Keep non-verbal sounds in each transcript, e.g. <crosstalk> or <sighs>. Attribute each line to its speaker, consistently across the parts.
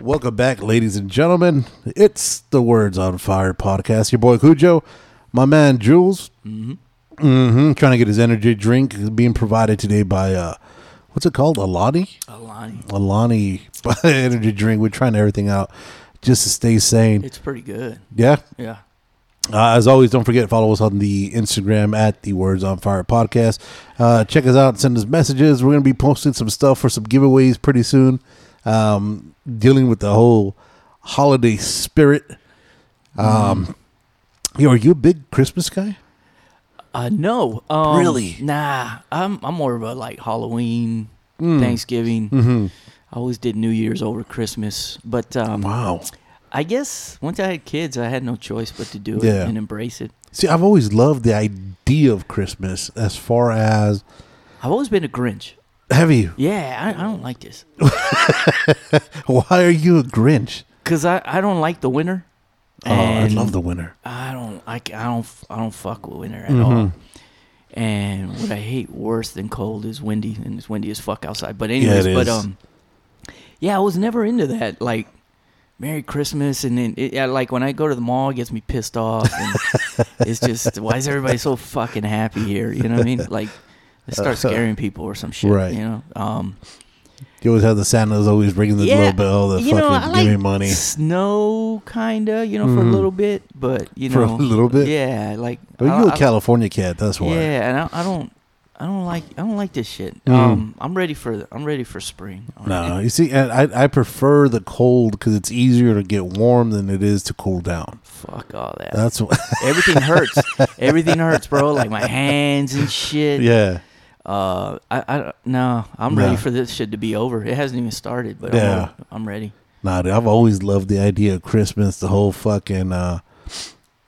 Speaker 1: Welcome back, ladies and gentlemen. It's the Words on Fire podcast. Your boy Cujo, my man Jules, mm-hmm. trying to get his energy drink being provided today by uh, what's it called, Alani?
Speaker 2: Alani.
Speaker 1: Alani <laughs> energy drink. We're trying everything out just to stay sane.
Speaker 2: It's pretty good.
Speaker 1: Yeah.
Speaker 2: Yeah.
Speaker 1: Uh, as always, don't forget to follow us on the Instagram at the Words on Fire podcast. Uh, check us out, send us messages. We're going to be posting some stuff for some giveaways pretty soon. Um, dealing with the whole holiday spirit. Um, yo, are you a big Christmas guy?
Speaker 2: Uh no. Um,
Speaker 1: Really?
Speaker 2: Nah. I'm I'm more of a like Halloween,
Speaker 1: Mm.
Speaker 2: Thanksgiving.
Speaker 1: Mm-hmm.
Speaker 2: I always did New Year's over Christmas, but um,
Speaker 1: Wow.
Speaker 2: I guess once I had kids, I had no choice but to do it
Speaker 1: Yeah.
Speaker 2: and embrace it.
Speaker 1: See, I've always loved the idea of Christmas as far as
Speaker 2: I've always been a Grinch.
Speaker 1: have you?
Speaker 2: Yeah, I, I don't like this
Speaker 1: <laughs> Why are you a Grinch?
Speaker 2: because I, I don't like the winter.
Speaker 1: Oh, I
Speaker 2: and-
Speaker 1: love the winter.
Speaker 2: I don't like I don't f- I don't fuck with winter at
Speaker 1: Mm-hmm.
Speaker 2: all. And what I hate worse than cold is windy, and it's windy as fuck outside. But anyways,
Speaker 1: it
Speaker 2: but
Speaker 1: is.
Speaker 2: um, yeah, I was never into that. Like Merry Christmas, and then it, yeah, like when I go to the mall, it gets me pissed off.
Speaker 1: <laughs>
Speaker 2: And it's just why is everybody so fucking happy here? You know what I mean? Like
Speaker 1: <laughs>
Speaker 2: let's start scaring people or some shit.
Speaker 1: Right.
Speaker 2: You know. Um.
Speaker 1: You always have the Santa's always ringing the doorbell. The
Speaker 2: you
Speaker 1: Oh, fucking
Speaker 2: know, I like
Speaker 1: give me money. Mm-hmm.
Speaker 2: Snow, kinda, you know, for a little bit, but you
Speaker 1: For a
Speaker 2: know,
Speaker 1: little bit?
Speaker 2: Yeah, like I-
Speaker 1: Well, you a
Speaker 2: I-
Speaker 1: California cat? That's why.
Speaker 2: Yeah, and I, I don't, I don't like, I don't like this shit.
Speaker 1: Mhm.
Speaker 2: Um, I'm ready for, the, I'm ready for spring.
Speaker 1: No, you see, and I I prefer the cold because it's easier to get warm than it is to cool down.
Speaker 2: Fuck all that.
Speaker 1: That's <laughs> what.
Speaker 2: Everything hurts. Everything hurts, bro. Like my hands and shit.
Speaker 1: yeah.
Speaker 2: Uh, I, I, no, I'm
Speaker 1: No.
Speaker 2: ready for this shit to be over. It hasn't even started, but
Speaker 1: Yeah.
Speaker 2: I'm, I'm ready.
Speaker 1: Nah, dude, I've always loved the idea of Christmas, the whole fucking, uh,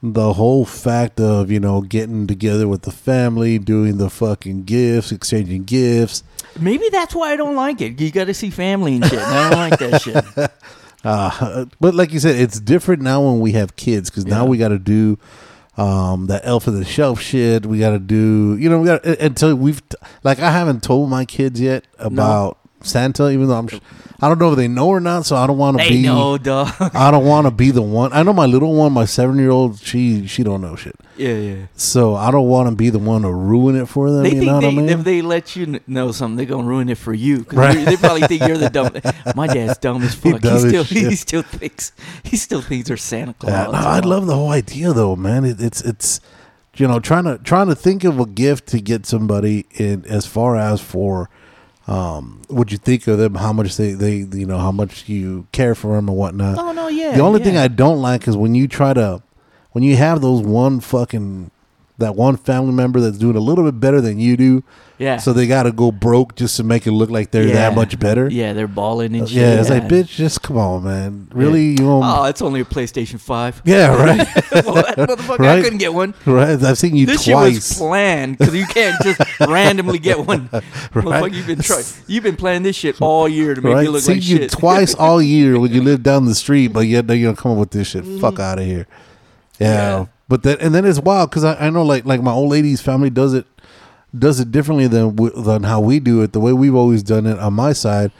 Speaker 1: the whole fact of, you know, getting together with the family, doing the fucking gifts, exchanging gifts.
Speaker 2: Maybe that's why I don't like it. You got to see family and shit. and I don't like that shit.
Speaker 1: Uh, <laughs> but like you said, it's different now when we have kids because now
Speaker 2: Yeah.
Speaker 1: we got to do um, that elf of the shelf shit. We got to do, you know, we got until we've t- like I haven't told my kids yet about Santa, even though I'm, sh- I don't know if they know or not, so I don't want to
Speaker 2: They
Speaker 1: be.
Speaker 2: know, dog.
Speaker 1: I don't want to be the one. I know my little one, my seven year old. She she don't know shit,
Speaker 2: yeah, yeah.
Speaker 1: so I don't want to be the one to ruin it for them.
Speaker 2: They
Speaker 1: you know what
Speaker 2: think they,
Speaker 1: I mean?
Speaker 2: if they let you kn- know something, they're gonna ruin it for you. 'Cause
Speaker 1: Right.
Speaker 2: they- They probably think you're the dumb.
Speaker 1: <laughs>
Speaker 2: My dad's dumb as
Speaker 1: He
Speaker 2: fuck. He,
Speaker 1: dumb as
Speaker 2: still
Speaker 1: shit.
Speaker 2: he still thinks he still thinks they're Santa Claus.
Speaker 1: Yeah, no, I love the whole idea though, man. It, it's it's you know trying to trying to think of a gift to get somebody in as far as for um what you think of them, how much they they you know how much you care for them and whatnot.
Speaker 2: Oh no, yeah.
Speaker 1: the only thing
Speaker 2: yeah.
Speaker 1: I don't like is when you try to when you have those one fucking that one family member that's doing a little bit better than you do.
Speaker 2: yeah.
Speaker 1: So they got to go broke just to make it look like they're
Speaker 2: Yeah.
Speaker 1: that much better.
Speaker 2: yeah, they're balling and shit.
Speaker 1: Yeah, it's like, bitch, um, just come on, man. Really, you won't.
Speaker 2: Oh, it's only a PlayStation Five.
Speaker 1: <laughs>
Speaker 2: <laughs>
Speaker 1: Yeah, right.
Speaker 2: What? Motherfucker, I
Speaker 1: Right.
Speaker 2: couldn't get one.
Speaker 1: Right, I've seen you
Speaker 2: This shit was
Speaker 1: twice.
Speaker 2: planned because you
Speaker 1: <laughs>
Speaker 2: can't just randomly get one. Motherfucker, you've been try- you've been planning this shit all year to make
Speaker 1: right,
Speaker 2: me look
Speaker 1: seen
Speaker 2: like
Speaker 1: you
Speaker 2: shit.
Speaker 1: twice
Speaker 2: <laughs>
Speaker 1: all year when you live down the street, but yet now you don't come up with this shit. Fuck out of here. Yeah.
Speaker 2: Mm. Yeah.
Speaker 1: but then and then it's wild because I, I know like like my old lady's family does it does it differently than w- than how we do it. The way we've always done it on my side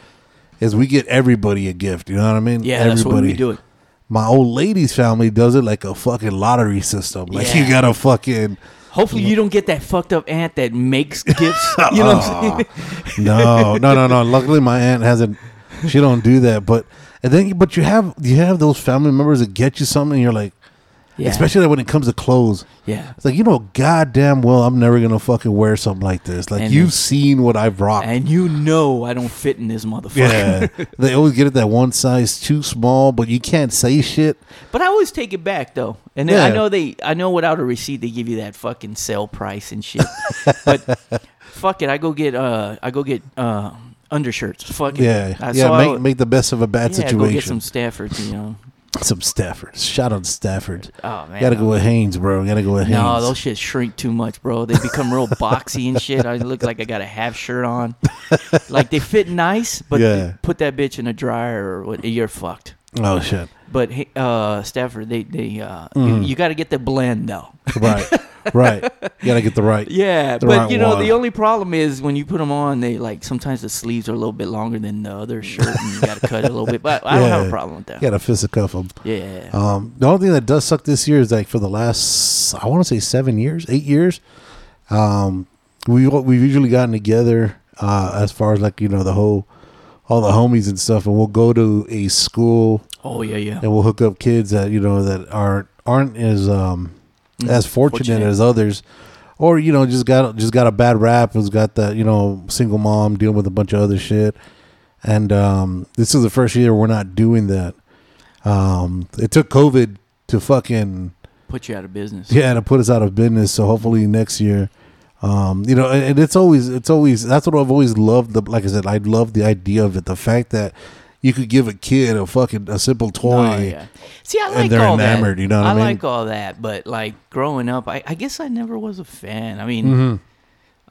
Speaker 1: is we get everybody a gift. You know what I mean?
Speaker 2: yeah,
Speaker 1: everybody.
Speaker 2: that's what we do it.
Speaker 1: My old lady's family does it like a fucking lottery system. Like you
Speaker 2: Yeah.
Speaker 1: got to fucking.
Speaker 2: Hopefully you don't get that fucked up aunt that
Speaker 1: <laughs>
Speaker 2: makes gifts. You know what I'm saying?
Speaker 1: No, no, no, no. Luckily, my aunt hasn't. She don't do that. But and then, but you have you have those family members that get you something. and You're like,
Speaker 2: Yeah.
Speaker 1: especially when it comes to clothes.
Speaker 2: yeah.
Speaker 1: It's like you know, goddamn well, I'm never gonna fucking wear something like this. Like
Speaker 2: And-
Speaker 1: you've seen what I've rocked.
Speaker 2: And you know I don't fit in this motherfucker.
Speaker 1: yeah, they always get it that one size too small, but you can't say shit.
Speaker 2: <laughs> But I always take it back though. And then I
Speaker 1: Yeah.
Speaker 2: know they I know without a receipt they give you that fucking sale price and shit.
Speaker 1: <laughs>
Speaker 2: but fuck it, I go get uh I go get uh undershirts. Fuck it.
Speaker 1: Yeah, yeah.
Speaker 2: I, Uh, so I-
Speaker 1: Make make the best of a bad
Speaker 2: yeah, I go get
Speaker 1: situation.
Speaker 2: some Staffords, you know.
Speaker 1: Some Stafford. Shot on Stafford.
Speaker 2: Oh man,
Speaker 1: Gotta go with Haynes, bro. Gotta go with Haynes.
Speaker 2: No, those shit shrink too much, bro. They become
Speaker 1: <laughs>
Speaker 2: real boxy and shit. I look like I got a half shirt on. Like they fit nice, but
Speaker 1: Yeah.
Speaker 2: put that bitch in a dryer or what, you're fucked.
Speaker 1: oh shit.
Speaker 2: But hey, uh, Stafford, they they uh, you,
Speaker 1: Mhm.
Speaker 2: you got to get the blend
Speaker 1: <laughs>
Speaker 2: though. <laughs>
Speaker 1: Right. right. You gotta get the right.
Speaker 2: Yeah,
Speaker 1: The
Speaker 2: but
Speaker 1: right
Speaker 2: you know
Speaker 1: one.
Speaker 2: the only problem is when you put them on, they like sometimes the sleeves are a little bit longer than the other shirt, and you got to cut it a little bit. But I don't have
Speaker 1: Yeah.
Speaker 2: a problem with that.
Speaker 1: You gotta fisticuff them.
Speaker 2: Yeah.
Speaker 1: Um, the only thing that does suck this year is like for the last I want to say seven years, eight years, um, we we've usually gotten together uh, as far as like you know the whole all the homies and stuff, and we'll go to a school
Speaker 2: oh yeah, yeah.
Speaker 1: and we'll hook up kids that you know that aren't aren't as um,
Speaker 2: Mm,
Speaker 1: as fortunate,
Speaker 2: fortunate.
Speaker 1: as others, or you know just got just got a bad rap, has got that you know single mom dealing with a bunch of other shit, and um, this is the first year we're not doing that. Um, it took COVID to fucking
Speaker 2: Put you out of business.
Speaker 1: yeah to put us out of business. So hopefully next year. Um, you know, and and it's always, it's always, that's what I've always loved. The, like I said, I love the idea of it. The fact that you could give a kid a fucking, a simple toy
Speaker 2: Oh, yeah. See, I
Speaker 1: and
Speaker 2: like
Speaker 1: they're
Speaker 2: all
Speaker 1: enamored,
Speaker 2: that.
Speaker 1: you know what I mean?
Speaker 2: like all that, but like growing up, I, I guess I never was a fan. I mean,
Speaker 1: Mhm.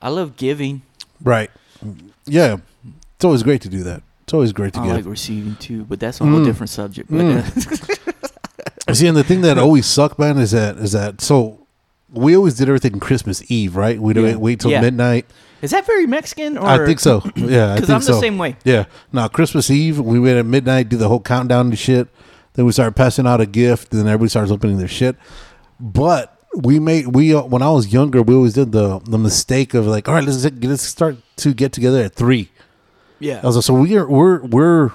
Speaker 2: I love giving.
Speaker 1: Right. Yeah. It's always great to do that. It's always great to
Speaker 2: I
Speaker 1: get.
Speaker 2: like receiving too, but that's a whole
Speaker 1: Mm.
Speaker 2: different subject. But uh,
Speaker 1: See, and the thing
Speaker 2: <laughs>
Speaker 1: that always sucked, man, is that is that so we always did everything Christmas Eve, right? We'd
Speaker 2: Yeah.
Speaker 1: wait, wait till
Speaker 2: Yeah.
Speaker 1: midnight.
Speaker 2: <laughs> is that very Mexican? Or
Speaker 1: I think so. <clears throat> Yeah, I
Speaker 2: Because
Speaker 1: think
Speaker 2: I'm the
Speaker 1: so.
Speaker 2: same way.
Speaker 1: Yeah. Now Christmas Eve, we wait at midnight, do the whole countdown and shit. Then we start passing out a gift, and then everybody starts opening their shit. But we made we uh, when I was younger, we always did the the mistake of like, all right, let's let's start to get together at three.
Speaker 2: Yeah.
Speaker 1: I was like, so we are we're we're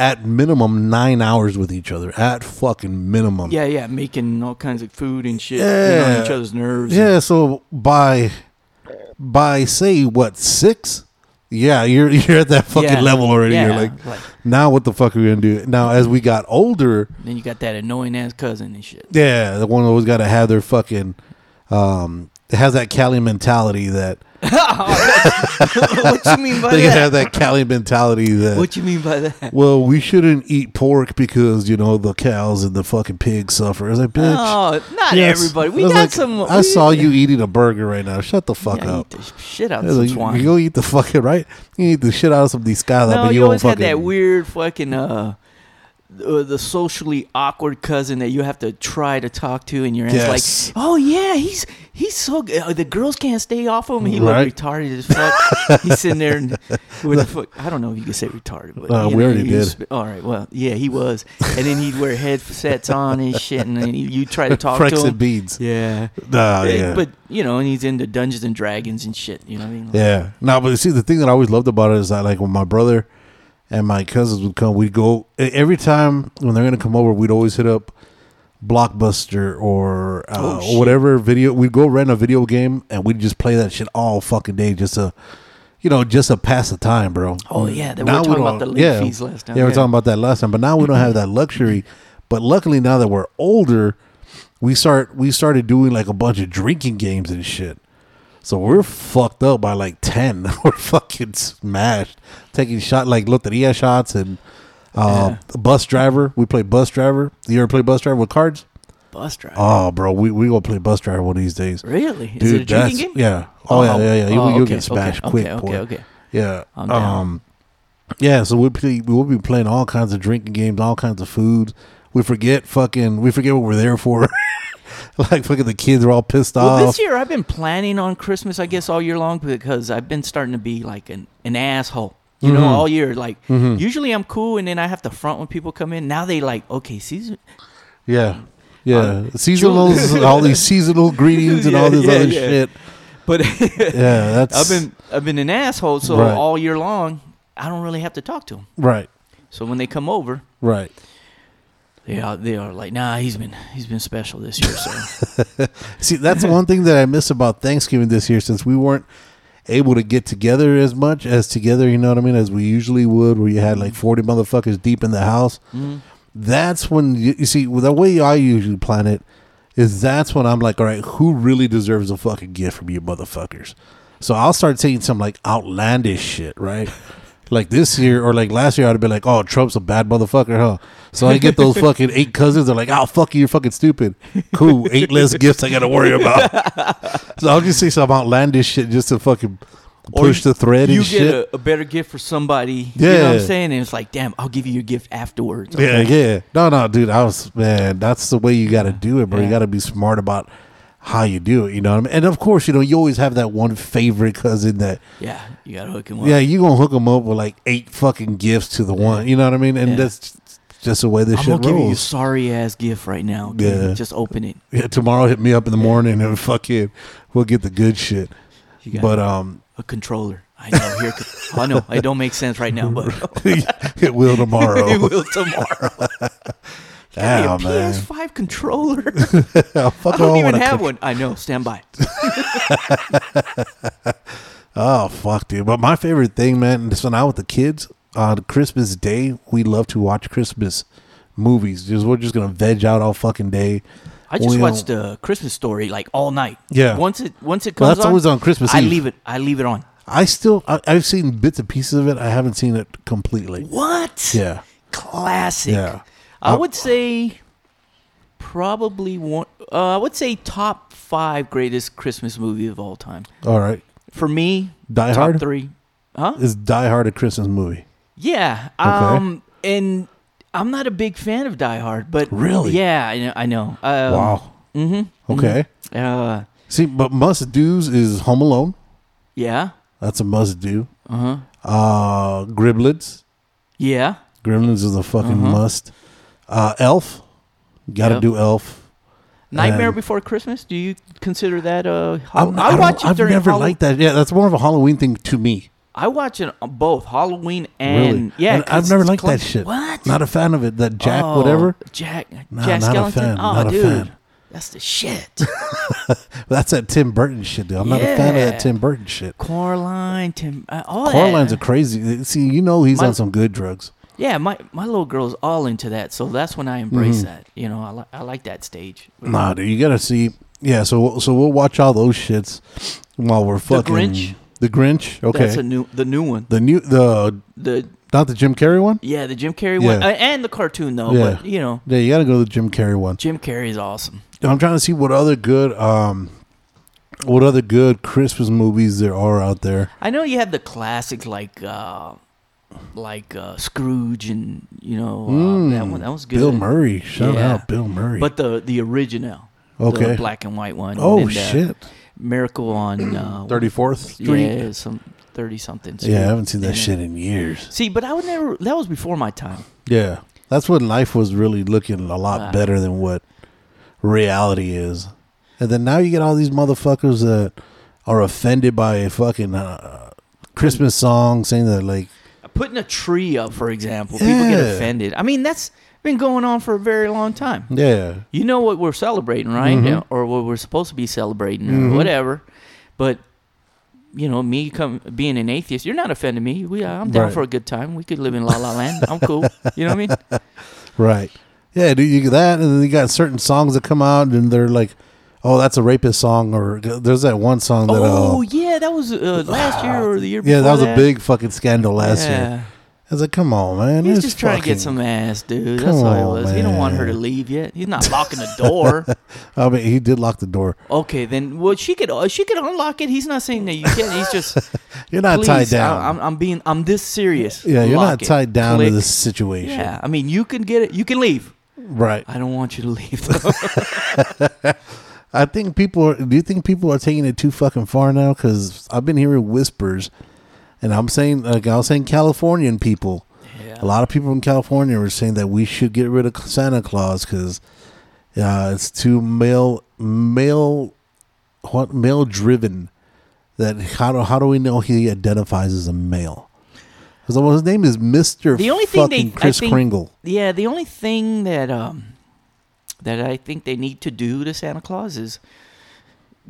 Speaker 1: at minimum nine hours with each other at fucking minimum.
Speaker 2: yeah, yeah, making all kinds of food and shit. You know,
Speaker 1: Yeah.
Speaker 2: on each other's nerves. and-
Speaker 1: Yeah. So by by say what six? Yeah, you're <laughs> you're at that fucking
Speaker 2: Yeah.
Speaker 1: level already. You're
Speaker 2: Yeah,
Speaker 1: like, now what the fuck are we gonna do? Now as we got older,
Speaker 2: then you got that annoying ass cousin
Speaker 1: <laughs>
Speaker 2: and shit. <laughs>
Speaker 1: yeah, the one always got to have their fucking um has that Cali mentality that <laughs>
Speaker 2: what you mean by
Speaker 1: they gotta have
Speaker 2: that?
Speaker 1: that Cali mentality that
Speaker 2: What you mean by that?
Speaker 1: well we shouldn't eat pork because you know the cows and the fucking pigs suffer. I was like, bitch.
Speaker 2: Oh, not
Speaker 1: Yes.
Speaker 2: everybody. We
Speaker 1: I was
Speaker 2: got
Speaker 1: like,
Speaker 2: some.
Speaker 1: I
Speaker 2: we-
Speaker 1: saw you eating a burger right now. Shut the fuck
Speaker 2: yeah,
Speaker 1: up.
Speaker 2: Eat the shit out
Speaker 1: I was
Speaker 2: of some
Speaker 1: like,
Speaker 2: swine.
Speaker 1: you go eat the fucking right. You eat the shit out of some discada,
Speaker 2: no,
Speaker 1: but you,
Speaker 2: you,
Speaker 1: won't
Speaker 2: always had
Speaker 1: fucking.
Speaker 2: that weird fucking uh, uh, the socially awkward cousin that you have to try to talk to, and you're
Speaker 1: Yes.
Speaker 2: like, oh yeah, he's he's so good. Uh, the girls can't stay off him. He
Speaker 1: Right.
Speaker 2: looked retarded as fuck. he's sitting there
Speaker 1: <laughs>
Speaker 2: and with the fuck. I don't know if you can say retarded, but
Speaker 1: Uh, we
Speaker 2: you know,
Speaker 1: already
Speaker 2: he was-
Speaker 1: did.
Speaker 2: all right, well, yeah, he was, and then he'd wear headsets on and shit, and then you <laughs> try to talk
Speaker 1: Franks
Speaker 2: to
Speaker 1: and
Speaker 2: him.
Speaker 1: beans.
Speaker 2: Yeah.
Speaker 1: Nah,
Speaker 2: Yeah,
Speaker 1: yeah.
Speaker 2: But you know, and he's into Dungeons and Dragons and shit. You know what I mean? Like,
Speaker 1: yeah. No, but see, the thing that I always loved about it is that, like, when my brother and my cousins would come, we'd go e- every time when they're gonna come over, we'd always hit up Blockbuster or uh,
Speaker 2: Oh, shit.
Speaker 1: whatever video. We'd go rent a video game and we'd just play that shit all fucking day, just to, you know, just to pass the time, bro.
Speaker 2: Oh yeah, they were
Speaker 1: Now we
Speaker 2: talking about the
Speaker 1: don't-
Speaker 2: late
Speaker 1: yeah.
Speaker 2: fees last time.
Speaker 1: Yeah, we were talking about that last time, but now we don't have
Speaker 2: <clears throat>
Speaker 1: that luxury. But luckily, now that we're older, we start we started doing like a bunch of drinking games and shit. So we're fucked up by like ten. <laughs> we're fucking smashed, taking shot like loteria shots and uh, bus driver. We play bus driver. You ever play bus driver with cards?
Speaker 2: bus driver.
Speaker 1: Oh, bro, we we gonna play bus driver one of these days,
Speaker 2: really? Is it a
Speaker 1: that's-
Speaker 2: drinking game?
Speaker 1: Yeah. Oh, yeah, yeah, yeah. You,
Speaker 2: oh,
Speaker 1: you'll
Speaker 2: okay,
Speaker 1: get smashed
Speaker 2: okay,
Speaker 1: quick,
Speaker 2: Okay,
Speaker 1: boy.
Speaker 2: okay, okay.
Speaker 1: Yeah.
Speaker 2: I'm down.
Speaker 1: Um Yeah, so we'll play, we'll be playing all kinds of drinking games, all kinds of food. We forget fucking we forget what we're there for. <laughs> like fucking the kids are all pissed
Speaker 2: Well,
Speaker 1: off.
Speaker 2: this year I've been planning on Christmas, I guess, all year long because I've been starting to be like an, an asshole. You
Speaker 1: Mm-hmm.
Speaker 2: know, all year. Like usually I'm cool, and then I have to front when people come in. Now they like, okay, season.
Speaker 1: yeah. Yeah. Seasonals and <laughs> all these seasonal greetings and all
Speaker 2: Uh, <laughs> Yeah,
Speaker 1: this
Speaker 2: yeah,
Speaker 1: other
Speaker 2: yeah.
Speaker 1: shit.
Speaker 2: But <laughs>
Speaker 1: Yeah, that's
Speaker 2: I've been I've been an asshole, so
Speaker 1: Right.
Speaker 2: all year long I don't really have to talk to them.
Speaker 1: right.
Speaker 2: So when they come over,
Speaker 1: Right.
Speaker 2: they are they are like, nah, he's been he's been special this year. So
Speaker 1: See, that's one thing that I miss about Thanksgiving this year since we weren't able to get together as much as together, you know what I mean, as we usually would, where you had like 40 motherfuckers deep in the house.
Speaker 2: Mm-hmm.
Speaker 1: That's when you, you see well, the way I usually plan it is that's when I'm like, all right, who really deserves a fucking gift from you motherfuckers? So I'll start saying some like outlandish shit, right? <laughs> Like this year or like last year, I'd have been like, "Oh, Trump's a bad motherfucker, huh?" So I get
Speaker 2: <laughs>
Speaker 1: those fucking eight cousins. They're like, "Oh, fuck you, you're fucking stupid." Cool, eight
Speaker 2: <laughs>
Speaker 1: less gifts I gotta worry about. so I'll just say some outlandish shit just to fucking
Speaker 2: Or
Speaker 1: push
Speaker 2: you-
Speaker 1: the thread
Speaker 2: You
Speaker 1: and shit.
Speaker 2: get a, a better gift for somebody. Yeah. You know what I'm
Speaker 1: Yeah.
Speaker 2: saying? And it's like, damn, I'll give you your gift afterwards.
Speaker 1: Yeah,
Speaker 2: okay?
Speaker 1: yeah. No, no, dude. I was man. That's the way you got to do it, bro. You
Speaker 2: Yeah.
Speaker 1: got to be smart about how you do it. You know what I mean? And of course, you know you always have that one favorite cousin that
Speaker 2: Yeah, you gotta hook him up.
Speaker 1: yeah you gonna hook them up with like eight fucking gifts to the one. You know what I mean? And
Speaker 2: Yeah.
Speaker 1: that's just the way this
Speaker 2: I'm
Speaker 1: shit
Speaker 2: gonna give you a
Speaker 1: rolls.
Speaker 2: sorry ass gift right now. okay?
Speaker 1: Yeah.
Speaker 2: Just open it.
Speaker 1: Yeah, tomorrow, hit me up in the morning and fucking we'll get the good shit.
Speaker 2: You got
Speaker 1: But um, <laughs>
Speaker 2: a controller. I know here. I know it don't make sense right now, but
Speaker 1: it will <laughs> tomorrow.
Speaker 2: <laughs> it will tomorrow.
Speaker 1: <laughs> Damn,
Speaker 2: Gotta be a
Speaker 1: man. <laughs>
Speaker 2: PS5 controller. <laughs>
Speaker 1: I'll fuck
Speaker 2: I don't
Speaker 1: around
Speaker 2: even
Speaker 1: when I
Speaker 2: have
Speaker 1: cook.
Speaker 2: one. I know. Stand by.
Speaker 1: Oh fuck, dude! But my favorite thing, man, is when I with the kids on Christmas Day, we love to watch Christmas movies. Just we're just gonna veg out all fucking day.
Speaker 2: I just
Speaker 1: <laughs> We
Speaker 2: watched
Speaker 1: don't-
Speaker 2: uh, Christmas Story like all night.
Speaker 1: Yeah.
Speaker 2: Once it once it comes
Speaker 1: Well, that's
Speaker 2: on,
Speaker 1: always on Christmas
Speaker 2: I
Speaker 1: Eve.
Speaker 2: leave it. I leave it on.
Speaker 1: I still, I, I've seen bits and pieces of it. I haven't seen it completely.
Speaker 2: What?
Speaker 1: Yeah,
Speaker 2: Classic.
Speaker 1: yeah.
Speaker 2: I
Speaker 1: Uh,
Speaker 2: would say probably one. Uh, I would say top five greatest Christmas movie of all time.
Speaker 1: All right,
Speaker 2: For me,
Speaker 1: Die
Speaker 2: top
Speaker 1: Hard?
Speaker 2: three. Huh?
Speaker 1: is Die Hard a Christmas movie?
Speaker 2: Yeah. Um. And I'm not a big fan of Die Hard, but
Speaker 1: Really?
Speaker 2: yeah, I know. I know. Um,
Speaker 1: wow.
Speaker 2: Mm-hmm.
Speaker 1: Okay.
Speaker 2: Uh.
Speaker 1: See, but must do's is Home Alone.
Speaker 2: Yeah.
Speaker 1: That's a must do.
Speaker 2: Uh huh.
Speaker 1: Uh, Griblets.
Speaker 2: Yeah.
Speaker 1: Gremlins is a fucking
Speaker 2: Uh-huh.
Speaker 1: must. Uh, Elf. Got to
Speaker 2: Yep.
Speaker 1: do Elf.
Speaker 2: Nightmare
Speaker 1: And-
Speaker 2: Before Christmas. Do you consider that a?
Speaker 1: I'm,
Speaker 2: I
Speaker 1: I don't-
Speaker 2: watch it
Speaker 1: I've
Speaker 2: during.
Speaker 1: never
Speaker 2: Hall-
Speaker 1: liked that. Yeah, that's more of a Halloween thing to me.
Speaker 2: I watch it on both Halloween and
Speaker 1: Really.
Speaker 2: yeah.
Speaker 1: And
Speaker 2: 'cause
Speaker 1: I've never
Speaker 2: it's
Speaker 1: liked that
Speaker 2: clunky.
Speaker 1: shit.
Speaker 2: What?
Speaker 1: Not a fan of it. That Jack,
Speaker 2: Oh,
Speaker 1: whatever.
Speaker 2: Jack.
Speaker 1: Nah,
Speaker 2: Jack
Speaker 1: not a
Speaker 2: Skellington.
Speaker 1: fan,
Speaker 2: Oh,
Speaker 1: not a
Speaker 2: dude.
Speaker 1: fan.
Speaker 2: That's the shit.
Speaker 1: <laughs> That's that Tim Burton shit, dude. I'm not a fan of
Speaker 2: Yeah.
Speaker 1: that Tim Burton shit.
Speaker 2: Coraline, Tim. Uh, all
Speaker 1: Carline's
Speaker 2: that.
Speaker 1: a crazy. See, you know he's
Speaker 2: My-
Speaker 1: on some good drugs.
Speaker 2: Yeah, my, my little girl's all into that, so that's when I embrace that. You know, I, li- I like that stage.
Speaker 1: Mm-hmm. Nah, dude, you gotta see. Yeah, so so we'll watch all those shits while we're fucking
Speaker 2: Grinch?
Speaker 1: The Grinch. Okay.
Speaker 2: That's a new the new one.
Speaker 1: the new the
Speaker 2: The
Speaker 1: not the Jim Carrey one.
Speaker 2: yeah, the Jim Carrey one,
Speaker 1: Yeah.
Speaker 2: uh, and the cartoon though. But you know,
Speaker 1: Yeah, you gotta go to the Jim Carrey one.
Speaker 2: Jim Carrey's awesome.
Speaker 1: I'm trying to see what other good um what other good Christmas movies there are out there.
Speaker 2: I know you have the classics like uh like uh Scrooge and you know uh, that
Speaker 1: Mm,
Speaker 2: one. That was good.
Speaker 1: Bill Murray. Shout
Speaker 2: Yeah.
Speaker 1: out Bill Murray.
Speaker 2: but the the original,
Speaker 1: Okay.
Speaker 2: the black and white one.
Speaker 1: oh
Speaker 2: and, uh,
Speaker 1: shit.
Speaker 2: Miracle on
Speaker 1: <clears throat>
Speaker 2: uh,
Speaker 1: Thirty fourth Street.
Speaker 2: Yeah, some thirty something.
Speaker 1: Yeah, I haven't seen that
Speaker 2: And-
Speaker 1: shit in years.
Speaker 2: See, but I would never. That was before my time.
Speaker 1: Yeah. That's when life was really looking a lot
Speaker 2: Right.
Speaker 1: better than what reality is. And then now you get all these motherfuckers that are offended by a fucking uh, Christmas song saying that like
Speaker 2: Putting a tree up, for example, people get
Speaker 1: Yeah.
Speaker 2: offended. I mean, that's been going on for a very long time.
Speaker 1: yeah.
Speaker 2: You know what we're celebrating, right?
Speaker 1: Mm-hmm.
Speaker 2: Yeah, Or what we're supposed to be celebrating, or whatever. But you know, me come being an atheist, you're not offending me. We, I'm down
Speaker 1: Right.
Speaker 2: for a good time. We could live in La La Land. I'm cool. You know what I
Speaker 1: <laughs>
Speaker 2: mean?
Speaker 1: Right. Yeah, dude, you get that, and then you got certain songs that come out, and they're like, "Oh, that's a rapist song," or there's that one song that,
Speaker 2: Oh
Speaker 1: oh,
Speaker 2: yeah, that was uh, last year or the year. before
Speaker 1: yeah, that was a big fucking scandal last
Speaker 2: yeah.
Speaker 1: year. I was like, "Come on, man,
Speaker 2: He's
Speaker 1: it's
Speaker 2: just trying to get
Speaker 1: fucking-
Speaker 2: some ass, dude.
Speaker 1: Come
Speaker 2: That's all it
Speaker 1: on,
Speaker 2: was. He don't want her to
Speaker 1: man.
Speaker 2: leave yet.
Speaker 1: <laughs>
Speaker 2: He's not locking the door.
Speaker 1: I mean, he did lock the door.
Speaker 2: okay, then well, she could uh, she could unlock it. He's not saying that you can't. He's just
Speaker 1: You're <laughs> not
Speaker 2: please,
Speaker 1: tied down.
Speaker 2: I, am I'm being I'm this serious.
Speaker 1: yeah, you're
Speaker 2: Lock
Speaker 1: not
Speaker 2: it.
Speaker 1: tied down
Speaker 2: Click.
Speaker 1: to this situation,
Speaker 2: Yeah, I mean you can get it. You can leave.
Speaker 1: right?
Speaker 2: I don't want you to
Speaker 1: <laughs>
Speaker 2: leave. Though.
Speaker 1: I think people are. Do you think people are taking it too fucking far now? Because I've been hearing whispers, and I'm saying, like I was saying, Californian people.
Speaker 2: Yeah.
Speaker 1: A lot of people in California were saying that we should get rid of Santa Claus because uh, it's too male, male, what male driven. That how do how do we know he identifies as a male? Because well, his name is Mister.
Speaker 2: The only thing they I
Speaker 1: Chris
Speaker 2: think,
Speaker 1: Kringle.
Speaker 2: Yeah, the only thing that um that I think they need to do to Santa Claus is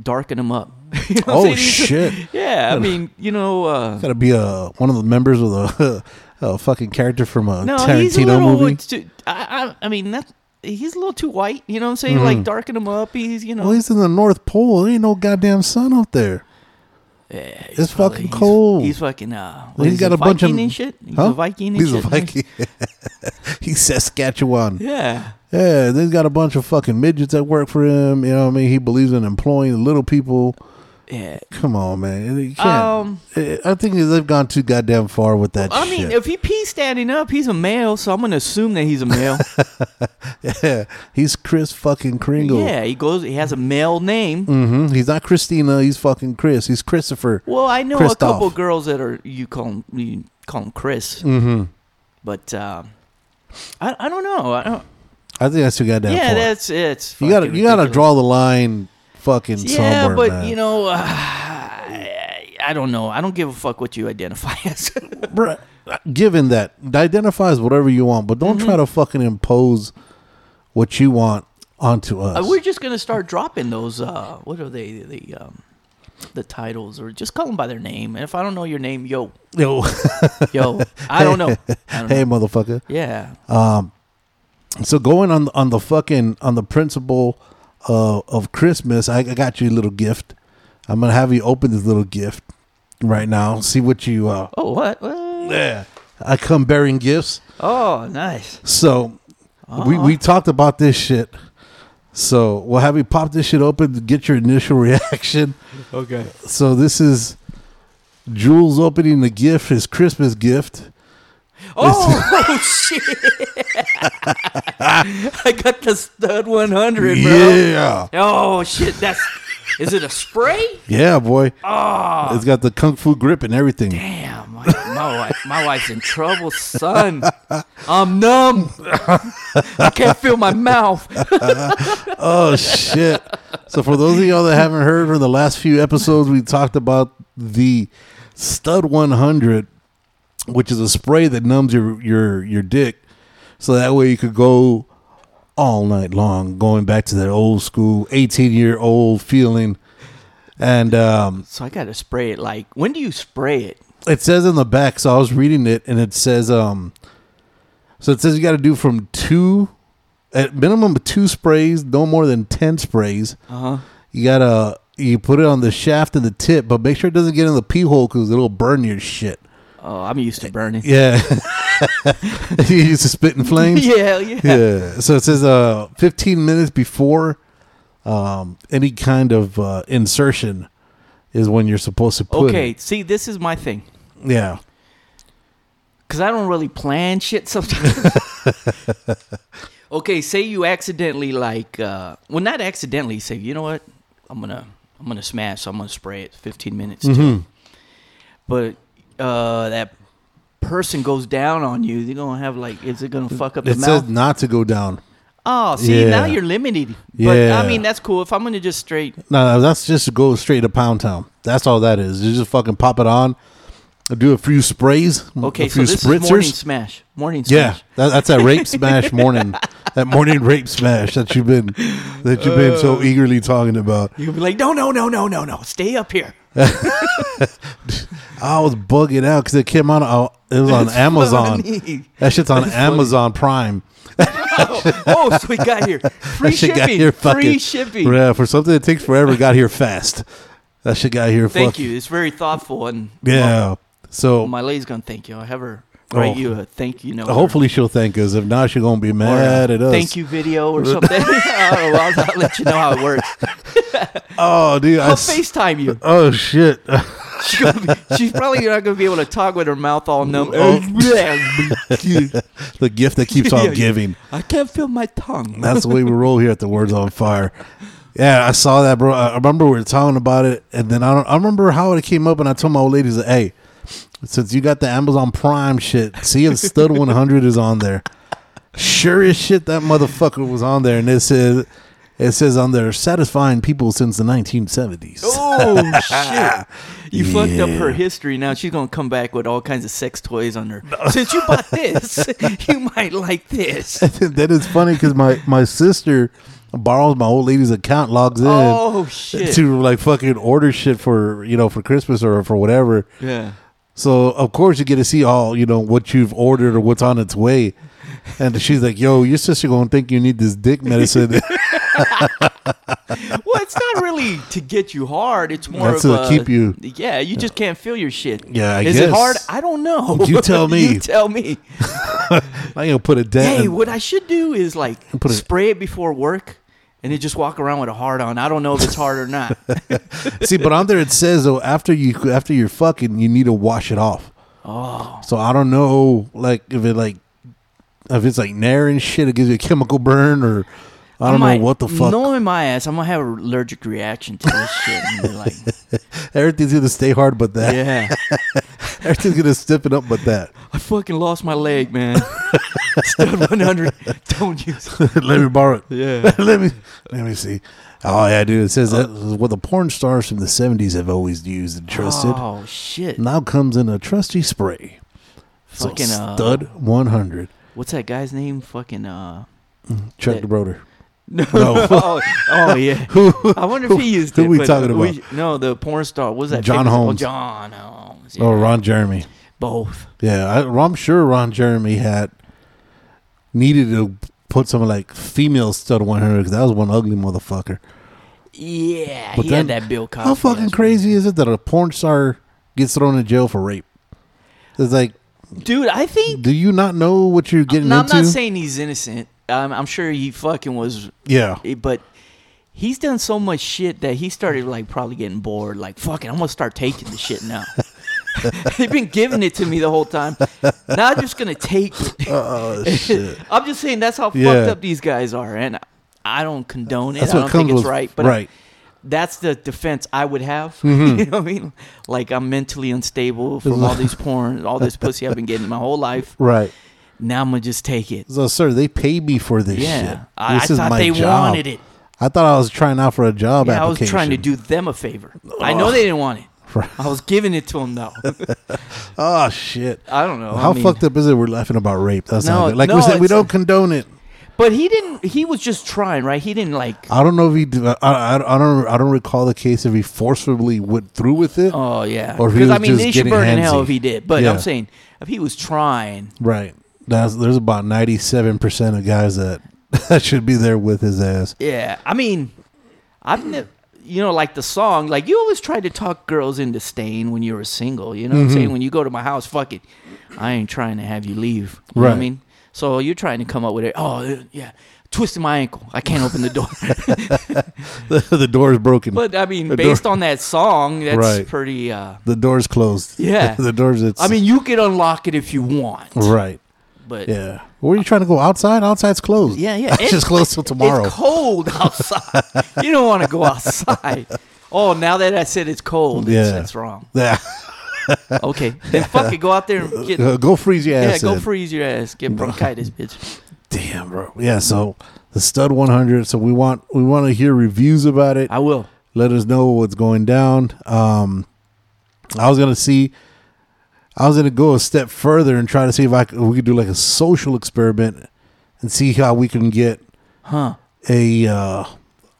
Speaker 2: darken him up. <laughs> You know what <laughs> I'm
Speaker 1: Oh
Speaker 2: saying? He's-
Speaker 1: shit!
Speaker 2: Yeah, I mean, you know, uh,
Speaker 1: Got to be a one of the members of the <laughs> a fucking character from a
Speaker 2: no,
Speaker 1: Tarantino
Speaker 2: he's a little.
Speaker 1: movie.
Speaker 2: Too, I, I, I mean, that he's a little too white. You know what I'm
Speaker 1: Mm-hmm.
Speaker 2: saying? Like darken him up. He's, you know,
Speaker 1: Well, he's in the North Pole. There ain't no goddamn sun out there.
Speaker 2: Yeah, eh, he's
Speaker 1: It's
Speaker 2: probably-
Speaker 1: fucking
Speaker 2: he's-
Speaker 1: cold.
Speaker 2: He's fucking. Uh,
Speaker 1: He's
Speaker 2: he's
Speaker 1: got
Speaker 2: a,
Speaker 1: a bunch of-
Speaker 2: Viking and shit. He's
Speaker 1: Huh?
Speaker 2: a Viking. And
Speaker 1: He's a
Speaker 2: shit.
Speaker 1: Viking. <laughs> He's Saskatchewan.
Speaker 2: Yeah.
Speaker 1: Yeah, they've got a bunch of fucking midgets that work for him. You know what I mean? He believes in employing the little people.
Speaker 2: Yeah.
Speaker 1: Come on, man. You can't.
Speaker 2: Um,
Speaker 1: I I think they've gone too goddamn far with that
Speaker 2: I mean,
Speaker 1: shit.
Speaker 2: if he pees standing up, he's a male, so I'm gonna assume that he's
Speaker 1: <laughs>
Speaker 2: a male.
Speaker 1: yeah. <laughs> He's Chris fucking Kringle.
Speaker 2: yeah, he goes. He has a male name.
Speaker 1: hmm He's not Christina. He's fucking Chris. He's Christopher.
Speaker 2: Well, I know
Speaker 1: Christoph.
Speaker 2: a couple girls that are you call 'em- you call him Chris,
Speaker 1: hmm
Speaker 2: but um, I I don't know. I don't,
Speaker 1: I think that's too goddamn
Speaker 2: yeah,
Speaker 1: far.
Speaker 2: that's it's.
Speaker 1: you gotta you
Speaker 2: fucking
Speaker 1: gotta
Speaker 2: ridiculous.
Speaker 1: draw the line, fucking
Speaker 2: Yeah,
Speaker 1: somewhere,
Speaker 2: but
Speaker 1: man.
Speaker 2: you know, <sighs> uh, I I don't know. I don't give a fuck what you identify <laughs> as.
Speaker 1: Bruh, given that identify as whatever you want, but don't try to fucking impose what you want onto us.
Speaker 2: Uh, We're just gonna start dropping those. Uh, what are they? The um, the titles, or just call them by their name. And if I don't know your name, yo,
Speaker 1: Yo,
Speaker 2: yo, I don't know. I
Speaker 1: <laughs>
Speaker 2: don't
Speaker 1: hey, uh,
Speaker 2: know.
Speaker 1: motherfucker.
Speaker 2: Yeah,
Speaker 1: So going on on the fucking on the principle of of Christmas, I, I got you a little gift. I'm gonna have you open this little gift right now. See what you. Uh,
Speaker 2: Oh, what? What?
Speaker 1: yeah, I come bearing gifts.
Speaker 2: Oh, nice.
Speaker 1: So we we talked about this shit. So we'll have you pop this shit open to get your initial <laughs> reaction.
Speaker 2: Okay.
Speaker 1: So this is Jules opening the gift, his Christmas gift.
Speaker 2: Oh, <laughs> oh, shit. I got the stud 100, bro.
Speaker 1: Yeah,
Speaker 2: Oh, shit. That's. Is it a spray?
Speaker 1: yeah, boy.
Speaker 2: Oh,
Speaker 1: It's got the kung fu grip and everything.
Speaker 2: damn. My, my, wife, my wife's in trouble, son. I'm numb. I can't feel my mouth.
Speaker 1: Oh shit! So for those of y'all that haven't heard from the last few episodes, we talked about the Stud 100, which is a spray that numbs your your your dick, so that way you could go all night long, going back to that old school 18 year old feeling. And um,
Speaker 2: So I got to spray it. Like, when do you spray it?
Speaker 1: it says in the back, so I was reading it, and it says um, so it says you got to do from two, at minimum of two sprays, no more than 10 sprays.
Speaker 2: Uh huh.
Speaker 1: You gotta you put it on the shaft and the tip, but make sure it doesn't get in the pee hole because it'll burn your shit.
Speaker 2: Oh, I'm used to burning.
Speaker 1: Yeah, <laughs> you used to spit in flames.
Speaker 2: <laughs> Yeah, yeah.
Speaker 1: Yeah. So it says uh, 15 minutes before um, any kind of uh, insertion is when you're supposed to put.
Speaker 2: Okay,
Speaker 1: It.
Speaker 2: see, this is my thing.
Speaker 1: Yeah.
Speaker 2: Cause I don't really plan shit
Speaker 1: <laughs>
Speaker 2: sometimes. okay, say you accidentally like uh well not accidentally say, you know what? I'm gonna I'm gonna smash, so I'm gonna spray it fifteen minutes
Speaker 1: Mm-hmm.
Speaker 2: too. But uh that person goes down on you, they're gonna have like is it gonna fuck up the
Speaker 1: It
Speaker 2: mouth?
Speaker 1: says not to go down.
Speaker 2: oh, see now
Speaker 1: Yeah.
Speaker 2: you're limited. But
Speaker 1: Yeah.
Speaker 2: I mean that's cool. If I'm gonna just straight
Speaker 1: No, that's just to go straight to Pound Town. That's all that is. You just fucking pop it on, do a few sprays,
Speaker 2: Okay,
Speaker 1: a
Speaker 2: so
Speaker 1: few
Speaker 2: this is morning smash. Morning
Speaker 1: Yeah,
Speaker 2: smash.
Speaker 1: that, that's that rape
Speaker 2: <laughs>
Speaker 1: smash morning, that morning rape smash that you've been that you've been
Speaker 2: Uh.
Speaker 1: so eagerly talking about.
Speaker 2: You'll be like, No, no, no, no, no, no. Stay up here.
Speaker 1: I was bugging out because it came out. uh, It was on Amazon.
Speaker 2: funny.
Speaker 1: That shit's on Amazon Prime.
Speaker 2: oh, so we
Speaker 1: <laughs>
Speaker 2: got here. Free
Speaker 1: that shit
Speaker 2: shipping.
Speaker 1: got here fucking
Speaker 2: Free shipping.
Speaker 1: Yeah, for something that takes forever, got here fast. That shit got here.
Speaker 2: Thank
Speaker 1: fuck-
Speaker 2: you. It's very thoughtful, and
Speaker 1: Yeah. So
Speaker 2: my lady's gonna thank you. I will have her write
Speaker 1: Oh.
Speaker 2: you a thank you note. or-
Speaker 1: hopefully she'll thank us. If not, she's gonna be
Speaker 2: or a
Speaker 1: mad at us.
Speaker 2: Oh, Thank you video or something. <laughs> I don't know. I'll, I'll let you know how
Speaker 1: <laughs>
Speaker 2: it works.
Speaker 1: Oh, dude. I
Speaker 2: I'll
Speaker 1: s-
Speaker 2: FaceTime you. <laughs>
Speaker 1: oh shit.
Speaker 2: She's, gonna be, she's probably not gonna be able to talk with her mouth all numb. <laughs>
Speaker 1: Oh. <laughs>
Speaker 2: I
Speaker 1: the gift that
Speaker 2: <laughs>
Speaker 1: keeps on
Speaker 2: Yeah.
Speaker 1: giving.
Speaker 2: can't feel my tongue.
Speaker 1: That's the way we roll here at the Words on Fire. Yeah, I saw that, bro. I remember we were talking about it, and then I don't. I remember how it came up, and I told my old ladies, "Hey, since you got the Amazon Prime shit, see if
Speaker 2: <laughs>
Speaker 1: Stud 100 is on there." Sure as shit, that motherfucker was on there, and it says, "It says on there, satisfying people since the 1970s." <laughs>
Speaker 2: Oh shit! You fucked up her
Speaker 1: Yeah.
Speaker 2: history. Now she's gonna come back with all kinds of sex toys on her. Since you bought
Speaker 1: <laughs>
Speaker 2: this, you might like this.
Speaker 1: that is funny because my my sister borrows my old lady's account, logs in.
Speaker 2: Oh shit!
Speaker 1: to like fucking order shit for you know for Christmas or for whatever.
Speaker 2: yeah.
Speaker 1: So of course you get to see all you know what you've ordered or what's on its way. And she's like, "Yo, your sister gonna think you need this dick medicine." <laughs>
Speaker 2: well, it's not really to get you hard. It's more
Speaker 1: That's
Speaker 2: of
Speaker 1: to
Speaker 2: a,
Speaker 1: keep you-
Speaker 2: Yeah, you just can't feel your shit.
Speaker 1: Yeah, I
Speaker 2: is it
Speaker 1: guess.
Speaker 2: hard? I don't know.
Speaker 1: You
Speaker 2: <laughs>
Speaker 1: tell me.
Speaker 2: you tell me.
Speaker 1: I'm gonna put it down.
Speaker 2: Hey, what I should do is like
Speaker 1: Put it-
Speaker 2: spray it before work, and then just walk around with a hard on. I don't know if it's hard
Speaker 1: <laughs>
Speaker 2: or not.
Speaker 1: See, but on there it says though after you after you're fucking, you need to wash it off.
Speaker 2: oh,
Speaker 1: So I don't know, like if it like if it's like nair and shit, it gives you a chemical burn or I don't
Speaker 2: might-
Speaker 1: know what the fuck.
Speaker 2: Knowing my ass, I'm gonna have an allergic reaction to this shit.
Speaker 1: <laughs>
Speaker 2: And be like,
Speaker 1: Everything's gonna stay hard, but that
Speaker 2: yeah,
Speaker 1: everything's gonna stiffen up, but that. <laughs>
Speaker 2: I fucking lost my leg, man. Stud 100. Don't use. It.
Speaker 1: Let me borrow it. <laughs>
Speaker 2: Yeah.
Speaker 1: let me let me see. Oh yeah, dude. It says that is what the porn stars from the '70s have always used and trusted.
Speaker 2: Oh shit.
Speaker 1: Now comes in a trusty spray. So
Speaker 2: Fucking, uh,
Speaker 1: stud 100.
Speaker 2: What's that guy's name? Fucking uh.
Speaker 1: Chuck
Speaker 2: that-
Speaker 1: Broder.
Speaker 2: No.
Speaker 1: No.
Speaker 2: <laughs> oh, oh, yeah. I wonder if he used
Speaker 1: <laughs> who
Speaker 2: it.
Speaker 1: we
Speaker 2: but uh,
Speaker 1: talking
Speaker 2: no, the porn star. What was that?
Speaker 1: John
Speaker 2: famous- Oh,
Speaker 1: Holmes.
Speaker 2: John Holmes. Yeah.
Speaker 1: Oh, Ron Jeremy.
Speaker 2: Both.
Speaker 1: Yeah, I, I'm sure Ron Jeremy had needed to put some like female stud 100 because that was one ugly motherfucker.
Speaker 2: Yeah.
Speaker 1: But
Speaker 2: he
Speaker 1: then-
Speaker 2: had that Bill Cosby.
Speaker 1: How fucking
Speaker 2: ass
Speaker 1: crazy is it that a porn star gets thrown in jail for rape? It's like,
Speaker 2: one. Dude, I think.
Speaker 1: do you not know what you're getting
Speaker 2: Now, I'm
Speaker 1: into?
Speaker 2: not saying he's innocent. Um, I'm sure he fucking was. <laughs>
Speaker 1: yeah,
Speaker 2: But he's done so much shit that he started, like, probably getting bored. Like, fuck it, I'm going to start taking the shit now. <laughs> They've been giving it to me the whole time. Now I'm just going to take it.
Speaker 1: oh shit.
Speaker 2: <laughs> I'm just saying that's how
Speaker 1: Yeah.
Speaker 2: fucked up these guys are, and I don't condone it.
Speaker 1: That's
Speaker 2: I
Speaker 1: what
Speaker 2: don't
Speaker 1: comes
Speaker 2: think it's
Speaker 1: with
Speaker 2: right, but
Speaker 1: right. Mm-hmm.
Speaker 2: that's the defense I would have. <laughs> you know what I mean? Like I'm mentally unstable from
Speaker 1: <laughs>
Speaker 2: all these porn, all this pussy I've been getting my whole life.
Speaker 1: right.
Speaker 2: Now I'm gonna just take it.
Speaker 1: So, sir, they paid me for this
Speaker 2: Yeah,
Speaker 1: shit.
Speaker 2: I, I
Speaker 1: This is
Speaker 2: thought
Speaker 1: my
Speaker 2: they
Speaker 1: job.
Speaker 2: wanted it.
Speaker 1: I thought I was trying out for a job
Speaker 2: Yeah, I was
Speaker 1: application.
Speaker 2: trying to do them a favor. I know they didn't want it.
Speaker 1: <laughs>
Speaker 2: I was giving it to them though.
Speaker 1: Oh shit!
Speaker 2: I don't know. I
Speaker 1: How
Speaker 2: mean-
Speaker 1: fucked up is it? We're laughing about rape. That's
Speaker 2: No,
Speaker 1: not good. like
Speaker 2: no,
Speaker 1: we said. We
Speaker 2: it's-
Speaker 1: don't condone it.
Speaker 2: but he didn't. He was just trying, right? He didn't like.
Speaker 1: I don't know if he. Did, I, I, I don't. I don't recall the case if he forcibly went through with it.
Speaker 2: Oh yeah.
Speaker 1: Or if he
Speaker 2: Because I
Speaker 1: was
Speaker 2: mean,
Speaker 1: just
Speaker 2: they should
Speaker 1: getting
Speaker 2: burn in hell
Speaker 1: handsy.
Speaker 2: if he did. But
Speaker 1: Yeah.
Speaker 2: I'm saying if he was trying.
Speaker 1: Right. That's, there's about ninety seven percent of guys that <laughs> that should be there with his ass. <laughs>
Speaker 2: Yeah, I mean, I've never, you know, like the song, like you always tried to talk girls into staying when you were single. You know what I'm
Speaker 1: Mm-hmm.
Speaker 2: saying? When you go to my house, fuck it, I ain't trying to have you leave. You know what
Speaker 1: Right.
Speaker 2: I mean, so you're trying to come up with it. Oh uh, yeah, twisted my ankle. I can't open
Speaker 1: <laughs>
Speaker 2: the door. <laughs>
Speaker 1: the, the door is broken.
Speaker 2: but I mean,
Speaker 1: The door-
Speaker 2: based on that song, that's
Speaker 1: Right.
Speaker 2: pretty. uh
Speaker 1: the door's closed. <laughs>
Speaker 2: Yeah.
Speaker 1: the door's. It's,
Speaker 2: I mean, you can unlock it if you want,
Speaker 1: Right.
Speaker 2: but
Speaker 1: Yeah. Where are you trying to go? Outside? Outside's closed.
Speaker 2: Yeah, yeah.
Speaker 1: <laughs> It's
Speaker 2: It-
Speaker 1: just closed till tomorrow.
Speaker 2: It's cold <laughs> outside.
Speaker 1: <laughs>
Speaker 2: you don't want to go outside. Oh, now that I said it's cold, it's,
Speaker 1: Yeah. <laughs>
Speaker 2: that's wrong.
Speaker 1: <laughs> Yeah.
Speaker 2: Okay, then fuck it. Go
Speaker 1: <laughs>
Speaker 2: out there and get.
Speaker 1: Uh, go freeze your
Speaker 2: Yeah,
Speaker 1: ass.
Speaker 2: go
Speaker 1: in.
Speaker 2: freeze your
Speaker 1: <laughs>
Speaker 2: ass. Get bronchitis, bitch.
Speaker 1: Damn, bro. Yeah. So the stud 100. So we want we want to hear reviews about it.
Speaker 2: I will.
Speaker 1: let us know what's going down. Um, I was gonna see, I was gonna go a step further and try to see if I could, we could do like a social experiment and see how we can get
Speaker 2: Huh.
Speaker 1: a uh,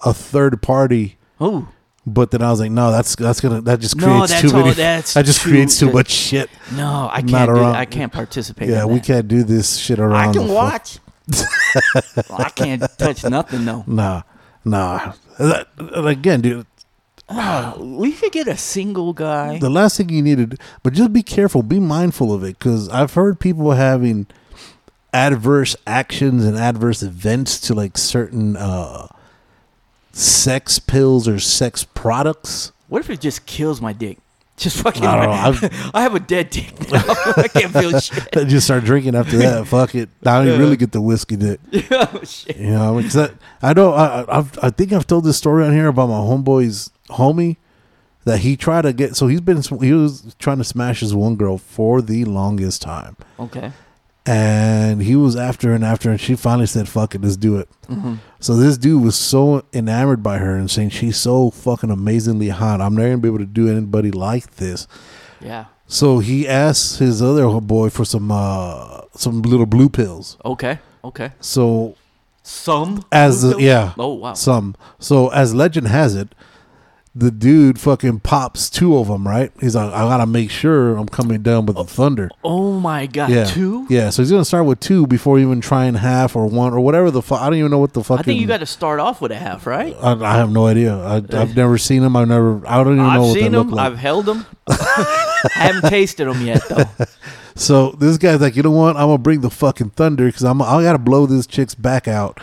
Speaker 1: a third party.
Speaker 2: Oh.
Speaker 1: But then I was like, no, that's that's gonna that just
Speaker 2: No,
Speaker 1: creates
Speaker 2: that's
Speaker 1: too many.
Speaker 2: all- that's
Speaker 1: that just
Speaker 2: too-
Speaker 1: creates too
Speaker 2: that-
Speaker 1: much shit.
Speaker 2: No, I
Speaker 1: Not
Speaker 2: can't. Do
Speaker 1: around.
Speaker 2: that. I can't participate.
Speaker 1: Yeah,
Speaker 2: in
Speaker 1: we
Speaker 2: that.
Speaker 1: can't do this shit around.
Speaker 2: I
Speaker 1: the
Speaker 2: can
Speaker 1: fu-
Speaker 2: watch.
Speaker 1: <laughs>
Speaker 2: Well, I can't touch nothing though.
Speaker 1: Nah, nah. That- and again, dude,
Speaker 2: Oh, we could get a single guy.
Speaker 1: the last thing you needed but just be careful be mindful of it because i've heard people having adverse actions and adverse events to like certain uh sex pills or sex products
Speaker 2: What if it just kills my dick? Just fucking.
Speaker 1: I
Speaker 2: <laughs> I,
Speaker 1: don't know. I've-
Speaker 2: have a dead dick. Now. <laughs> I
Speaker 1: <laughs>
Speaker 2: can't feel shit. <laughs>
Speaker 1: They just start drinking after that fuck it now you really get the whiskey dick
Speaker 2: oh shit.
Speaker 1: you know 'cause that, i know I, I- I've, I think i've told this story on here about my homeboy's homie that he tried to get so he's been he was trying to smash his one girl for the longest time
Speaker 2: Okay.
Speaker 1: and he was after her and after her, and she finally said fuck it let's do it
Speaker 2: Mm-hmm.
Speaker 1: so this dude was so enamored by her and saying she's so fucking amazingly hot i'm never gonna be able to do anybody like this
Speaker 2: Yeah.
Speaker 1: so he asked his other boy for some uh some little blue pills
Speaker 2: Okay. Okay.
Speaker 1: so
Speaker 2: Some
Speaker 1: as the, yeah
Speaker 2: Oh wow.
Speaker 1: some so as legend has it the dude fucking pops two of them, right? He's like, I gotta make sure I'm coming down with the thunder.
Speaker 2: Oh my god,
Speaker 1: Yeah.
Speaker 2: two?
Speaker 1: Yeah, so he's gonna start with two before even trying half or one or whatever the fuck. I don't even know what the fucking.
Speaker 2: I think you got to start off with a half, right?
Speaker 1: I, I have no idea. I, I've never seen them. I've never. I don't even know
Speaker 2: I've
Speaker 1: what
Speaker 2: seen
Speaker 1: they
Speaker 2: them.
Speaker 1: look like.
Speaker 2: I've
Speaker 1: <laughs>
Speaker 2: held them. I haven't tasted them yet though.
Speaker 1: Um, So this guy's like, you know what? I'm gonna bring the fucking thunder because I'm I gotta blow this chick's back out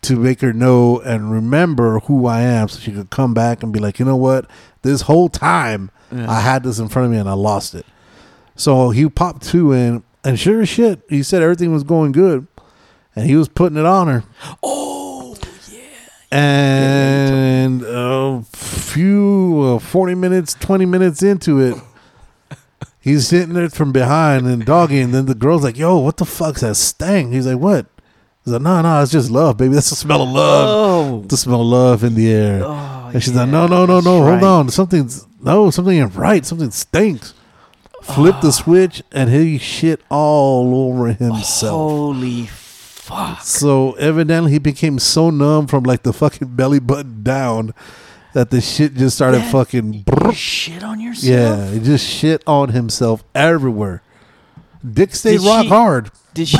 Speaker 1: to make her know and remember who I am, so she could come back and be like, you know what? This whole time I had this in front of me and I lost it. So he popped two in, and sure as shit, he said everything was going good, and he was putting it on her.
Speaker 2: Oh,
Speaker 1: And a few uh, 40 minutes, 20 minutes into
Speaker 2: <laughs>
Speaker 1: it, he's hitting it from behind and doggy. And then the girl's like, Yo, what the fuck's that stank? He's like, What? He's like, No, no, it's just love, baby. That's the smell of love.
Speaker 2: oh,
Speaker 1: The smell of love in the air.
Speaker 2: oh,
Speaker 1: and she's
Speaker 2: yeah,
Speaker 1: like, No, no, no,
Speaker 2: that's
Speaker 1: no.
Speaker 2: right.
Speaker 1: Hold on. Something's, no, something ain't right. Something stinks. Flip
Speaker 2: Ah.
Speaker 1: the switch and he shit all over himself.
Speaker 2: Oh. Holy fuck!
Speaker 1: So evidently he became so numb from like the fucking <laughs> belly button down that the shit just started
Speaker 2: That-
Speaker 1: fucking.
Speaker 2: You
Speaker 1: brrr.
Speaker 2: shit on yourself.
Speaker 1: Yeah, he just shit on himself everywhere. Dick stayed
Speaker 2: Did
Speaker 1: rock
Speaker 2: she-
Speaker 1: hard. <laughs>
Speaker 2: Did she?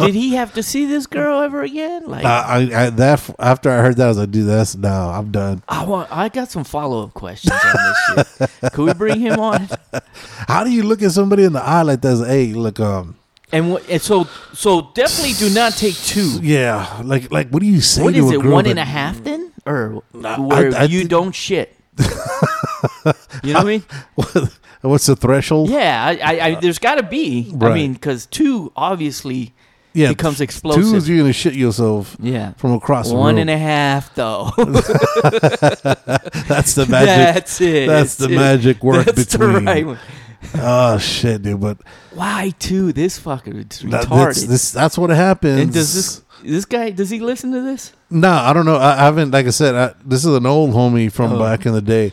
Speaker 2: did he have to see this girl ever again? Like,
Speaker 1: I, I, I that after I heard that I was like, dude, that's no, I'm done.
Speaker 2: I want. I got some follow up questions on this
Speaker 1: <laughs>
Speaker 2: shit. Could we bring him on?
Speaker 1: How do you look at somebody in the eye like that? Hey, look, um,
Speaker 2: And, wha- and so, so definitely do not take two.
Speaker 1: yeah, like, like, what do you say
Speaker 2: What
Speaker 1: to
Speaker 2: is
Speaker 1: a
Speaker 2: it?
Speaker 1: girl?
Speaker 2: One
Speaker 1: that-
Speaker 2: and
Speaker 1: <laughs>
Speaker 2: a half then, or
Speaker 1: Nah,
Speaker 2: where
Speaker 1: I- I
Speaker 2: you
Speaker 1: thi-
Speaker 2: don't shit?
Speaker 1: <laughs>
Speaker 2: you know what I mean?
Speaker 1: What's the threshold?
Speaker 2: Yeah, I, I, I there's got to be. I
Speaker 1: Right.
Speaker 2: mean, because two obviously
Speaker 1: yeah,
Speaker 2: becomes
Speaker 1: th-
Speaker 2: explosive.
Speaker 1: Two is you're gonna shit yourself.
Speaker 2: Yeah.
Speaker 1: from across the
Speaker 2: one
Speaker 1: room.
Speaker 2: and a half
Speaker 1: <laughs>
Speaker 2: though.
Speaker 1: That's
Speaker 2: <laughs>
Speaker 1: the magic.
Speaker 2: That's it.
Speaker 1: That's the magic word
Speaker 2: That's the
Speaker 1: between.
Speaker 2: right one.
Speaker 1: oh shit, dude! But
Speaker 2: Why two? This fucker is
Speaker 1: That-
Speaker 2: retarded.
Speaker 1: that's, this, that's what happens.
Speaker 2: and does this this guy does he listen to this?
Speaker 1: No, I don't know. I, I haven't. Like I said, I, this is an old homie from
Speaker 2: Oh.
Speaker 1: back in the day,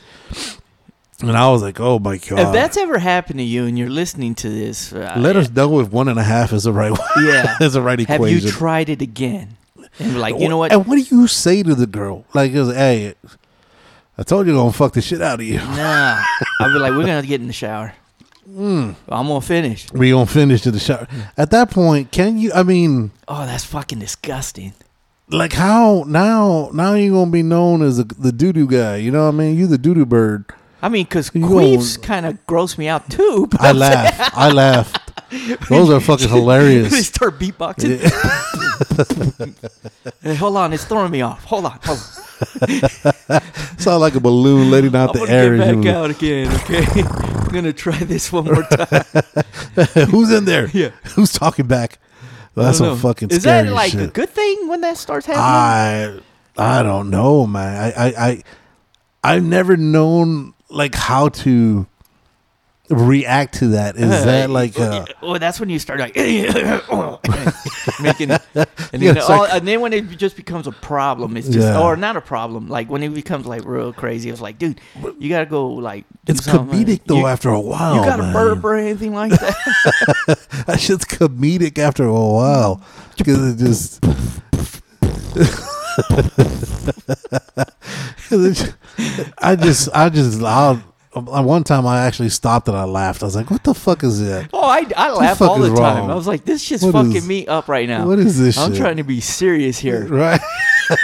Speaker 1: and I was like, "Oh my god!"
Speaker 2: if that's ever happened to you and you're listening to this, uh,
Speaker 1: Let us know if one and a half is the right <laughs> one.
Speaker 2: Yeah.
Speaker 1: is the right
Speaker 2: Have
Speaker 1: equation.
Speaker 2: you tried it again? And like, you know what?
Speaker 1: And what do you say to the girl? Like, it was, hey, I told you I'm gonna fuck the shit out of you.
Speaker 2: Nah. I'd be like, we're gonna get in the shower.
Speaker 1: Hmm.
Speaker 2: I'm gonna finish.
Speaker 1: We gonna finish to the shower. At that point, can you? I mean,
Speaker 2: Oh, that's fucking disgusting.
Speaker 1: like how now? Now you're gonna be known as the, the doo doo guy. You know what I mean? You the doo doo bird.
Speaker 2: I mean, because
Speaker 1: You
Speaker 2: queefs kind of gross me out too. <laughs> But
Speaker 1: I laugh. I
Speaker 2: <laughs>
Speaker 1: laughed. Those are fucking
Speaker 2: they
Speaker 1: hilarious.
Speaker 2: start beatboxing. <laughs> Hey, hold on, it's throwing me off. Hold on, hold on.
Speaker 1: Sound like a balloon letting out
Speaker 2: I'm
Speaker 1: the
Speaker 2: gonna
Speaker 1: air.
Speaker 2: get
Speaker 1: and
Speaker 2: back
Speaker 1: you-
Speaker 2: out again. Okay, <laughs> I'm gonna try this one
Speaker 1: <laughs>
Speaker 2: more time.
Speaker 1: Who's in there?
Speaker 2: Yeah.
Speaker 1: Who's talking back? That's
Speaker 2: I don't
Speaker 1: some
Speaker 2: know.
Speaker 1: fucking
Speaker 2: Is
Speaker 1: scary
Speaker 2: that like
Speaker 1: shit.
Speaker 2: a good thing when that starts happening?
Speaker 1: I I don't know, man. I, I I I've never known like how to react to that. Is that like uh,
Speaker 2: Oh, that's when you start like <laughs>
Speaker 1: <laughs>
Speaker 2: making, and then,
Speaker 1: Yeah, it's
Speaker 2: all,
Speaker 1: like-
Speaker 2: and then when it just becomes a problem, it's just
Speaker 1: Yeah.
Speaker 2: or not a problem. Like when it becomes like real crazy, it's like, dude, you gotta go like. do
Speaker 1: it's
Speaker 2: something.
Speaker 1: comedic though?
Speaker 2: You-
Speaker 1: after a while,
Speaker 2: you got a
Speaker 1: man.
Speaker 2: burp or anything
Speaker 1: <laughs>
Speaker 2: like that? <laughs>
Speaker 1: That shit's comedic after a while because it
Speaker 2: <laughs>
Speaker 1: just. 'Cause it ju- I just, I just, I, I- one time I actually stopped and I laughed. I was like, "What the fuck is that?"
Speaker 2: Oh, I, I laugh
Speaker 1: fuck
Speaker 2: all the
Speaker 1: is
Speaker 2: time.
Speaker 1: wrong?
Speaker 2: I was like, this shit's
Speaker 1: What
Speaker 2: fucking
Speaker 1: is-
Speaker 2: me up right now.
Speaker 1: What is this?
Speaker 2: I'm
Speaker 1: shit?
Speaker 2: trying to be serious here.
Speaker 1: <laughs> right.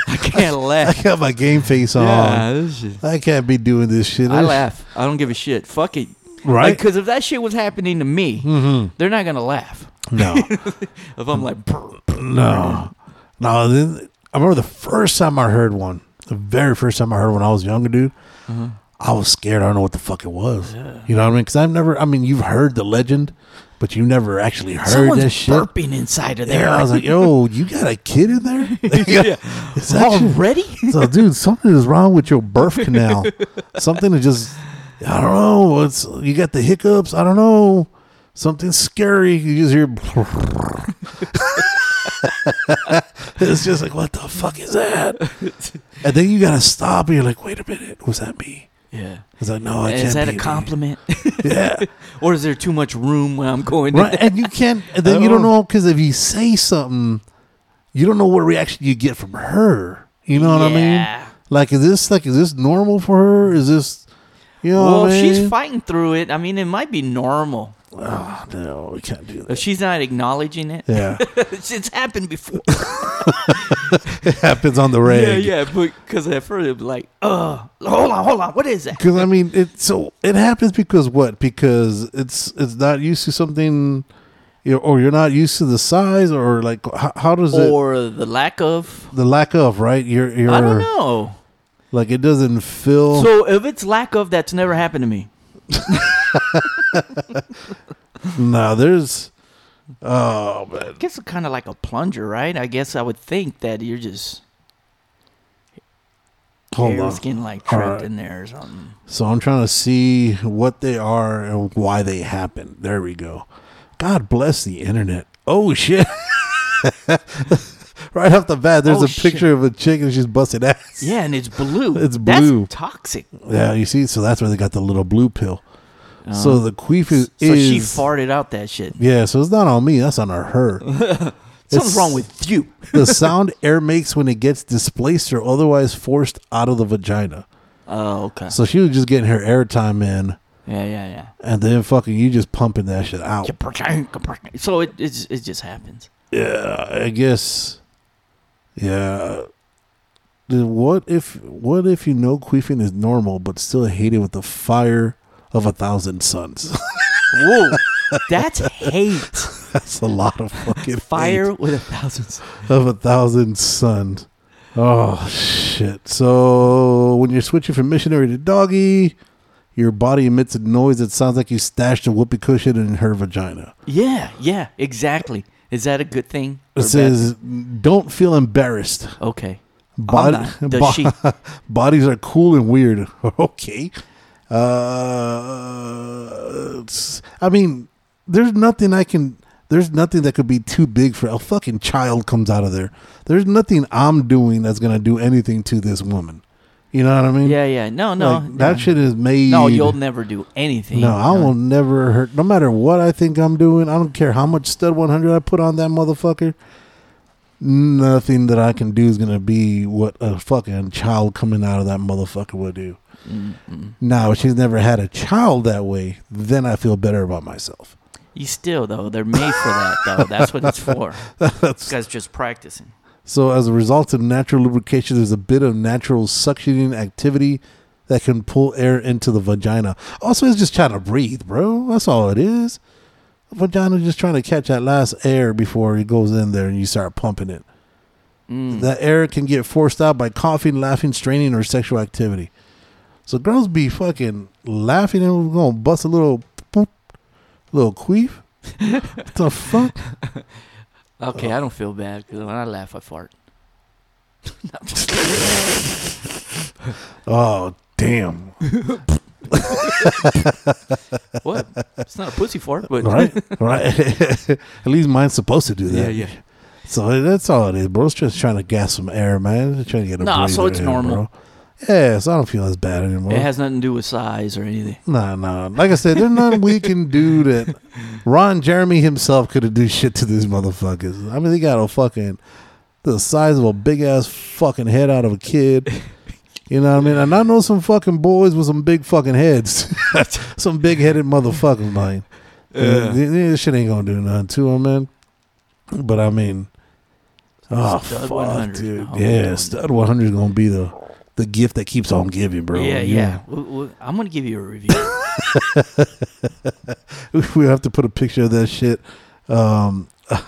Speaker 2: I can't
Speaker 1: I <laughs>
Speaker 2: laugh.
Speaker 1: got my game face on.
Speaker 2: yeah, this is-
Speaker 1: I can't be doing this shit.
Speaker 2: I laugh. I don't give a shit. Fuck it.
Speaker 1: Right? Mm-hmm.
Speaker 2: Because if that shit was happening to me, they're not gonna laugh.
Speaker 1: no,
Speaker 2: If I'm like, "Brr, brr."
Speaker 1: no, no. Then I remember the first time I heard one. The very first time I heard one, I was younger, dude.
Speaker 2: Mm-hmm.
Speaker 1: I was scared. I don't know what the fuck it was. You know what I mean? Because I've never. I mean, you've heard the legend, but you never actually heard
Speaker 2: someone's
Speaker 1: that shit.
Speaker 2: burping inside of there.
Speaker 1: Yeah, I was like, yo, you got a kid in there?
Speaker 2: <laughs> Yeah.
Speaker 1: <laughs> Is that shit-
Speaker 2: already?
Speaker 1: So, dude, something is wrong with your birth canal. something is just, I don't know. It's you got the hiccups. I don't know. Something scary. You just hear. <laughs> it's just like, what the fuck is that? And then you gotta stop. And you're like, wait a minute, was that me?
Speaker 2: yeah.
Speaker 1: It's like, no, I can't.
Speaker 2: Is that
Speaker 1: be
Speaker 2: a
Speaker 1: me."
Speaker 2: compliment?
Speaker 1: <laughs>
Speaker 2: <laughs>
Speaker 1: Yeah,
Speaker 2: or is there too much room when I'm going? in?
Speaker 1: right. And you can't. And then you don't
Speaker 2: Oh.
Speaker 1: know because if you say something, you don't know what reaction you get from her. You know what I mean?
Speaker 2: Yeah.
Speaker 1: Like, is this like is this normal for her? Is this you know?
Speaker 2: well,
Speaker 1: what I
Speaker 2: if she's
Speaker 1: mean?
Speaker 2: fighting through it. I mean, it might be normal.
Speaker 1: Oh, no, we can't
Speaker 2: <laughs>
Speaker 1: do
Speaker 2: If
Speaker 1: that.
Speaker 2: she's not acknowledging it,
Speaker 1: Yeah,
Speaker 2: <laughs> it's, it's happened before.
Speaker 1: <laughs> it happens on the reg.
Speaker 2: Yeah, yeah, but because at first it'd be like, uh, hold on, hold on, what is that?
Speaker 1: Because I mean, it so it happens because what? Because it's it's not used to something, you know, or you're not used to the size, or like how, how does it
Speaker 2: Or the lack of.
Speaker 1: the lack of right? You're you're
Speaker 2: I don't know.
Speaker 1: like it doesn't feel.
Speaker 2: So if it's lack of, that's never happened to me.
Speaker 1: nah, there's oh man,
Speaker 2: I guess it's kind of like a plunger, right? I guess I would think that you're just
Speaker 1: hold
Speaker 2: hair
Speaker 1: on.
Speaker 2: was getting like
Speaker 1: All
Speaker 2: trapped
Speaker 1: right.
Speaker 2: in there or something.
Speaker 1: So I'm trying to see what they are and why they happen. There we go. God bless the internet. Oh shit. <laughs> right off the bat, there's
Speaker 2: Oh,
Speaker 1: a picture
Speaker 2: shit.
Speaker 1: of a chick and she's busted ass.
Speaker 2: Yeah, and it's blue.
Speaker 1: <laughs> It's blue.
Speaker 2: That's toxic.
Speaker 1: Yeah, you see, so that's where they got the little blue pill.
Speaker 2: Uh,
Speaker 1: so the queef is,
Speaker 2: so she
Speaker 1: is-
Speaker 2: farted out that shit.
Speaker 1: Yeah, so it's not on me. That's on her.
Speaker 2: <laughs> Something's wrong with you.
Speaker 1: the sound <laughs> air makes when it gets displaced or otherwise forced out of the vagina.
Speaker 2: Oh, okay.
Speaker 1: So she was just getting her airtime in,
Speaker 2: Yeah, yeah, yeah.
Speaker 1: and then fucking you just pumping that shit out.
Speaker 2: So it it, it just happens.
Speaker 1: Yeah, I guess. Yeah. Then What if what if you know queefing is normal but still hate it with the fire of a thousand suns? <laughs>
Speaker 2: Whoa, that's hate.
Speaker 1: That's a lot of fucking
Speaker 2: Fire with a thousand.
Speaker 1: hate of a thousand suns. Oh shit! So when you're switching from missionary to doggy, your body emits a noise that sounds like you stashed a whoopee cushion in her vagina.
Speaker 2: Yeah, yeah, exactly. Is that a good thing?
Speaker 1: It
Speaker 2: or bad
Speaker 1: says, "Don't feel embarrassed."
Speaker 2: thing? okay.
Speaker 1: Bod-
Speaker 2: not. Does
Speaker 1: bo-
Speaker 2: she?
Speaker 1: <laughs> bodies are cool and weird. <laughs> okay. Uh, it's- I mean, there's nothing I can. There's nothing that could be too big for a fucking child comes out of there. There's nothing I'm doing that's gonna do anything to this woman. You know what I mean?
Speaker 2: Yeah, yeah. No, no.
Speaker 1: Like, that
Speaker 2: no.
Speaker 1: shit is made.
Speaker 2: No, you'll never do anything.
Speaker 1: No, I will never hurt. No matter what I think I'm doing, I don't care how much stud 100 I put on that motherfucker. Nothing that I can do is gonna be what a fucking child coming out of that motherfucker would do.
Speaker 2: Mm-mm.
Speaker 1: Now, if she's never had a child that way, then I feel better about myself.
Speaker 2: You still though. They're made for that though. That's what it's
Speaker 1: <laughs>
Speaker 2: for. This
Speaker 1: That's-
Speaker 2: guy's just practicing.
Speaker 1: so, as a result of natural lubrication, there's a bit of natural suctioning activity that can pull air into the vagina. Also, it's just trying to breathe, bro. That's all it is. Vagina just trying to catch that last air before it goes in there and you start pumping it.
Speaker 2: Mm.
Speaker 1: That air can get forced out by coughing, laughing, straining, or sexual activity. So girls be fucking laughing and we're gonna bust a little poop, little queef. what the fuck?
Speaker 2: okay, I don't feel bad because when I laugh, I fart. <laughs>
Speaker 1: Oh damn!
Speaker 2: What? it's not a pussy fart, but
Speaker 1: Right,
Speaker 2: <laughs>
Speaker 1: right. <laughs> At least mine's supposed to do
Speaker 2: yeah,
Speaker 1: that.
Speaker 2: yeah.
Speaker 1: So that's all it is, bro. It's just trying to gas some air, man. It's trying to get a
Speaker 2: Nah, so
Speaker 1: breather
Speaker 2: it's
Speaker 1: in,
Speaker 2: normal.
Speaker 1: Bro. Yeah, so I don't feel as bad anymore.
Speaker 2: It has nothing to do with size or anything.
Speaker 1: Nah, nah. Like I said, there's nothing we can do that Ron Jeremy himself could have do shit to these motherfuckers. I mean, they got a fucking the size of a big ass fucking head out of a kid. You know what I mean? And I know some fucking boys with some big fucking heads, <laughs> some big headed motherfuckers, man.
Speaker 2: Yeah.
Speaker 1: Th- This shit ain't gonna do nothing to them, man. But I mean, oh
Speaker 2: Stud Oh,
Speaker 1: fuck,
Speaker 2: 100.
Speaker 1: dude,
Speaker 2: No, we
Speaker 1: yeah,
Speaker 2: don't.
Speaker 1: stud 100 is gonna be the the gift that keeps on giving, bro.
Speaker 2: yeah, yeah. W- w- I'm gonna give you a review.
Speaker 1: <laughs> we have to put a picture of that shit. Um, <laughs>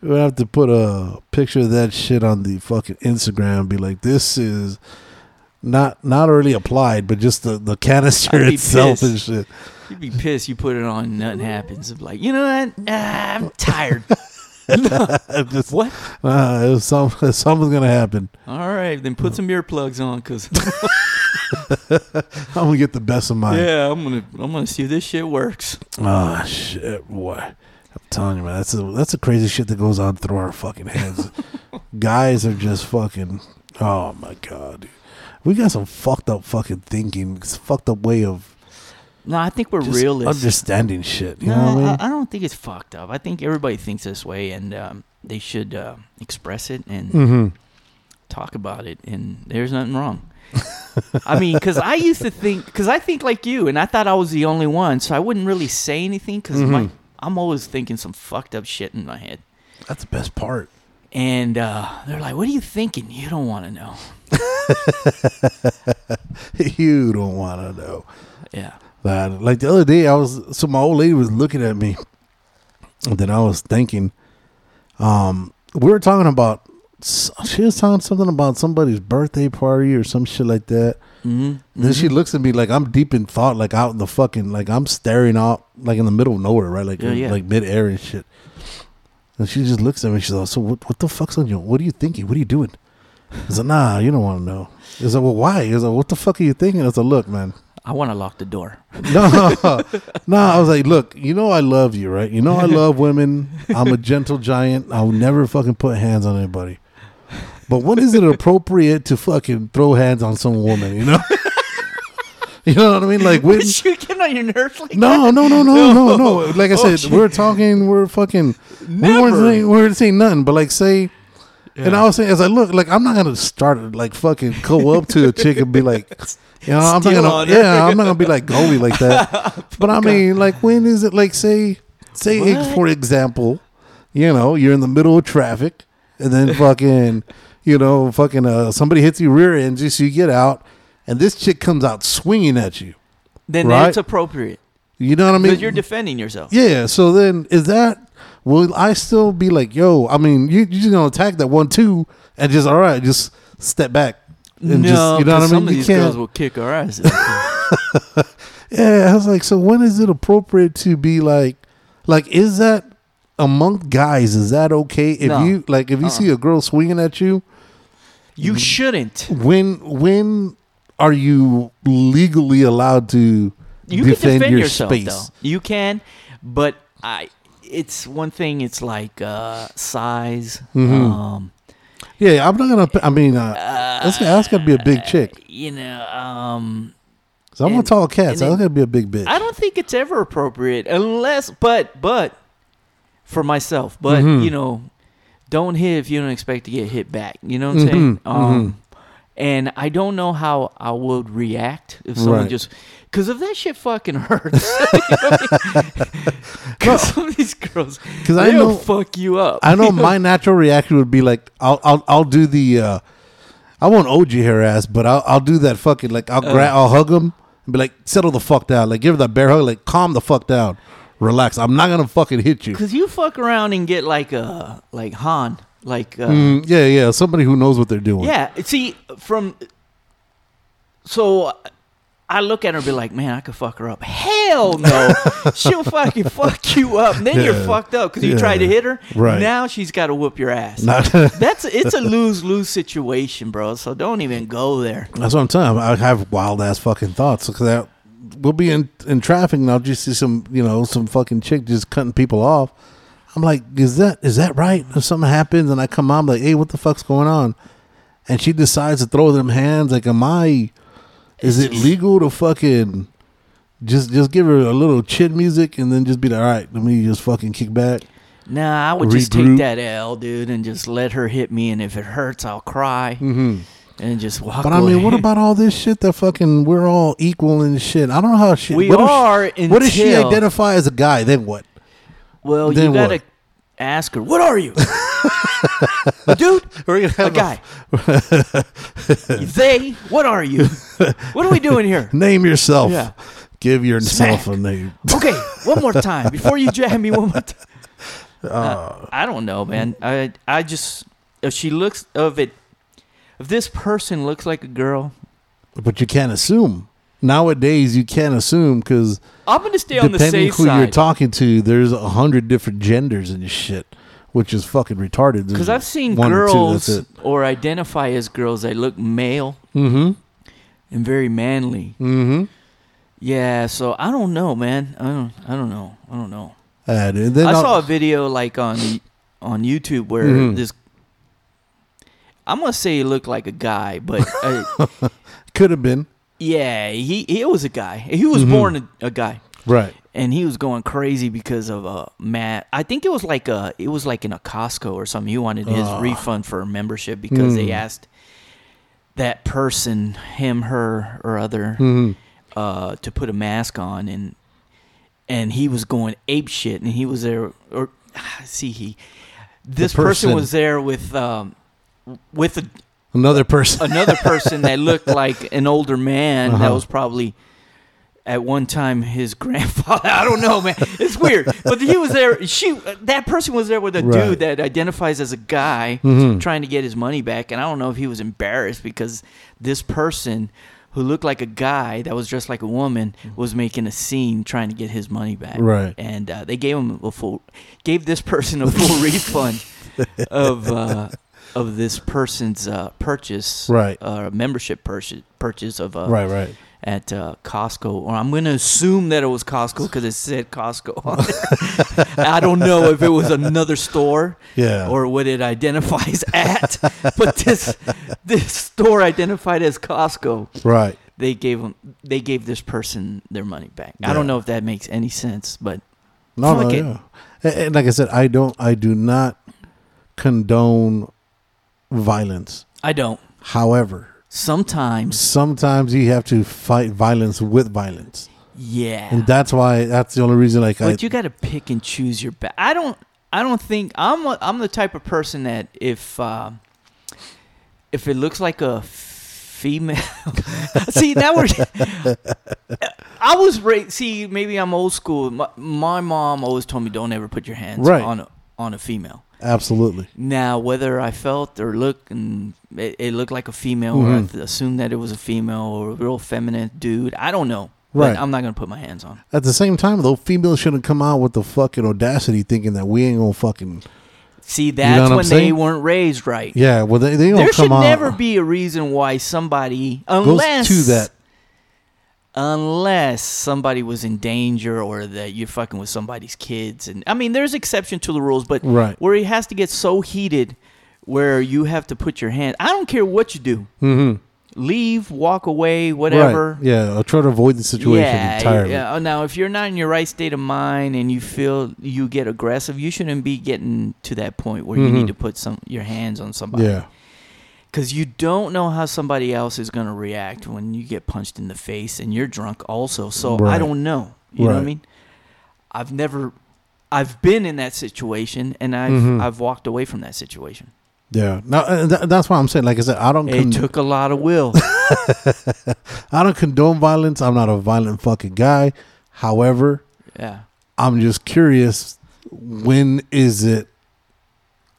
Speaker 1: we have to put a picture of that shit on the fucking Instagram. Be like, this is not not really applied, but just the the canister
Speaker 2: I'd be
Speaker 1: itself and
Speaker 2: pissed.
Speaker 1: shit.
Speaker 2: You'd be pissed. You put it on, and nothing happens. I'm like, you know what? Ah, I'm
Speaker 1: <laughs>
Speaker 2: tired. <laughs> No.
Speaker 1: just,
Speaker 2: what?
Speaker 1: uh, it was some, <laughs> something's gonna happen.
Speaker 2: All right, then put some earplugs on, cause
Speaker 1: I'm gonna get the best of mine.
Speaker 2: <laughs> yeah, I'm gonna I'm gonna see if this shit works.
Speaker 1: Oh shit, boy! I'm telling you, man, that's a, that's the crazy shit that goes on through our fucking
Speaker 2: <laughs>
Speaker 1: heads. Guys are just fucking. Oh my god, dude. we got some fucked up fucking thinking, this fucked up way of
Speaker 2: No, I think we're
Speaker 1: just
Speaker 2: realists.
Speaker 1: understanding shit. You
Speaker 2: no,
Speaker 1: know what I mean?
Speaker 2: I, I don't think it's fucked up. I
Speaker 1: Hmm.
Speaker 2: think everybody thinks this way, and um, they should uh, express it. And
Speaker 1: mm-hmm.
Speaker 2: talk about it, and there's nothing wrong. I mean, because I used to think, because I think like you, and I thought I was the only one, so I wouldn't really say anything because
Speaker 1: Mm-hmm.
Speaker 2: I'm always thinking some fucked up shit in my head.
Speaker 1: That's the best part. <laughs>
Speaker 2: And uh, they're like, "What are you thinking? You don't want to know."
Speaker 1: you don't want to know.
Speaker 2: Yeah.
Speaker 1: But like the other day, I was so my old lady was looking at me, and then I was thinking, um, we were talking about s- she was talking something about somebody's birthday party or some shit like that.
Speaker 2: Mm-hmm.
Speaker 1: Then she looks at me like I'm deep in thought, like out in the fucking, like I'm staring out, like in the middle of nowhere, right, like
Speaker 2: Yeah, yeah.
Speaker 1: like mid air and shit. And she just looks at me. She's like, "So what? What the fuck's on you? What are you thinking? What are you doing?" I said, "Nah, you don't want to know." I said, "Well, why?" I said, "What the fuck are you thinking?" I said, "Look, man,
Speaker 2: I want to lock the door. <laughs>
Speaker 1: <laughs> no, no. I was like, look, you know, I love you, right? You know, I love women. I'm a gentle giant. I'll never fucking put hands on anybody. But when is it appropriate to fucking throw hands on some woman? You know, <laughs> you know what I mean? Like, when,
Speaker 2: <laughs> you getting on your nerves like
Speaker 1: no, no, no,
Speaker 2: <laughs>
Speaker 1: no, no, no. Like I
Speaker 2: Oh,
Speaker 1: said,
Speaker 2: shit.
Speaker 1: we're talking, we're fucking, we weren't
Speaker 2: Never.
Speaker 1: saying, we weren't saying nothing, but like say, and I was saying, as I look, like I'm not gonna start like fucking go up to a chick and be like, you know, I'm not
Speaker 2: Steal
Speaker 1: gonna,
Speaker 2: on her.
Speaker 1: yeah, I'm not gonna be like goalie like
Speaker 2: <laughs>
Speaker 1: that. but I mean, like when is it? Like say, say
Speaker 2: What?
Speaker 1: for example, you know, you're in the middle of traffic, and
Speaker 2: <laughs>
Speaker 1: then fucking, you know, fucking, uh, somebody hits you rear end, so you get out, and this chick comes out swinging at you.
Speaker 2: Then
Speaker 1: Right.
Speaker 2: that's appropriate
Speaker 1: You know what I mean?
Speaker 2: because you're defending yourself.
Speaker 1: Yeah. So then, is that will I still be like, yo? I mean, you you just gonna attack that one two and just all right, just step back and
Speaker 2: no,
Speaker 1: just you know
Speaker 2: 'cause
Speaker 1: what I
Speaker 2: Some
Speaker 1: mean?
Speaker 2: of
Speaker 1: You
Speaker 2: these
Speaker 1: can't.
Speaker 2: girls will kick our asses.
Speaker 1: yeah. I was like, so when is it appropriate to be like, like, is that among guys? Is that okay if
Speaker 2: No. Uh-uh.
Speaker 1: you like if you see a girl swinging at you?
Speaker 2: you
Speaker 1: Mm-hmm.
Speaker 2: shouldn't.
Speaker 1: When when are you legally allowed to
Speaker 2: you
Speaker 1: defend,
Speaker 2: can defend
Speaker 1: your
Speaker 2: yourself
Speaker 1: space?
Speaker 2: though you can but i it's one thing it's like uh size
Speaker 1: Mm-hmm.
Speaker 2: um
Speaker 1: Yeah, I'm not gonna. I mean, uh, that's gonna that's gonna be a big chick.
Speaker 2: you know um
Speaker 1: So I'm a
Speaker 2: And-
Speaker 1: tall cat,
Speaker 2: and
Speaker 1: so
Speaker 2: it-
Speaker 1: I'm gonna be a big bitch.
Speaker 2: i don't think it's ever appropriate unless but but for myself but
Speaker 1: Mhm.
Speaker 2: you know don't hit if you don't expect to get hit back you know what i'm
Speaker 1: Mhm,
Speaker 2: saying um and i don't know how i would react if someone
Speaker 1: Right.
Speaker 2: just because if that shit fucking hurts <laughs>
Speaker 1: <laughs>
Speaker 2: because some of these girls
Speaker 1: 'Cause I
Speaker 2: they'll
Speaker 1: know-
Speaker 2: fuck you up
Speaker 1: I
Speaker 2: <laughs>
Speaker 1: know my natural reaction would be like, I'll I'll I'll do the, uh, I won't OG her ass, but I'll I'll do that fucking like I'll
Speaker 2: Uh.
Speaker 1: grab I'll hug him and be like, settle the fuck down, like give her that bear hug, like calm the fuck down, relax. I'm not gonna fucking hit you.
Speaker 2: Cause you fuck around and get like a like Han, like uh,
Speaker 1: Mm, yeah, yeah, somebody who knows what they're doing.
Speaker 2: yeah. See from so I look at her and be like, man, I could fuck her up.
Speaker 1: <laughs>
Speaker 2: Hell no, she'll fucking fuck you up. And then
Speaker 1: Yeah.
Speaker 2: you're fucked up because
Speaker 1: Yeah.
Speaker 2: you tried to hit her.
Speaker 1: Right.
Speaker 2: now she's got to whoop your ass.
Speaker 1: Not- <laughs>
Speaker 2: That's it's a lose lose situation, bro. So don't even go there.
Speaker 1: That's what I'm telling. you. I have wild ass fucking thoughts because that we'll be in in traffic and I'll just see some you know some fucking chick just cutting people off. I'm like, is that is that right? If something happens and I come out, I'm like, hey, what the fuck's going on? And she decides to throw them hands. Like, am I? Is it legal to fucking just just give her a little chin music and then just be like, all right, let me just fucking kick back.
Speaker 2: Nah, I would just
Speaker 1: Regroup.
Speaker 2: take that L, dude, and just let her hit me. And if it hurts, I'll cry and just walk.
Speaker 1: Mm-hmm. But I mean,
Speaker 2: away. <laughs>
Speaker 1: what about all this shit that fucking we're all equal and shit? I don't know how she.
Speaker 2: We
Speaker 1: what if
Speaker 2: are
Speaker 1: She, what if she
Speaker 2: until-
Speaker 1: identify as a guy? Then what?
Speaker 2: Well,
Speaker 1: Then
Speaker 2: you gotta
Speaker 1: what?
Speaker 2: ask her. What are you, a dude?
Speaker 1: <laughs> We're gonna
Speaker 2: A guy?
Speaker 1: <laughs>
Speaker 2: they? What are you? What are we doing here?
Speaker 1: Name yourself.
Speaker 2: Yeah.
Speaker 1: Give yourself
Speaker 2: Smack.
Speaker 1: a name.
Speaker 2: Okay, one more time before you jab me. One more time.
Speaker 1: Oh.
Speaker 2: Uh, I don't know, man. I I just if she looks of it, if this person looks like a girl,
Speaker 1: But you can't assume. Nowadays, you can't assume because
Speaker 2: I'm gonna stay on the
Speaker 1: depending
Speaker 2: safe
Speaker 1: who you're
Speaker 2: side.
Speaker 1: talking to, there's a hundred different genders and shit, which is fucking retarded. There's
Speaker 2: Because I've seen
Speaker 1: Mm-hmm. one or two,
Speaker 2: girls
Speaker 1: that's it.
Speaker 2: or identify as girls that look male and very manly.
Speaker 1: Mm-hmm.
Speaker 2: Yeah, so I don't know, man. I don't. I don't know. I don't know.
Speaker 1: And, and then
Speaker 2: I
Speaker 1: I'll-
Speaker 2: saw a video like on on YouTube where
Speaker 1: Mhm.
Speaker 2: this. I'm gonna say he looked like a guy, but
Speaker 1: <laughs>
Speaker 2: uh,
Speaker 1: could have been Mm-hmm.
Speaker 2: yeah, he he was a guy. He was born a, a guy,
Speaker 1: right.
Speaker 2: and he was going crazy because of uh, Matt. I think it was like a it was like in a Costco or something. He wanted his refund for a membership because they asked that person, him, her, or other, uh, to put a mask on, and and he was going ape shit, and he was there. Or <sighs> see, he this person.
Speaker 1: person.
Speaker 2: was there with um, with a,
Speaker 1: Another
Speaker 2: <laughs>
Speaker 1: person. <laughs>
Speaker 2: another person that looked like an older man that
Speaker 1: Uh-huh.
Speaker 2: was probably at one time his <laughs> grandfather. I don't know, man. It's weird, but he was there. She that person was there with a
Speaker 1: Right. Mm-hmm.
Speaker 2: dude that identifies as a guy trying to get his money back, and I don't know if he was embarrassed because this person. Who looked like a guy that was dressed like a woman was making a scene trying to get his money back,
Speaker 1: Mm-hmm. Right.
Speaker 2: And uh, they gave him a full, gave this person a full
Speaker 1: <laughs>
Speaker 2: refund of uh, of this person's uh, purchase,
Speaker 1: Right.
Speaker 2: Uh, membership purchase purchase of uh,
Speaker 1: right, right.
Speaker 2: at uh, Costco, or I'm going to assume that it was Costco because it said Costco.
Speaker 1: <laughs>
Speaker 2: on it. I don't know if it was another store,
Speaker 1: Yeah.
Speaker 2: or what it identifies <laughs> at, but this this store identified as Costco.
Speaker 1: Right.
Speaker 2: They gave them, they gave this person their money back. I
Speaker 1: Yeah.
Speaker 2: don't know if that makes any sense, but
Speaker 1: No, no,
Speaker 2: Fuck it.
Speaker 1: yeah. And, and like I said, I don't, I do not condone violence.
Speaker 2: I don't.
Speaker 1: However,
Speaker 2: Sometimes,
Speaker 1: sometimes you have to fight violence with violence,
Speaker 2: yeah.
Speaker 1: and that's why that's the only reason. Like, I,
Speaker 2: But you got to pick and choose your ba- I don't. I don't think I'm. A, I'm the type of person that if um if it looks like a female, <laughs> see now we're. <laughs> I was raised. See, maybe I'm old school. My, my mom always told me, "Don't ever put your hands
Speaker 1: Right.
Speaker 2: on a on a female."
Speaker 1: absolutely,
Speaker 2: Now, whether I felt or looked and it, it looked like a female,
Speaker 1: Mm-hmm.
Speaker 2: or I th- assumed that it was a female or a real feminine dude, I don't know.
Speaker 1: Right.
Speaker 2: But I'm not gonna put my hands on.
Speaker 1: at the same time, though, females shouldn't come out with the fucking audacity thinking that we ain't gonna fucking
Speaker 2: See,
Speaker 1: know
Speaker 2: that's
Speaker 1: what I'm
Speaker 2: when they
Speaker 1: saying?
Speaker 2: weren't raised right.
Speaker 1: yeah. Well, they they don't
Speaker 2: there
Speaker 1: come
Speaker 2: should
Speaker 1: out.
Speaker 2: never be a reason why somebody
Speaker 1: goes
Speaker 2: unless
Speaker 1: to that.
Speaker 2: unless somebody was in danger or that you're fucking with somebody's kids and I mean there's exception to the rules but
Speaker 1: Right.
Speaker 2: where it has to get so heated where you have to put your hand I don't care what you do
Speaker 1: Mhm.
Speaker 2: leave walk away whatever
Speaker 1: Right. Yeah, I'll try to avoid the situation entirely.
Speaker 2: yeah. Oh, Now, if you're not in your right state of mind and you feel you get aggressive, you shouldn't be getting to that point where you need to put some your hands on somebody.
Speaker 1: Mm-hmm. Yeah.
Speaker 2: Because you don't know how somebody else is going to react when you get punched in the face and you're drunk, also. So I
Speaker 1: Right.
Speaker 2: don't know. You know what
Speaker 1: Right.
Speaker 2: I mean? I've never, I've been in that situation and I've,
Speaker 1: Mm-hmm.
Speaker 2: I've walked away from that situation.
Speaker 1: Yeah. Now uh, tha- that's why I'm saying, like I said, I don't.
Speaker 2: It
Speaker 1: con-
Speaker 2: took a lot of
Speaker 1: <laughs>
Speaker 2: will.
Speaker 1: I don't condone violence. I'm not a violent fucking guy. However,
Speaker 2: yeah.
Speaker 1: I'm just curious. When is it?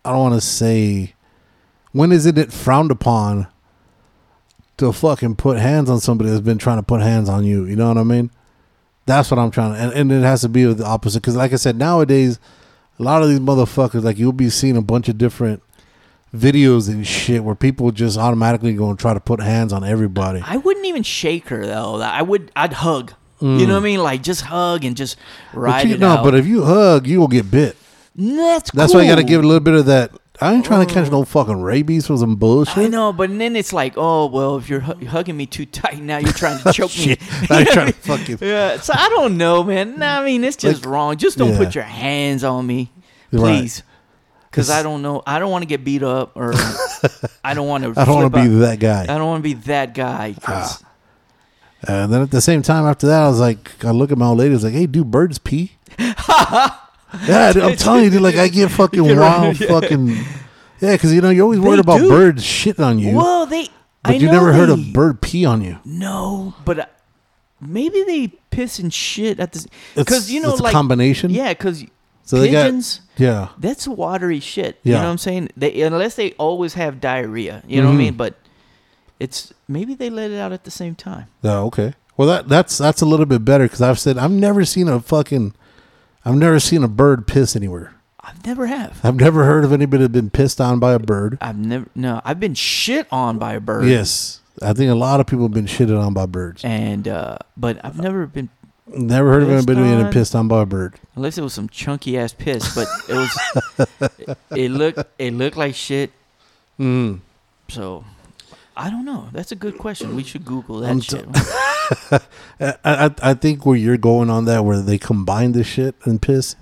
Speaker 1: I don't want to say. When is it it frowned upon to fucking put hands on somebody that's been trying to put hands on you? You know what I mean? That's what I'm trying to, and, and it has to be the opposite. Because, like I said, nowadays, a lot of these motherfuckers, like you'll be seeing a bunch of different videos and shit where people just automatically going to try to put hands on everybody.
Speaker 2: I wouldn't even shake her though. I would. I'd hug. You know what I mean? Like just hug and just
Speaker 1: Mm. But
Speaker 2: ride
Speaker 1: you,
Speaker 2: it
Speaker 1: no,
Speaker 2: out.
Speaker 1: but if you hug, you will get bit.
Speaker 2: that's
Speaker 1: That's why you got to
Speaker 2: cool. Oh.
Speaker 1: give it a little bit of that. I ain't trying to catch no fucking rabies for some bullshit.
Speaker 2: I know, but then it's like, oh well, if you're hu- hugging me too tight, now you're trying
Speaker 1: <laughs>
Speaker 2: to choke me.
Speaker 1: Shit. Now you're
Speaker 2: You know
Speaker 1: trying
Speaker 2: <laughs> what
Speaker 1: to
Speaker 2: I mean?
Speaker 1: fuck you.
Speaker 2: Yeah, so I don't know, man. Nah, I mean, it's just
Speaker 1: Like,
Speaker 2: wrong. Just don't
Speaker 1: yeah.
Speaker 2: put your hands on me,
Speaker 1: You're right.
Speaker 2: please, because I don't know. I don't want to get beat up,
Speaker 1: <laughs>
Speaker 2: or I don't want to.
Speaker 1: I don't want to be that guy. Ah,
Speaker 2: I don't want to be that guy. 'cause-
Speaker 1: And then at the same time, after that, I was like, I look at my old lady. I was like, hey, do birds
Speaker 2: <laughs>
Speaker 1: pee? yeah, dude, I'm telling you, dude. Like, I get fucking
Speaker 2: You're right, <laughs>
Speaker 1: wild,
Speaker 2: yeah.
Speaker 1: fucking. Yeah, because you know you're always worried
Speaker 2: They
Speaker 1: about
Speaker 2: do.
Speaker 1: birds shitting on you,
Speaker 2: well, they.
Speaker 1: but
Speaker 2: I
Speaker 1: you
Speaker 2: know
Speaker 1: never heard
Speaker 2: they-
Speaker 1: a bird pee on you.
Speaker 2: No, but uh, maybe they piss and shit at this
Speaker 1: It's-
Speaker 2: because you know
Speaker 1: it's a
Speaker 2: like
Speaker 1: combination.
Speaker 2: Yeah, because
Speaker 1: So they got-
Speaker 2: pigeons.
Speaker 1: yeah,
Speaker 2: that's watery shit. You
Speaker 1: Yeah.
Speaker 2: know what I'm saying? They unless they always have diarrhea. You know
Speaker 1: Mm-hmm.
Speaker 2: what I mean? But it's maybe they let it out at the same time.
Speaker 1: Oh, okay. Well, that that's that's a little bit better because I've said I've never seen a fucking, I've never seen a bird piss anywhere.
Speaker 2: I've never have.
Speaker 1: I've never heard of anybody that been pissed on by a bird.
Speaker 2: I've never no. I've been shit on by a bird.
Speaker 1: Yes, I think a lot of people have been shitted on by birds.
Speaker 2: And uh, but I've never been
Speaker 1: Never heard of
Speaker 2: Pissed
Speaker 1: anybody being
Speaker 2: on?
Speaker 1: pissed on by a bird.
Speaker 2: unless it was some chunky ass piss. But it was.
Speaker 1: <laughs>
Speaker 2: it looked. It looked like shit. Mm. So. I don't know. That's a good question. We should Google that
Speaker 1: I'm t-
Speaker 2: shit.
Speaker 1: I, I I think where you're going on that, where they combine this shit and piss,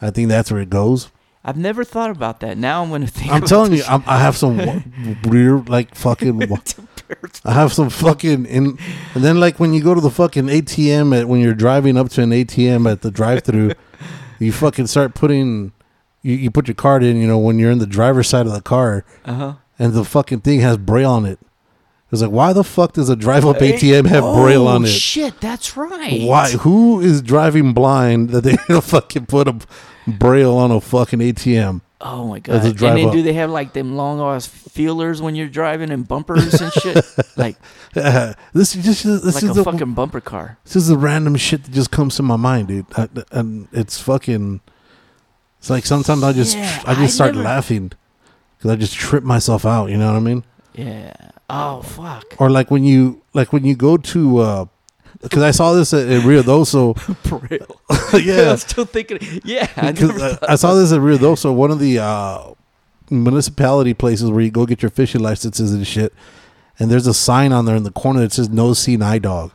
Speaker 1: I think that's where it goes.
Speaker 2: I've never thought about that. Now I'm gonna think.
Speaker 1: I'm
Speaker 2: about
Speaker 1: telling you,
Speaker 2: this.
Speaker 1: I'm, I have some wa- weird, like fucking. wa- I have some fucking in, and then like when you go to the fucking ATM at when you're driving up to an ATM at the
Speaker 2: <laughs>
Speaker 1: drive-through, you fucking start putting, you, you put your card in. You know when you're in the driver's side of the car,
Speaker 2: Uh-huh.
Speaker 1: and the fucking thing has braille on it. It's like why the fuck does a drive-up ATM have
Speaker 2: Oh,
Speaker 1: braille on it?
Speaker 2: Shit, that's right.
Speaker 1: Why? Who is driving blind that they <laughs> gonna fucking put a braille on a fucking ATM?
Speaker 2: Oh my
Speaker 1: As
Speaker 2: god!
Speaker 1: a
Speaker 2: And
Speaker 1: drive
Speaker 2: then
Speaker 1: up.
Speaker 2: do they have like them long ass feelers when you're driving and bumpers
Speaker 1: <laughs>
Speaker 2: and shit? like
Speaker 1: this is just this
Speaker 2: like
Speaker 1: is
Speaker 2: a
Speaker 1: the
Speaker 2: fucking bumper car.
Speaker 1: this is the random shit that just comes to my mind, dude. I, and it's fucking. It's like sometimes I just
Speaker 2: Yeah,
Speaker 1: I just
Speaker 2: I
Speaker 1: start
Speaker 2: never-
Speaker 1: laughing because I just trip myself out. You know what I mean?
Speaker 2: Yeah. Oh fuck.
Speaker 1: Or like when you like when you go to because I saw this at, at Rio Doso.
Speaker 2: <laughs> Braille. <laughs> I'm
Speaker 1: <laughs> yeah,
Speaker 2: still thinking. Yeah. I never
Speaker 1: because uh, I saw this at Rio Doso, one of the uh, municipality places where you go get your fishing licenses and shit. And there's a sign on there in the corner that says "No Seen Eye Dog."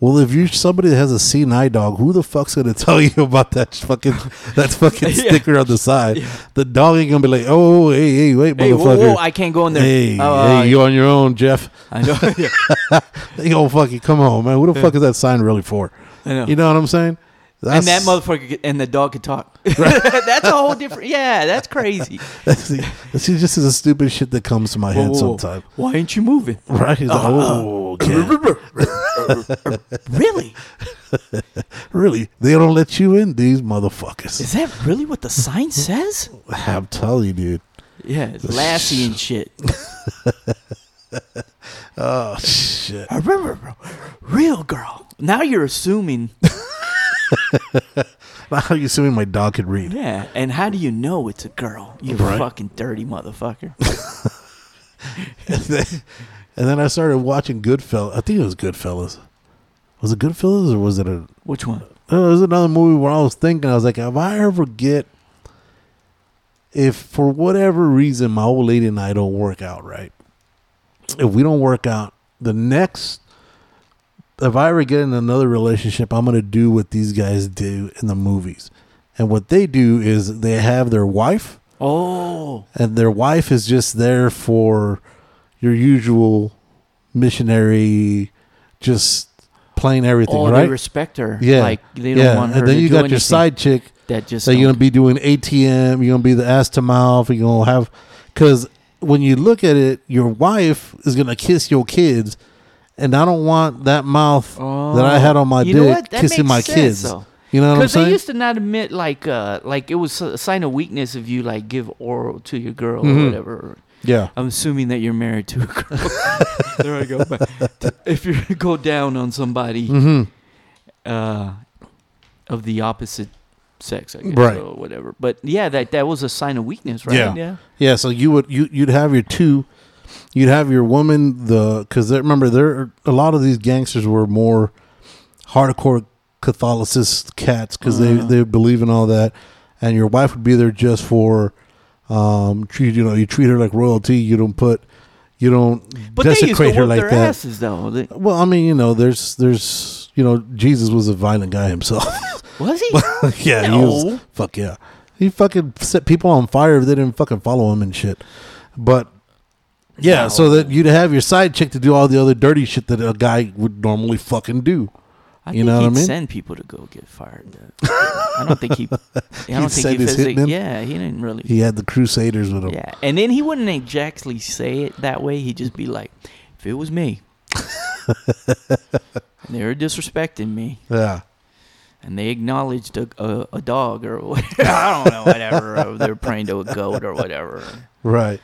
Speaker 1: Well, if you're somebody that has a seen eye dog, who the fuck's gonna <laughs> tell you about that fucking
Speaker 2: <laughs>
Speaker 1: that fucking
Speaker 2: Yeah.
Speaker 1: sticker on the side? The dog ain't gonna be like, "Oh, hey, hey, wait,
Speaker 2: Hey, whoa,
Speaker 1: motherfucker."
Speaker 2: whoa, I can't go in there.
Speaker 1: Hey,
Speaker 2: Oh, uh,
Speaker 1: hey, you on your own, Jeff. <laughs>
Speaker 2: I know. yeah,
Speaker 1: They gonna fucking come on, man. What the fuck is that sign really for?
Speaker 2: I know.
Speaker 1: You know what I'm saying?
Speaker 2: and that
Speaker 1: That's-
Speaker 2: motherfucker could- and the dog could talk. <laughs> that's a whole different. Yeah,
Speaker 1: <laughs>
Speaker 2: that's crazy.
Speaker 1: That's the, this is just the stupid shit that comes to my
Speaker 2: Whoa,
Speaker 1: head
Speaker 2: whoa, Ah, whoa.
Speaker 1: sometimes.
Speaker 2: Why ain't you moving?
Speaker 1: Right? He's like, oh, okay.
Speaker 2: Really?
Speaker 1: really? They don't let you in, these motherfuckers.
Speaker 2: Is that really what the sign says?
Speaker 1: I'm telling you, dude.
Speaker 2: Yeah, it's Lassie and shit.
Speaker 1: <laughs> Oh, shit.
Speaker 2: I remember, bro. Real girl. Now you're assuming.
Speaker 1: How are you assuming my dog could read? <laughs>
Speaker 2: Yeah, and how do you know it's a girl? You
Speaker 1: Right.
Speaker 2: fucking dirty motherfucker.
Speaker 1: And then I started watching Goodfellas. I think it was Goodfellas. Was it Goodfellas or was it a.
Speaker 2: Which one?
Speaker 1: Oh, there was another movie where I was thinking, I was like, if I ever get. If for whatever reason my old lady and I don't work out right, if we don't work out, the next. If I ever get in another relationship, I'm going to do what these guys do in the movies. And what they do is they have their wife,
Speaker 2: Oh,
Speaker 1: and their wife is just there for your usual missionary, just plain everything,
Speaker 2: oh,
Speaker 1: right?
Speaker 2: they respect her.
Speaker 1: Yeah,
Speaker 2: like they don't
Speaker 1: yeah.
Speaker 2: want her.
Speaker 1: And then
Speaker 2: to
Speaker 1: you
Speaker 2: do
Speaker 1: got
Speaker 2: anything
Speaker 1: your side chick
Speaker 2: that just.
Speaker 1: that you're
Speaker 2: don't-
Speaker 1: gonna be doing ATM. You're gonna be the ass to mouth. You're gonna have because when you look at it, your wife is gonna kiss your kids, and I don't want that mouth that I had on my
Speaker 2: Oh. You know
Speaker 1: dick
Speaker 2: what? That
Speaker 1: kissing
Speaker 2: makes
Speaker 1: my
Speaker 2: sense,
Speaker 1: kids.
Speaker 2: though.
Speaker 1: You know what I'm
Speaker 2: Because
Speaker 1: saying?
Speaker 2: they used to not admit like uh like it was a sign of weakness if you like give oral to your girl
Speaker 1: Mhm.
Speaker 2: or whatever.
Speaker 1: yeah.
Speaker 2: I'm assuming that you're married to a girl. <laughs> there I go. But if you <laughs> go down on somebody
Speaker 1: Mm-hmm.
Speaker 2: uh, of the opposite sex, I guess,
Speaker 1: Right.
Speaker 2: or whatever. But yeah, that that was a sign of weakness, right?
Speaker 1: Yeah. Yeah, so you would you you'd have your two, you'd have your woman the because remember there a lot of these gangsters were more hardcore Catholicist cats because
Speaker 2: Uh-huh.
Speaker 1: they they believe in all that, and your wife would be there just for, um, treat you know you treat her like royalty. You don't put, you don't
Speaker 2: But they used to
Speaker 1: desecrate
Speaker 2: whoop
Speaker 1: her like
Speaker 2: their
Speaker 1: that.
Speaker 2: asses though. They-
Speaker 1: Well, I mean you know there's there's you know Jesus was a violent guy himself. <laughs>
Speaker 2: was he?
Speaker 1: yeah, he
Speaker 2: No.
Speaker 1: was. Fuck yeah, he fucking set people on fire if they didn't fucking follow him and shit. But yeah,
Speaker 2: No.
Speaker 1: so that you'd have your side chick to do all the other dirty shit that a guy would normally fucking do.
Speaker 2: I
Speaker 1: You
Speaker 2: think
Speaker 1: know what I
Speaker 2: he'd
Speaker 1: mean?
Speaker 2: send people to go get fired. though. I don't
Speaker 1: <laughs>
Speaker 2: think he. I don't
Speaker 1: send
Speaker 2: think he
Speaker 1: his
Speaker 2: physically.
Speaker 1: hitmen?
Speaker 2: Yeah, he didn't really.
Speaker 1: He had the Crusaders with him.
Speaker 2: <laughs> Yeah, and then he wouldn't exactly say it that way. He'd just be like, "If it
Speaker 1: <laughs>
Speaker 2: was me, and they were disrespecting me,
Speaker 1: Yeah.
Speaker 2: and they acknowledged a, a, a dog or <laughs> whatever. I don't know, whatever. or they were praying to a goat or whatever.
Speaker 1: right.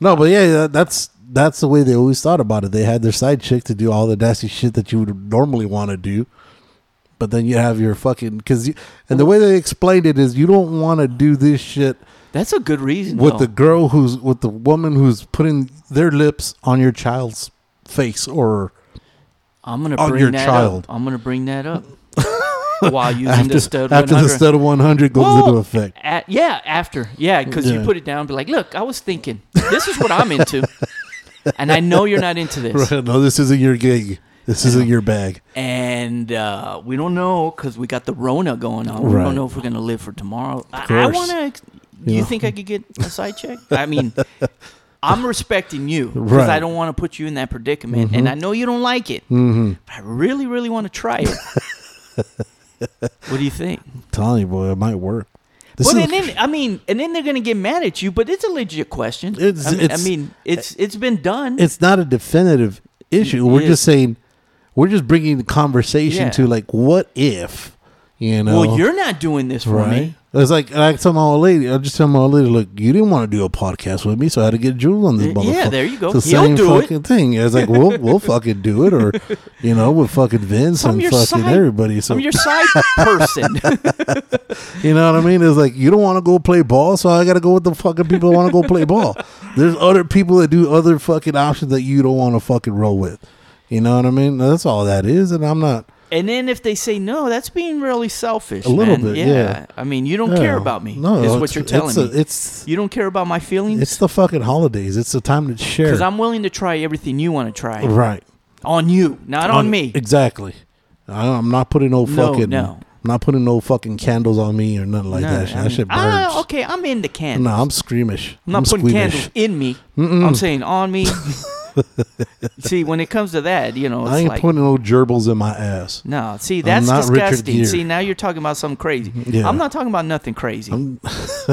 Speaker 1: No, but yeah, that- that's that's the way they always thought about it. They had their side chick to do all the nasty shit that you would normally want to do. But then you have your fucking because you and the way they explained it is you don't want to do this shit
Speaker 2: That's a good reason.
Speaker 1: with
Speaker 2: though.
Speaker 1: the girl who's with the woman who's putting their lips on your child's face or
Speaker 2: I'm gonna
Speaker 1: on
Speaker 2: bring
Speaker 1: your
Speaker 2: that
Speaker 1: child.
Speaker 2: up. I'm gonna bring
Speaker 1: <laughs>
Speaker 2: that up while using
Speaker 1: after,
Speaker 2: the stud
Speaker 1: after the
Speaker 2: 100.
Speaker 1: stud 100 goes
Speaker 2: Well,
Speaker 1: into effect
Speaker 2: At, yeah, after. Yeah, because
Speaker 1: Yeah.
Speaker 2: you put it down and be like, look, I was
Speaker 1: <laughs>
Speaker 2: thinking, this is what I'm into. and I know you're not into this.
Speaker 1: right no this isn't your gig This isn't your bag.
Speaker 2: and uh, we don't know because we got the Rona going on. We
Speaker 1: Right.
Speaker 2: don't know if we're gonna live for tomorrow. I, I
Speaker 1: course.
Speaker 2: want to. Do you
Speaker 1: Yeah.
Speaker 2: think I could get a side check? I
Speaker 1: <laughs>
Speaker 2: mean, I'm respecting you because
Speaker 1: Right. Mm-hmm.
Speaker 2: I don't want to put you in that predicament, and I know you don't like it. But I really, really want to try it.
Speaker 1: <laughs>
Speaker 2: what do you think?
Speaker 1: Telling you, boy, it might work. This
Speaker 2: Well,
Speaker 1: is-
Speaker 2: and then I mean, and then they're gonna get mad at you, but it's a legit question.
Speaker 1: It's-
Speaker 2: I, mean,
Speaker 1: it's-
Speaker 2: I mean, it's it's been done.
Speaker 1: it's not a definitive issue. We're
Speaker 2: Yeah.
Speaker 1: just saying, we're just bringing the conversation
Speaker 2: Yeah.
Speaker 1: to like, what if, you know?
Speaker 2: well, you're not doing this for
Speaker 1: right.
Speaker 2: me.
Speaker 1: It's like I tell my old lady. I just tell my old lady, look, you didn't want to do a podcast with me, so I had to get Jules on this
Speaker 2: Yeah,
Speaker 1: motherfucker.
Speaker 2: there you go.
Speaker 1: It's the
Speaker 2: He'll
Speaker 1: same
Speaker 2: do it.
Speaker 1: fucking thing. It's like we'll we'll fucking do it,
Speaker 2: <laughs>
Speaker 1: or you know, with fucking Vince
Speaker 2: I'm
Speaker 1: and
Speaker 2: your
Speaker 1: fucking
Speaker 2: side.
Speaker 1: everybody. So <laughs>
Speaker 2: I'm your side person. <laughs>
Speaker 1: You know what I mean? It's like you don't want to go play ball, so I got to go with the fucking people that want to go play
Speaker 2: <laughs>
Speaker 1: ball. There's other people that do other fucking options that you don't want to fucking roll with. You know what I mean? That's all that is, and I'm not.
Speaker 2: And then if they say no, that's being really selfish.
Speaker 1: A little
Speaker 2: man.
Speaker 1: bit, yeah.
Speaker 2: I mean, you don't
Speaker 1: Yeah.
Speaker 2: care about me.
Speaker 1: No,
Speaker 2: is
Speaker 1: it's-
Speaker 2: what you're telling
Speaker 1: it's a-
Speaker 2: me.
Speaker 1: It's
Speaker 2: You don't care about my feelings
Speaker 1: it's the fucking holidays. It's the time to share.
Speaker 2: because I'm willing to try everything you want to try
Speaker 1: right
Speaker 2: on you, not on, me.
Speaker 1: Exactly. I, I'm not putting no
Speaker 2: No,
Speaker 1: fucking.
Speaker 2: no.
Speaker 1: I'm not putting no fucking candles on me or nothing like
Speaker 2: No,
Speaker 1: that. Shit.
Speaker 2: I
Speaker 1: that
Speaker 2: mean,
Speaker 1: shit burns.
Speaker 2: ah, okay, I'm into candles.
Speaker 1: No, I'm screamish.
Speaker 2: I'm not
Speaker 1: I'm
Speaker 2: putting
Speaker 1: squeamish.
Speaker 2: candles in me. I'm saying on
Speaker 1: <laughs>
Speaker 2: me. see, when it comes to that, you know, it's
Speaker 1: I ain't
Speaker 2: like
Speaker 1: putting no gerbils in my ass. <laughs>
Speaker 2: no. See, that's
Speaker 1: not Richard
Speaker 2: disgusting.
Speaker 1: Gere. Mm-hmm.
Speaker 2: See, now you're talking about something crazy.
Speaker 1: Yeah.
Speaker 2: I'm not talking about nothing crazy.
Speaker 1: I'm,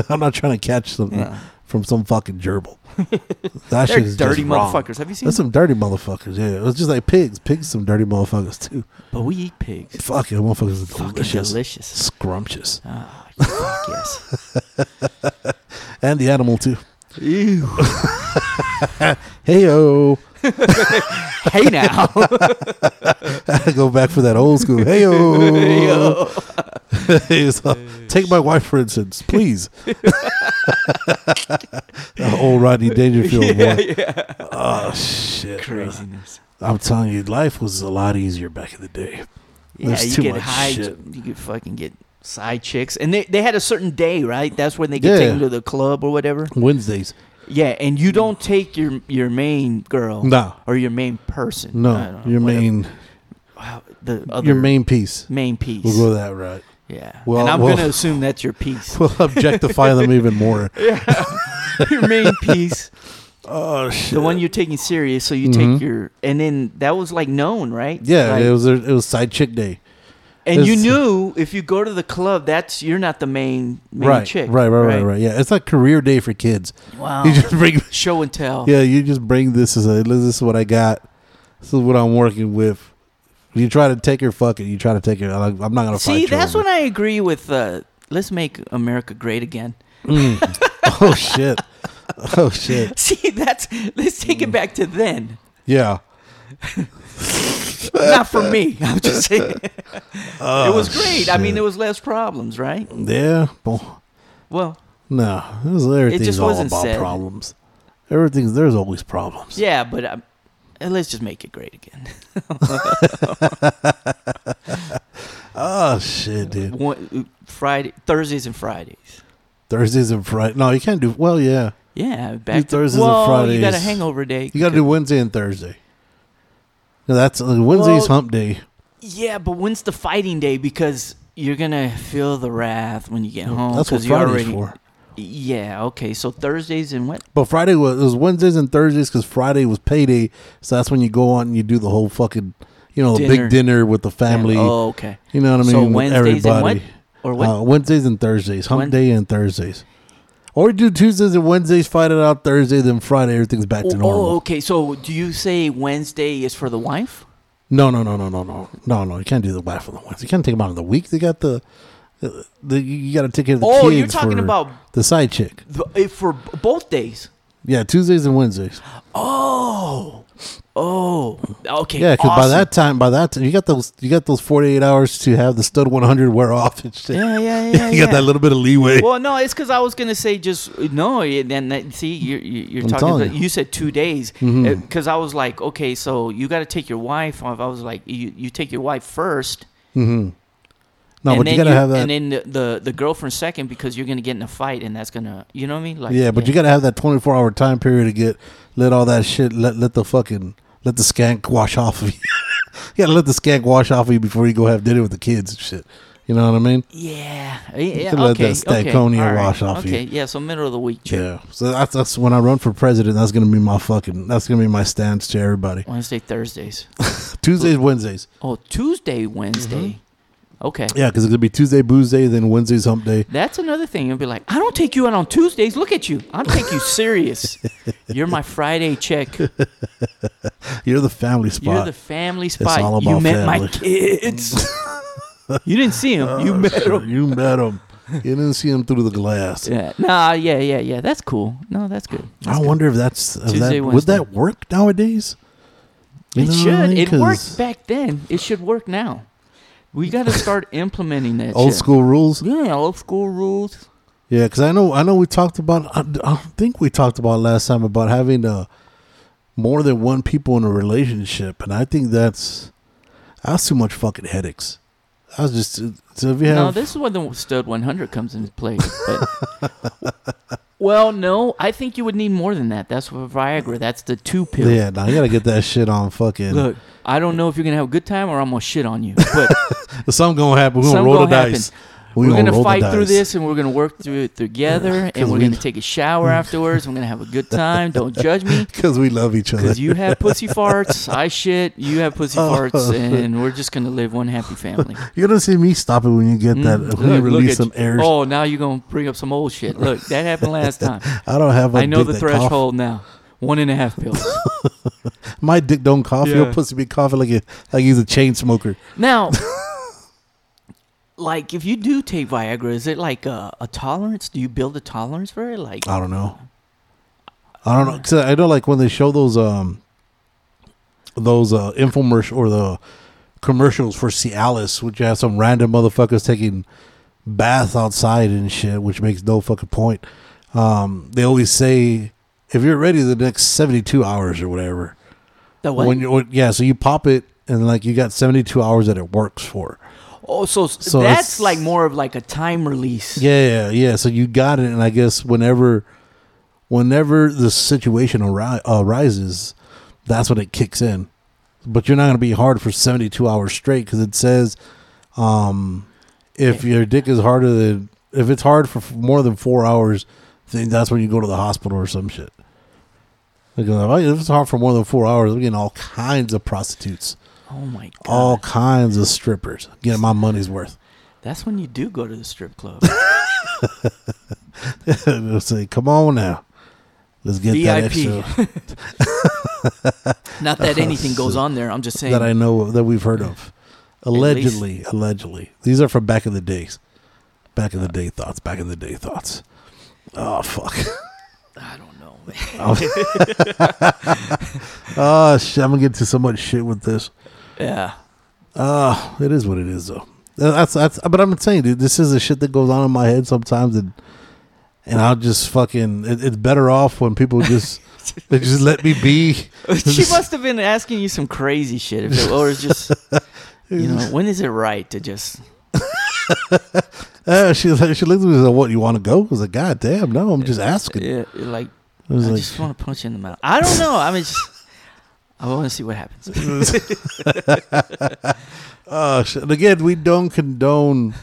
Speaker 1: I'm not trying to catch something
Speaker 2: Yeah.
Speaker 1: from some fucking
Speaker 2: <laughs>
Speaker 1: gerbil. That
Speaker 2: They're
Speaker 1: shit is
Speaker 2: dirty
Speaker 1: just wrong.
Speaker 2: motherfuckers. Have you seen?
Speaker 1: That's some dirty motherfuckers. Yeah, it was just like pigs. Pigs, some dirty motherfuckers too.
Speaker 2: but we eat pigs.
Speaker 1: Fuck it, motherfuckers are
Speaker 2: Fucking
Speaker 1: delicious,
Speaker 2: delicious.
Speaker 1: scrumptious,
Speaker 2: Ah, fuck yes.
Speaker 1: and the animal too. <laughs>
Speaker 2: Ew.
Speaker 1: Hey oh,
Speaker 2: Hey
Speaker 1: <laughs>
Speaker 2: now. <laughs>
Speaker 1: go back for that old school. Hey <laughs>
Speaker 2: <laughs>
Speaker 1: oh, take my wife for instance, please. <laughs> That old Rodney Dangerfield. boy. Oh shit, bro.
Speaker 2: Craziness.
Speaker 1: I'm telling you, life was a lot easier back in the day.
Speaker 2: Yeah,
Speaker 1: There's
Speaker 2: you
Speaker 1: too
Speaker 2: get
Speaker 1: much
Speaker 2: high.
Speaker 1: shit.
Speaker 2: You could fucking get side chicks, and they they had a certain day, right? That's when they get
Speaker 1: Yeah.
Speaker 2: taken to the club or whatever.
Speaker 1: Wednesdays.
Speaker 2: Yeah, and you don't take your your main girl.
Speaker 1: No.
Speaker 2: Or your main person. I
Speaker 1: No,
Speaker 2: don't know,
Speaker 1: your
Speaker 2: whatever.
Speaker 1: main
Speaker 2: Wow, the other
Speaker 1: your main piece.
Speaker 2: main piece.
Speaker 1: We'll go that route. <laughs>
Speaker 2: yeah.
Speaker 1: well,
Speaker 2: and I'm
Speaker 1: well-
Speaker 2: gonna assume that's your
Speaker 1: <laughs>
Speaker 2: piece.
Speaker 1: We'll objectify them even more.
Speaker 2: <laughs>
Speaker 1: <laughs>
Speaker 2: your main piece.
Speaker 1: Oh shit!
Speaker 2: The one you're taking serious, so you
Speaker 1: Mhm.
Speaker 2: take your and then that was like known, right?
Speaker 1: yeah,
Speaker 2: Like,
Speaker 1: it was it was side chick day.
Speaker 2: And you
Speaker 1: It's-
Speaker 2: knew if you go to the club, that's you're not the main main
Speaker 1: Right,
Speaker 2: chick.
Speaker 1: right, right, right, right. Yeah, it's like career day for kids.
Speaker 2: Wow.
Speaker 1: You just bring,
Speaker 2: Show and tell.
Speaker 1: <laughs> yeah, you just bring this as a this is what I got. This is what I'm working with. You try to take her fucking. You try to take her. I'm not gonna
Speaker 2: See,
Speaker 1: fight you
Speaker 2: that's
Speaker 1: over
Speaker 2: when I agree with. Uh, let's make America great again. <laughs>
Speaker 1: it. Mm. <laughs> oh shit! Oh shit!
Speaker 2: See, that's let's take
Speaker 1: Mm.
Speaker 2: it back to then.
Speaker 1: Yeah.
Speaker 2: Not for me. <laughs> I'm just saying it was great. I
Speaker 1: Oh,
Speaker 2: mean,
Speaker 1: shit.
Speaker 2: there was less problems, right?
Speaker 1: Yeah. Well,
Speaker 2: Well,
Speaker 1: no, it was, everything's all
Speaker 2: wasn't
Speaker 1: about
Speaker 2: said.
Speaker 1: problems. Everything's there's always problems.
Speaker 2: yeah, but um, uh, let's just make it great again.
Speaker 1: Oh shit, dude.
Speaker 2: One, Friday, Thursdays and Fridays.
Speaker 1: Thursdays and Friday. No, you can't do. Well, yeah,
Speaker 2: Yeah, back to,
Speaker 1: Thursdays and
Speaker 2: well, You got a
Speaker 1: Fridays.
Speaker 2: hangover day.
Speaker 1: you got to do Wednesday and Thursday. No, that's uh, Wednesday's
Speaker 2: Well-
Speaker 1: hump day.
Speaker 2: Yeah, but when's the fighting day? Because you're gonna feel the wrath when you get home.
Speaker 1: that's what
Speaker 2: oh, 'cause you
Speaker 1: Friday's
Speaker 2: already-
Speaker 1: for.
Speaker 2: Yeah. Okay. So Thursdays and what?
Speaker 1: But Friday was it was Wednesdays and Thursdays because Friday was payday, so that's when you go on and you do the whole fucking, you know, the
Speaker 2: Dinner.
Speaker 1: big dinner with the family.
Speaker 2: Oh, okay.
Speaker 1: You know what I mean?
Speaker 2: so
Speaker 1: with
Speaker 2: Wednesdays and
Speaker 1: everybody.
Speaker 2: what? Or what?
Speaker 1: Uh, Wednesdays and Thursdays, hump
Speaker 2: Wen-
Speaker 1: day and Thursdays, or do Tuesdays and Wednesdays, fight it out Thursday, then Friday everything's back
Speaker 2: oh,
Speaker 1: to normal.
Speaker 2: oh, okay. So do you say Wednesday is for the wife?
Speaker 1: No, no, no, no, no, no, no, no. You can't do the laugh on the ones. You can't take them out of the week. They got the, the you got to take care of the kids.
Speaker 2: Oh, you're talking
Speaker 1: for
Speaker 2: about
Speaker 1: the side chick.
Speaker 2: the, eh, for b- both days.
Speaker 1: Yeah, Tuesdays and Wednesdays.
Speaker 2: Oh. Oh. Okay.
Speaker 1: Yeah, because by
Speaker 2: awesome.
Speaker 1: that time, by that time, you got those you got those forty eight hours to have the stud one hundred wear off and shit.
Speaker 2: Yeah, yeah,
Speaker 1: <laughs>
Speaker 2: yeah.
Speaker 1: you
Speaker 2: yeah.
Speaker 1: got that little bit of leeway.
Speaker 2: Well, no, it's because I was gonna say just no. yeah, Then that, see, you're you're
Speaker 1: I'm
Speaker 2: talking.
Speaker 1: telling
Speaker 2: about-
Speaker 1: you. Mm-hmm.
Speaker 2: you. said two days because I was like, okay, so you got to take your wife. off. I was like, you, you take your wife first.
Speaker 1: no,
Speaker 2: and
Speaker 1: but
Speaker 2: then
Speaker 1: you got to have that.
Speaker 2: And then the, the the girlfriend second because you're gonna get in a fight and that's gonna you know what I mean? Like
Speaker 1: yeah, but you got to have that twenty four hour time period to get let all that shit let let the fucking let the skank wash <laughs> off of you. You gotta let the skank wash off of you before you go have dinner with the kids and shit. You know what I mean?
Speaker 2: Yeah. yeah
Speaker 1: can let
Speaker 2: okay.
Speaker 1: that
Speaker 2: okay.
Speaker 1: Stankonia
Speaker 2: all right,
Speaker 1: wash off you.
Speaker 2: Okay. Yeah. So middle of the week. Chick.
Speaker 1: Yeah. So that's, that's when I run for president. That's gonna be my fucking. That's gonna be my stance to everybody.
Speaker 2: Wednesday, Thursdays.
Speaker 1: Tuesdays, Wednesdays.
Speaker 2: Oh, Tuesday, Wednesday. Okay.
Speaker 1: Mm-hmm. Yeah, because it's gonna be Tuesday booze day, then Wednesday's hump day.
Speaker 2: That's another thing. You'll be like, I don't take you out on Tuesdays. Look at you. I take
Speaker 1: <laughs>
Speaker 2: you serious. You're my Friday check.
Speaker 1: You're the family spot.
Speaker 2: You're the family spot.
Speaker 1: all
Speaker 2: you
Speaker 1: about
Speaker 2: met my
Speaker 1: family. <laughs> Oh,
Speaker 2: kids. you didn't see him. You met
Speaker 1: Sure,
Speaker 2: him.
Speaker 1: you met him. You didn't see him through the glass.
Speaker 2: Yeah. Nah. Yeah. Yeah. Yeah. That's cool. No, that's good.
Speaker 1: I wonder if that's if
Speaker 2: Tuesday,
Speaker 1: that, would
Speaker 2: Wednesday.
Speaker 1: that work nowadays? You
Speaker 2: it
Speaker 1: know what I
Speaker 2: should.
Speaker 1: mean?
Speaker 2: It
Speaker 1: 'Cause
Speaker 2: worked back then. It should work now. We got to
Speaker 1: <laughs>
Speaker 2: start implementing that.
Speaker 1: Old
Speaker 2: shit.
Speaker 1: school rules.
Speaker 2: Yeah. Old school rules.
Speaker 1: Yeah, because I know I know we talked about. I, I think we talked about last time about having uh, more than one people in a relationship, and I think that's that's too much fucking headaches. I was just so if you have
Speaker 2: No, this is where the stud 100 comes into play. but- <laughs> well, no, I think you would need more than that. That's for Viagra. That's the two pill.
Speaker 1: yeah, now you gotta get that shit on fucking.
Speaker 2: Look, I don't know if you're gonna have a good time or I'm gonna
Speaker 1: <laughs>
Speaker 2: shit on you. But
Speaker 1: something gonna happen. We're gonna
Speaker 2: Something
Speaker 1: roll the
Speaker 2: gonna happen.
Speaker 1: dice.
Speaker 2: we're
Speaker 1: gonna
Speaker 2: gonna,
Speaker 1: roll the
Speaker 2: fight through
Speaker 1: dice. <laughs>
Speaker 2: this and we're gonna work through it together and
Speaker 1: 'Cause
Speaker 2: we're
Speaker 1: we-
Speaker 2: gonna take
Speaker 1: <laughs>
Speaker 2: a shower afterwards. We're gonna have a good time. Don't judge me.
Speaker 1: because we love each other.
Speaker 2: Because you have
Speaker 1: <laughs>
Speaker 2: pussy farts, I shit, you have pussy
Speaker 1: Oh.
Speaker 2: farts, and we're just gonna live one happy family.
Speaker 1: You're gonna see me stop it when you get that.
Speaker 2: Mm,
Speaker 1: When you
Speaker 2: look- look
Speaker 1: release
Speaker 2: at
Speaker 1: some
Speaker 2: you.
Speaker 1: air.
Speaker 2: Oh, now you're gonna bring up some old shit. Look, that happened last
Speaker 1: <laughs>
Speaker 2: time.
Speaker 1: I don't have. A
Speaker 2: I know
Speaker 1: dick
Speaker 2: the
Speaker 1: that cough.
Speaker 2: threshold now. One and a half <laughs> pills.
Speaker 1: My dick don't cough. Your
Speaker 2: Yeah.
Speaker 1: pussy be coughing like a, like he's a chain smoker.
Speaker 2: now, <laughs> like, if you do take Viagra, is it like a, a tolerance? Do you build a tolerance for it? Like,
Speaker 1: I don't know. I don't know. 'Cause I know like when they show those um those uh infomercial or the commercials for Cialis, which have some random motherfuckers taking baths outside and shit, which makes no fucking point. Um, they always say if you're ready the next seventy two hours or whatever.
Speaker 2: the what?
Speaker 1: When you when- yeah, so you pop it and like you got seventy two hours that it works for.
Speaker 2: oh, so,
Speaker 1: So it's-
Speaker 2: that's like more of like a time release.
Speaker 1: Yeah, yeah, yeah. So you got it, and I guess whenever, whenever the situation ari- arises, that's when it kicks in. But you're not going to be hard for 72 hours straight because it says, um, if your dick is harder than if it's hard for f- more than four hours, then that's when you go to the hospital or some shit. Because oh, if it's hard for more than four hours, I'm getting all kinds of prostitutes,
Speaker 2: Oh my god.
Speaker 1: all kinds of strippers, getting my money's worth.
Speaker 2: <laughs> That's when you do go to the strip <laughs> club.
Speaker 1: They'll say, "Come on now, let's get that
Speaker 2: VIP. <laughs>
Speaker 1: extra
Speaker 2: Not that anything goes on there. I'm <laughs> just saying.
Speaker 1: that I know of- that we've heard of."
Speaker 2: least-
Speaker 1: Allegedly, allegedly, these are from back in the days. Back in the day thoughts. Back in the day thoughts. Oh
Speaker 2: <laughs>
Speaker 1: fuck.
Speaker 2: I don't know. man. <laughs>
Speaker 1: Oh shit. I'm gonna get to so much shit with this.
Speaker 2: <laughs> yeah.
Speaker 1: Uh it is what it is though. That- That's that's. But I'm saying, dude, this is the shit that goes on in my head sometimes, and and I'll just fucking. It, it's better off when people
Speaker 2: <laughs>
Speaker 1: just they just let me be. <laughs>
Speaker 2: she must have been asking you some crazy shit, if it, or it's <laughs> just you know, when is it right to just?
Speaker 1: Uh, she she looked at me and said, "What you want to go?" I was like, "God damn, no, I'm just asking."
Speaker 2: Yeah, uh, like
Speaker 1: I
Speaker 2: I,
Speaker 1: was like-
Speaker 2: just want to punch you in the mouth. I don't know. I mean, just, <laughs> I want to see what happens.
Speaker 1: <laughs> Oh, shit. And again, we don't condone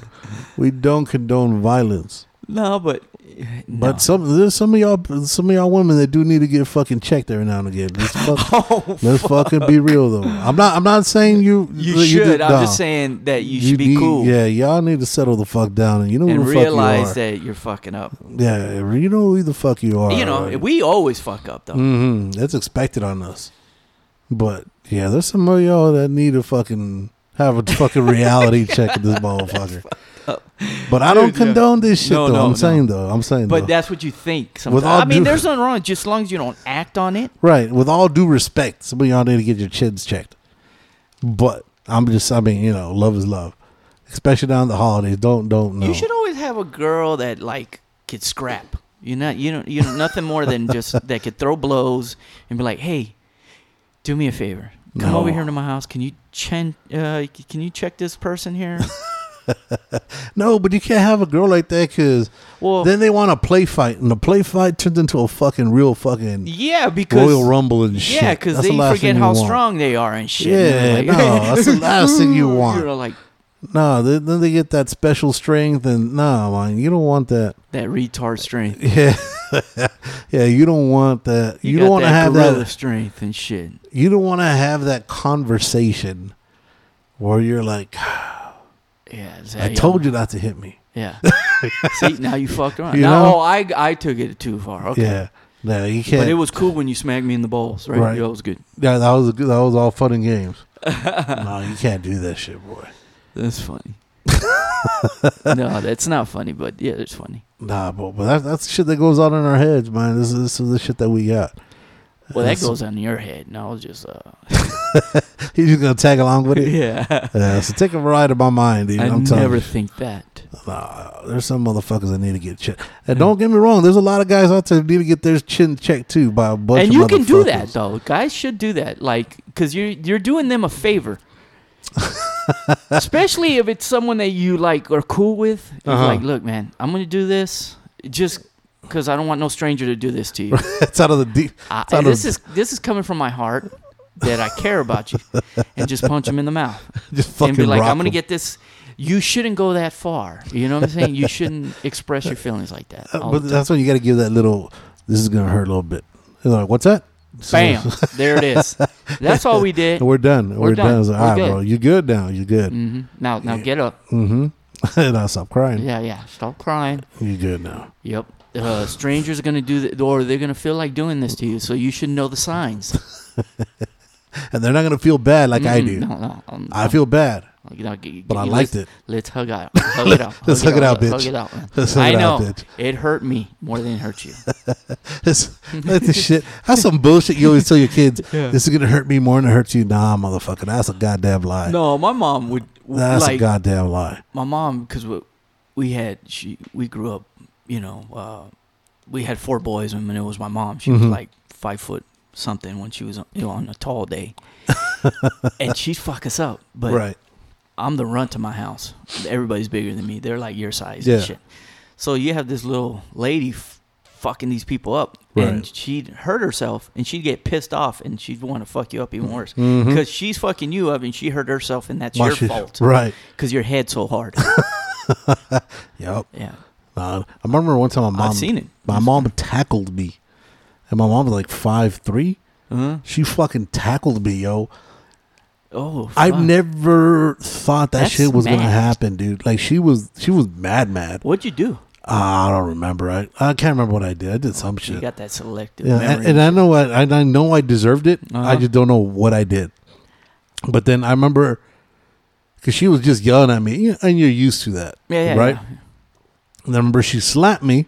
Speaker 1: we don't condone violence,
Speaker 2: No, but
Speaker 1: but some there's some of y'all some of y'all women that do need to get fucking checked every now and again.
Speaker 2: <laughs>
Speaker 1: Let's, fuck,
Speaker 2: oh,
Speaker 1: let's fucking be real though. I'm not I'm not saying you
Speaker 2: you
Speaker 1: that
Speaker 2: should.
Speaker 1: did-
Speaker 2: I'm
Speaker 1: nah.
Speaker 2: just saying that you should be
Speaker 1: need-
Speaker 2: cool
Speaker 1: Yeah, y'all need to settle the fuck down and you know
Speaker 2: and
Speaker 1: who the
Speaker 2: realize
Speaker 1: fuck
Speaker 2: that you're fucking up.
Speaker 1: you are. Yeah, you know who the fuck you are.
Speaker 2: you know, we always fuck up though.
Speaker 1: hmm That's expected on us. But yeah, there's some of y'all that need to fucking have a
Speaker 2: <laughs>
Speaker 1: fucking reality check with this motherfucker. But I don't
Speaker 2: Dude, yeah.
Speaker 1: condone this shit
Speaker 2: No,
Speaker 1: though.
Speaker 2: no,
Speaker 1: I'm
Speaker 2: no.
Speaker 1: saying though. I'm saying
Speaker 2: But
Speaker 1: though.
Speaker 2: that's what you think. Sometimes.
Speaker 1: all
Speaker 2: I mean,
Speaker 1: due-
Speaker 2: there's nothing wrong. Just as long as you don't act on it.
Speaker 1: right. With all due respect, some of y'all need to get your chins checked. But I'm just I mean, you know, love is love. Especially down the holidays. Don't don't know.
Speaker 2: You should always have a girl that like could scrap. You're not you don't you know nothing more than
Speaker 1: <laughs>
Speaker 2: just that could throw blows and be like, hey, do me a favor, come
Speaker 1: No. <laughs>
Speaker 2: over here to my house. Can you chen, uh, c- can you check this person here?
Speaker 1: No, but you can't have a girl like that because
Speaker 2: Well-
Speaker 1: then they want a play fight, and the play fight turns into a fucking real fucking
Speaker 2: Yeah, because
Speaker 1: Royal Rumble and shit.
Speaker 2: Yeah, because
Speaker 1: That's
Speaker 2: they
Speaker 1: the last
Speaker 2: forget
Speaker 1: thing you
Speaker 2: how
Speaker 1: want.
Speaker 2: strong they are and shit.
Speaker 1: Yeah,
Speaker 2: And
Speaker 1: no,
Speaker 2: they're <laughs>
Speaker 1: that's the last thing you
Speaker 2: "Ooh,"
Speaker 1: want.
Speaker 2: know, like
Speaker 1: No, then then they get that special strength, and no, man, you don't want that. <laughs>
Speaker 2: that retard strength.
Speaker 1: Yeah, yeah, you don't want that. You,
Speaker 2: got
Speaker 1: don't want to have
Speaker 2: gorilla
Speaker 1: that.
Speaker 2: strength and shit.
Speaker 1: You don't want to have that conversation where you're like,
Speaker 2: Yeah,
Speaker 1: "I told you not to hit me." <laughs>
Speaker 2: Yeah. See, now you fucked around.
Speaker 1: You
Speaker 2: now,
Speaker 1: know?
Speaker 2: oh, I I took it too far. Okay.
Speaker 1: Yeah, no, you can't.
Speaker 2: But it was cool when you smacked me in the balls, right?
Speaker 1: Right.
Speaker 2: Yeah, it was good.
Speaker 1: yeah, that was a good, that was all fun and
Speaker 2: <laughs>
Speaker 1: games. no, you can't do that shit, boy. <laughs>
Speaker 2: That's funny. no, that's not funny, but yeah, it's funny.
Speaker 1: Nah, but, but that, that's shit that goes on in our heads, man. This is this is the shit that we got. <laughs>
Speaker 2: Well, that
Speaker 1: That's-
Speaker 2: goes on your head. No, I was just uh,
Speaker 1: He's just gonna tag along with it.
Speaker 2: <laughs>
Speaker 1: <laughs>
Speaker 2: yeah.
Speaker 1: Yeah, so take a ride of my mind, dude.
Speaker 2: I
Speaker 1: I'm telling
Speaker 2: never
Speaker 1: you.
Speaker 2: think that.
Speaker 1: Nah, there's some motherfuckers that need to get checked. And don't get me wrong, there's a lot of guys out there that need to get their chin checked too by a bunch.
Speaker 2: and
Speaker 1: of
Speaker 2: you can do that
Speaker 1: motherfuckers. <laughs>
Speaker 2: though. Guys should do that, like, because you're you're doing them
Speaker 1: <laughs>
Speaker 2: a favor. Especially if it's someone that you like are cool with. You're
Speaker 1: Uh-huh.
Speaker 2: Like, look, man, I'm gonna do this just because I don't want no stranger to do this to you.
Speaker 1: it's out of the deep. <laughs>
Speaker 2: I,
Speaker 1: It's out
Speaker 2: this
Speaker 1: of,
Speaker 2: is this is coming from my heart that I care about
Speaker 1: <laughs>
Speaker 2: you, and just punch him in the mouth
Speaker 1: just
Speaker 2: and
Speaker 1: fucking
Speaker 2: be like,
Speaker 1: rock
Speaker 2: I'm gonna
Speaker 1: them.
Speaker 2: get this. You shouldn't go that far. You know what I'm saying? You shouldn't express your feelings like that.
Speaker 1: Uh,
Speaker 2: all
Speaker 1: But
Speaker 2: the time.
Speaker 1: that's when you got to give that little. This is gonna hurt a little bit. They're like, what's that?
Speaker 2: Bam! there it is.
Speaker 1: <laughs>
Speaker 2: That's all we did.
Speaker 1: And we're done. We're, done.
Speaker 2: done.
Speaker 1: It's like,
Speaker 2: We're
Speaker 1: all right,
Speaker 2: good."
Speaker 1: bro. You good now? You good?
Speaker 2: hmm Now, now get up.
Speaker 1: Mm-hmm. <laughs> and I stop crying.
Speaker 2: Yeah, yeah. Stop crying.
Speaker 1: You good now?
Speaker 2: Yep. Uh, strangers are gonna do, th- or they're gonna feel like doing this to you. So you should know the signs.
Speaker 1: And they're not gonna feel bad <laughs> like I
Speaker 2: Mm,
Speaker 1: do.
Speaker 2: No, no, um,
Speaker 1: I
Speaker 2: no.
Speaker 1: feel bad.
Speaker 2: You know, g-
Speaker 1: but
Speaker 2: g-
Speaker 1: I liked
Speaker 2: let's-
Speaker 1: it.
Speaker 2: Let's hug out.
Speaker 1: <laughs>
Speaker 2: Hug it out.
Speaker 1: Let's hug it out,
Speaker 2: Hug
Speaker 1: bitch.
Speaker 2: it out. man.
Speaker 1: Let's hug
Speaker 2: I
Speaker 1: it <laughs>
Speaker 2: know
Speaker 1: out, bitch.
Speaker 2: it hurt me more than it
Speaker 1: <laughs>
Speaker 2: hurt you.
Speaker 1: That's, that's the shit. That's some bullshit you always tell your
Speaker 2: <laughs>
Speaker 1: kids. This is gonna hurt me more than it hurts you. Nah, motherfucker. That's a goddamn lie.
Speaker 2: no, my mom would
Speaker 1: that's a
Speaker 2: like
Speaker 1: goddamn lie.
Speaker 2: my mom because we, we had she we grew up. You know, uh, we had four boys, and when it was my mom, she was
Speaker 1: Mhm.
Speaker 2: like five foot something when she was you know, on a tall
Speaker 1: <laughs>
Speaker 2: day, and she'd fuck us up. But
Speaker 1: right.
Speaker 2: I'm the runt to my house. Everybody's bigger than me. They're like your size
Speaker 1: Yeah.
Speaker 2: and shit. So you have this little lady f- fucking these people up, and
Speaker 1: Right.
Speaker 2: she'd hurt herself, and she'd get pissed off, and she'd want to fuck you up even worse because
Speaker 1: Mhm.
Speaker 2: she's fucking you up, and she hurt herself, and that's
Speaker 1: My
Speaker 2: your
Speaker 1: shit.
Speaker 2: fault
Speaker 1: Right.
Speaker 2: because your head's
Speaker 1: <laughs>
Speaker 2: so hard.
Speaker 1: Yep.
Speaker 2: yeah,
Speaker 1: Nah, Uh, I remember one time my mom.
Speaker 2: I've seen it.
Speaker 1: My mom tackled me, and my mom was like five three.
Speaker 2: Uh-huh.
Speaker 1: She fucking tackled me, yo.
Speaker 2: Oh, fuck.
Speaker 1: I never thought that
Speaker 2: That's
Speaker 1: shit was gonna
Speaker 2: mad.
Speaker 1: happen, dude. Like she was, she was mad, mad.
Speaker 2: What'd you do?
Speaker 1: Ah, I don't remember. I, I can't remember what I did. I did some
Speaker 2: You
Speaker 1: shit.
Speaker 2: got that selective
Speaker 1: Yeah,
Speaker 2: memory.
Speaker 1: and, and I know I, and I know I deserved it. I
Speaker 2: Uh-huh.
Speaker 1: just don't know what I did. But then I remember because she was just yelling at me, you- and you're used to that,
Speaker 2: yeah, yeah,
Speaker 1: right?
Speaker 2: yeah.
Speaker 1: And I remember she slapped me,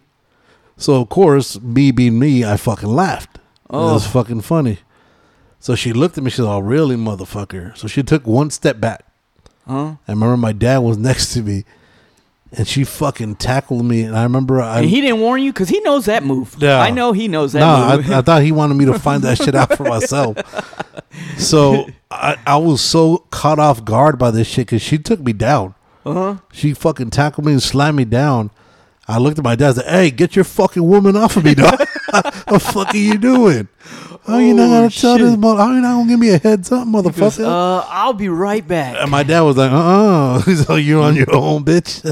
Speaker 1: so of course, me being me, I fucking laughed. It was
Speaker 2: Oh.
Speaker 1: fucking funny. So she looked at me. She's all, "Really, motherfucker?" So she took one step back.
Speaker 2: Huh?
Speaker 1: I remember my dad was <laughs> next to me, and she fucking tackled me. And I remember I
Speaker 2: and he didn't warn you because he knows that move.
Speaker 1: Yeah.
Speaker 2: I know he knows that
Speaker 1: no,
Speaker 2: <laughs> move.
Speaker 1: I, I thought he wanted me to find that shit out for
Speaker 2: <laughs>
Speaker 1: myself. So I, I was so caught off guard by this shit because she took me down.
Speaker 2: uh-huh.
Speaker 1: She fucking tackled me and slammed me down. I looked at my dad. I said, "Hey, get your fucking woman off of me, dog! <laughs> what fuck are you doing? How you not
Speaker 2: Oh,
Speaker 1: gonna tell this
Speaker 2: shit.
Speaker 1: mother? How you not gonna give me a heads up,
Speaker 2: Goes,
Speaker 1: motherfucker?"
Speaker 2: uh, I'll be right back.
Speaker 1: and my dad was like, "Uh, uh <laughs> he's like, you're on your own, bitch."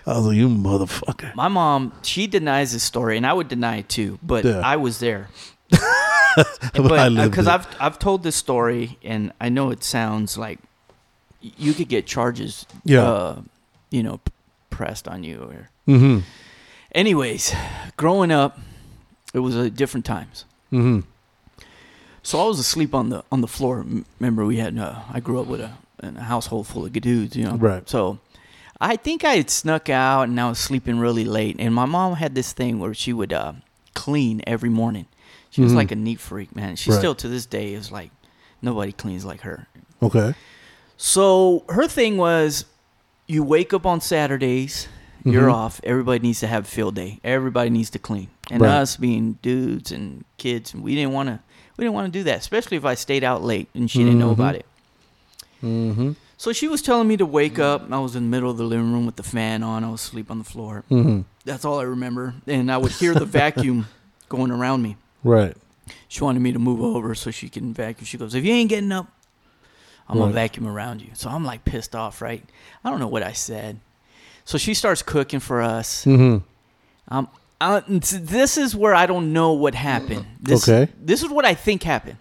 Speaker 1: <laughs> I was like, "You motherfucker!" <laughs>
Speaker 2: My mom, she denies this story, and I would deny it too. But
Speaker 1: Yeah.
Speaker 2: I was there.
Speaker 1: <laughs> But I lived
Speaker 2: because
Speaker 1: it.
Speaker 2: uh, I've I've told this story, and I know it sounds like y- you could get charges,
Speaker 1: Yeah.
Speaker 2: uh, you know, p- pressed on you. Or
Speaker 1: Mm-hmm.
Speaker 2: anyways, growing up, it was a different times.
Speaker 1: Mm-hmm.
Speaker 2: So I was asleep on the on the floor. M- Remember, we had uh, I grew up with a, in a household full of good dudes, you know.
Speaker 1: Right.
Speaker 2: So I think I had snuck out and I was sleeping really late. And my mom had this thing where she would uh, clean every morning. She was
Speaker 1: Mhm.
Speaker 2: like a neat freak, man. She
Speaker 1: Right.
Speaker 2: still to this day is like nobody cleans like her.
Speaker 1: Okay.
Speaker 2: So her thing was, you wake up on Saturdays, you're
Speaker 1: Mhm.
Speaker 2: off. Everybody needs to have field day. Everybody needs to clean. And
Speaker 1: Right.
Speaker 2: us being dudes and kids, we didn't want to. We didn't want to do that, especially if I stayed out late and she didn't know
Speaker 1: Mhm.
Speaker 2: about it.
Speaker 1: Mm-hmm.
Speaker 2: So she was telling me to wake up. I was in the middle of the living room with the fan on. I was asleep on the floor.
Speaker 1: Mm-hmm.
Speaker 2: That's all I remember. And I would hear the vacuum going around me.
Speaker 1: Right.
Speaker 2: She wanted me to move over so she can vacuum. She goes, If you ain't getting up, I'm going
Speaker 1: Right.
Speaker 2: to vacuum around you. So I'm like pissed off, right? I don't know what I said. So she starts cooking for us.
Speaker 1: Mm-hmm.
Speaker 2: Um, I, this is where I don't know what happened. This,
Speaker 1: Okay.
Speaker 2: This is what I think happened.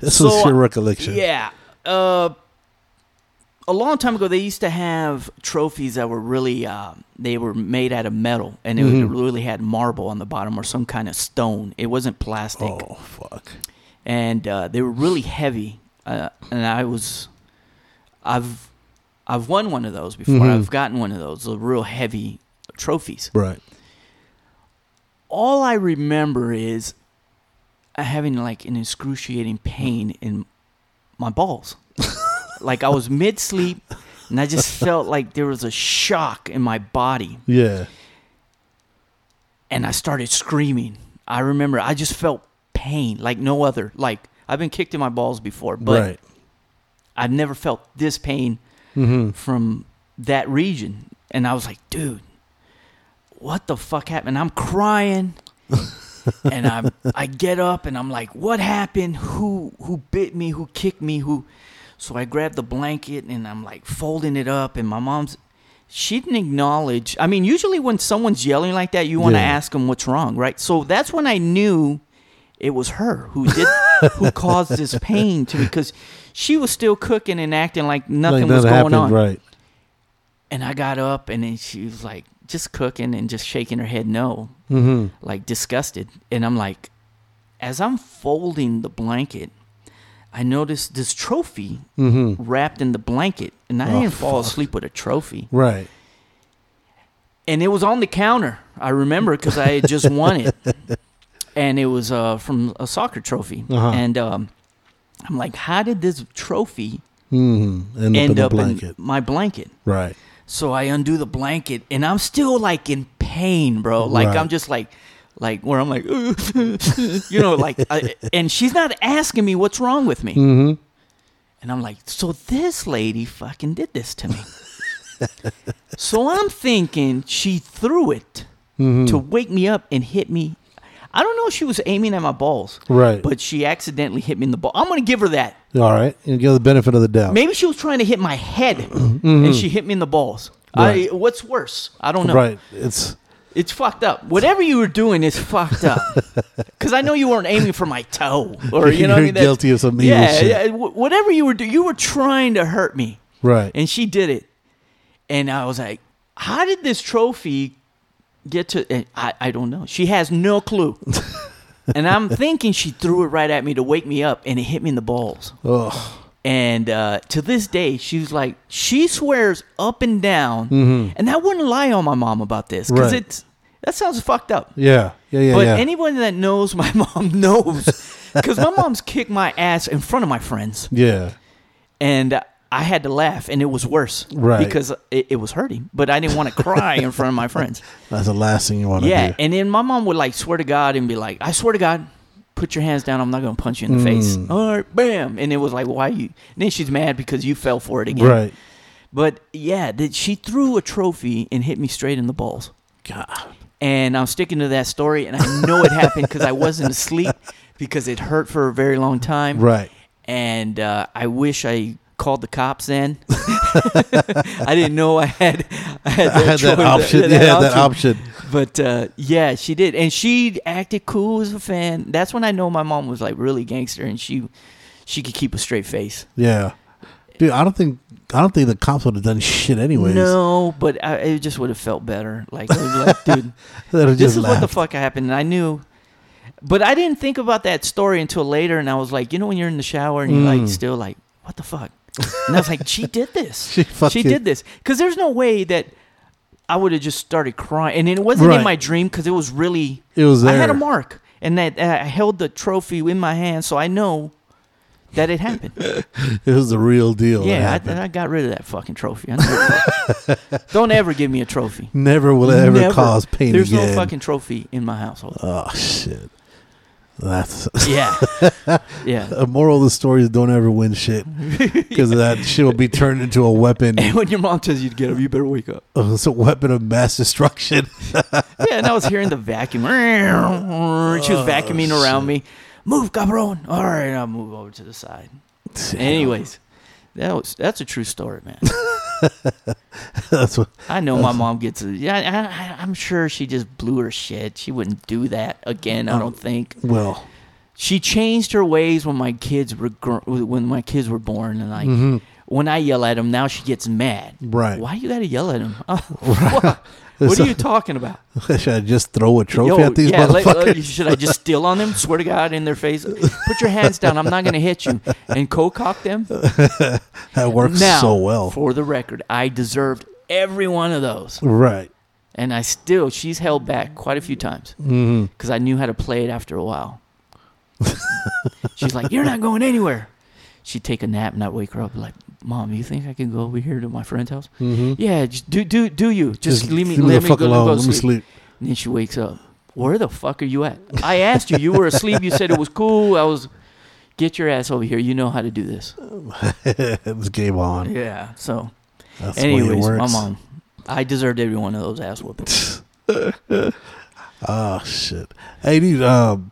Speaker 1: This
Speaker 2: So,
Speaker 1: was your recollection.
Speaker 2: Yeah. Uh, a long time ago, they used to have trophies that were really, um, they were made out of metal and it
Speaker 1: Mhm.
Speaker 2: really had marble on the bottom or some kind of stone. It wasn't plastic.
Speaker 1: Oh fuck.
Speaker 2: And uh, they were really heavy. Uh, and I was, I've, I've won one of those before.
Speaker 1: Mhm.
Speaker 2: I've gotten one of those, the real heavy trophies.
Speaker 1: Right.
Speaker 2: all I remember is uh, having like an excruciating pain in my balls. like I was mid sleep and I just felt like there was a shock in my body
Speaker 1: Yeah.
Speaker 2: and I started screaming. I remember I just felt pain like no other. Like I've been kicked in my balls before, but
Speaker 1: right.
Speaker 2: I've never felt this pain
Speaker 1: Mm-hmm.
Speaker 2: from that region. And I was like, dude, what the fuck happened? I'm
Speaker 1: <laughs>
Speaker 2: crying. and I I get up and I'm like, what happened? Who who bit me? Who kicked me? Who so I grabbed the blanket and I'm like folding it up and my mom's she didn't acknowledge. I mean, usually when someone's yelling like that, you want to
Speaker 1: Yeah.
Speaker 2: ask them what's wrong, right? So that's when I knew it was her who did
Speaker 1: <laughs>
Speaker 2: who caused this pain to me because she was still cooking and acting like nothing
Speaker 1: Like,
Speaker 2: was going
Speaker 1: happened,
Speaker 2: on.
Speaker 1: Right.
Speaker 2: And I got up and then she was like just cooking and just shaking her head no,
Speaker 1: Mm-hmm.
Speaker 2: like disgusted. And I'm like, as I'm folding the blanket, I noticed this trophy
Speaker 1: Mm-hmm.
Speaker 2: wrapped in the blanket. And I
Speaker 1: Oh,
Speaker 2: didn't fall
Speaker 1: fuck.
Speaker 2: asleep with a trophy.
Speaker 1: Right.
Speaker 2: And it was on the counter. I remember because I had just
Speaker 1: <laughs>
Speaker 2: won it. And it was uh, from a soccer trophy.
Speaker 1: Uh-huh.
Speaker 2: And um, I'm like, how did this trophy
Speaker 1: Mm-hmm. End,
Speaker 2: end
Speaker 1: up
Speaker 2: up
Speaker 1: in a blanket.
Speaker 2: in my blanket?
Speaker 1: right.
Speaker 2: So I undo the blanket, and I'm still like in pain, bro. Like
Speaker 1: Right.
Speaker 2: I'm just like, like where I'm like, <laughs> you know, like, I, and she's not asking me what's wrong with me,
Speaker 1: Mm-hmm.
Speaker 2: and I'm like, so this lady fucking did this to me. <laughs> so I'm thinking she threw it
Speaker 1: Mm-hmm.
Speaker 2: to wake me up and hit me. I don't know if she was aiming at my balls,
Speaker 1: Right.
Speaker 2: but she accidentally hit me in the ball. I'm gonna give her that.
Speaker 1: All right. You give the benefit of the doubt.
Speaker 2: Maybe she was trying to hit my head, and she hit me in the balls.
Speaker 1: Right.
Speaker 2: I, what's worse? I don't know.
Speaker 1: Right. It's
Speaker 2: It's fucked up. Whatever you were doing is fucked
Speaker 1: <laughs>
Speaker 2: up. Because I know you weren't aiming for my toe, or you know, what
Speaker 1: You're
Speaker 2: I mean? That's-
Speaker 1: guilty of some evil
Speaker 2: Yeah,
Speaker 1: shit.
Speaker 2: yeah. Wh- Whatever you were doing, you were trying to hurt me,
Speaker 1: right.
Speaker 2: and she did it. And I was like, "How did this trophy get to?" And I, I don't know. She has
Speaker 1: <laughs>
Speaker 2: no clue. and I'm thinking she threw it right at me to wake me up, and it hit me in the balls.
Speaker 1: Ugh.
Speaker 2: And uh, to this day, she's like, she swears up and down, and I wouldn't lie on my mom about this because
Speaker 1: Mm-hmm. Right.
Speaker 2: it's that sounds fucked up.
Speaker 1: Yeah. Yeah. Yeah.
Speaker 2: But
Speaker 1: yeah.
Speaker 2: anyone that knows my <laughs> mom knows because my mom's kicked my ass in front of my friends,
Speaker 1: yeah.
Speaker 2: and I had to laugh, and it was worse
Speaker 1: Right.
Speaker 2: because it, it was hurting, but I didn't want to cry in front of my
Speaker 1: <laughs>
Speaker 2: friends.
Speaker 1: That's the last thing you want to
Speaker 2: Yeah,
Speaker 1: do.
Speaker 2: and then my mom would like swear to God and be like, "I swear to God." Put your hands down. I'm not gonna punch you in the
Speaker 1: Mm.
Speaker 2: face. All right, bam. And it was like, why you? And then she's mad because you fell for it again.
Speaker 1: Right.
Speaker 2: But yeah, that she threw a trophy and hit me straight in the balls.
Speaker 1: God.
Speaker 2: And I'm sticking to that story, and I know it happened because I wasn't asleep because it hurt for a very long time.
Speaker 1: Right.
Speaker 2: And uh, I wish I called the cops then. <laughs> I didn't know I had I had <laughs> that,
Speaker 1: I had <laughs> that
Speaker 2: choice-
Speaker 1: option.
Speaker 2: <laughs> that
Speaker 1: yeah, that option.
Speaker 2: But uh, yeah, she did, and she acted cool as a fan. That's when I know my mom was like really gangster, and she she could keep a straight face.
Speaker 1: Yeah. Dude, I don't think I don't think the cops would have done shit anyways.
Speaker 2: No, but I, it just would have felt better. Like, I was like, dude,
Speaker 1: They'd have
Speaker 2: this
Speaker 1: just
Speaker 2: is what the
Speaker 1: laughed.
Speaker 2: fuck happened. And I knew, but I didn't think about that story until later. And I was like, you know, when you're in the shower and you're
Speaker 1: Mm.
Speaker 2: like still like, what the fuck? And I was
Speaker 1: <laughs>
Speaker 2: like, she did this.
Speaker 1: She fucking-
Speaker 2: did this because there's no way that I would have just started crying. And it wasn't
Speaker 1: Right.
Speaker 2: in my dream because it was really.
Speaker 1: It was
Speaker 2: I had a
Speaker 1: there.
Speaker 2: mark, and that and I held the trophy in my hand, so I know. That
Speaker 1: <laughs>
Speaker 2: it happened.
Speaker 1: It was the real deal. that
Speaker 2: yeah, I,
Speaker 1: happened.
Speaker 2: and I got rid of that fucking trophy. I never-
Speaker 1: <laughs>
Speaker 2: Don't ever give me a trophy.
Speaker 1: never will it ever
Speaker 2: Never.
Speaker 1: cause pain
Speaker 2: There's
Speaker 1: again.
Speaker 2: no fucking trophy in my household.
Speaker 1: oh shit. That's <laughs>
Speaker 2: <laughs> Yeah. yeah.
Speaker 1: the moral of the story is don't ever win
Speaker 2: <laughs>
Speaker 1: shit because that shit will be turned into a weapon.
Speaker 2: And when your mom tells you to get up, you better wake up.
Speaker 1: Oh, <laughs> It's a weapon of mass
Speaker 2: <laughs>
Speaker 1: destruction.
Speaker 2: Yeah, and I was hearing the vacuum. She was vacuuming around me. Move, cabron. All right, I'll move over to the side. Anyways, that was that's a true story, man.
Speaker 1: <laughs> that's what.
Speaker 2: I know <laughs> my mom gets it. Yeah, I, I, I'm sure she just blew her shit. She wouldn't do that again. I don't think
Speaker 1: Well, <laughs>
Speaker 2: she changed her ways when my kids were gr- when my kids were born, and like when I yell at them now, she gets mad.
Speaker 1: Mm-hmm. Right.
Speaker 2: Why you gotta yell at <laughs> them?
Speaker 1: <laughs>
Speaker 2: what? What are you talking about?
Speaker 1: should I just throw a trophy
Speaker 2: Yo,
Speaker 1: at these
Speaker 2: yeah, let-
Speaker 1: motherfuckers?
Speaker 2: uh, should I just steal on them? Swear to God, in their face. Put your hands down. I'm not going to hit you. And co-cock them.
Speaker 1: that works
Speaker 2: Now,
Speaker 1: so well.
Speaker 2: for the record, I deserved every one of those.
Speaker 1: right.
Speaker 2: And I still, she's held back quite a few times.
Speaker 1: Mm-hmm.
Speaker 2: Because I knew how to play it after a while. she's like, you're not going anywhere. She'd take a nap and I'd wake her up like, Mom, you think I can go over here to my friend's house? Yeah, just do do do you. Just, leave me, let me go, go
Speaker 1: Let Mm-hmm. me sleep.
Speaker 2: and then she wakes up. Where the fuck are you at? I asked you. You were asleep. You said it was cool. I was. Get your ass over here. You know how to do this.
Speaker 1: <laughs> it's game on.
Speaker 2: Yeah. So,
Speaker 1: That's the way it
Speaker 2: anyways,
Speaker 1: works.
Speaker 2: my mom. I deserved every one of those ass whoopings.
Speaker 1: <laughs> Oh shit. Hey, dude. Um,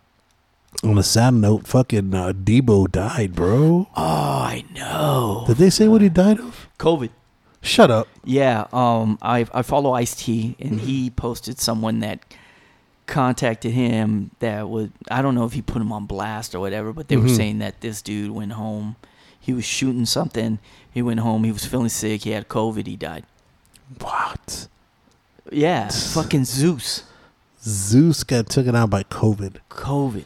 Speaker 1: on a sad note, fucking uh, Debo died, bro.
Speaker 2: Oh, I know.
Speaker 1: Did they say what he died of?
Speaker 2: COVID.
Speaker 1: Shut up.
Speaker 2: Yeah. Um. I I follow Ice T, and he posted someone that contacted him that would I don't know if he put him on blast or whatever, but they were
Speaker 1: Mhm.
Speaker 2: saying that this dude went home. He was shooting something. He went home. He was feeling sick. He had COVID. He died.
Speaker 1: What?
Speaker 2: Yeah, fucking Zeus,
Speaker 1: Zeus got taken out by COVID.
Speaker 2: COVID,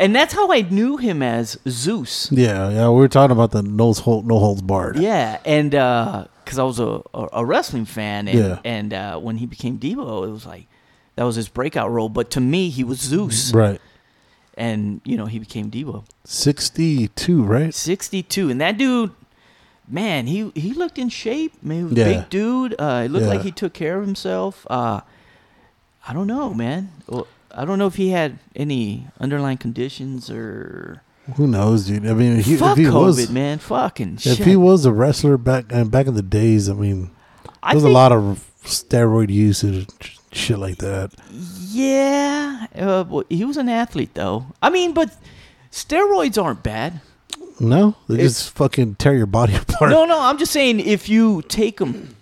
Speaker 2: and that's how I knew him as Zeus.
Speaker 1: Yeah, yeah. We were talking about the no hold, no holds barred.
Speaker 2: Yeah, and because I was a, a, a wrestling fan, and,
Speaker 1: Yeah.
Speaker 2: and uh, when he became Debo, it was like that was his breakout role. But to me, he was Zeus,
Speaker 1: Right.
Speaker 2: and you know he became Debo,
Speaker 1: Sixty-two. Right.
Speaker 2: sixty-two, and that dude. Man, he, he looked in shape. Man, he was a
Speaker 1: Yeah.
Speaker 2: big dude. Uh, it looked
Speaker 1: Yeah.
Speaker 2: like he took care of himself. Uh, I don't know, man. Well, I don't know if he had any underlying conditions or
Speaker 1: Who knows, dude? I mean, he,
Speaker 2: Fuck
Speaker 1: if he
Speaker 2: COVID,
Speaker 1: was,
Speaker 2: man. Fucking
Speaker 1: if
Speaker 2: shit.
Speaker 1: he was a wrestler back uh, back in the days, I mean,
Speaker 2: I
Speaker 1: there's
Speaker 2: think-
Speaker 1: a lot of steroid use and sh- shit like that.
Speaker 2: Yeah, uh, well, he was an athlete though. I mean, but steroids aren't bad.
Speaker 1: No, they
Speaker 2: It's-
Speaker 1: just fucking tear your body <laughs> apart.
Speaker 2: No, no. I'm just saying if you take them,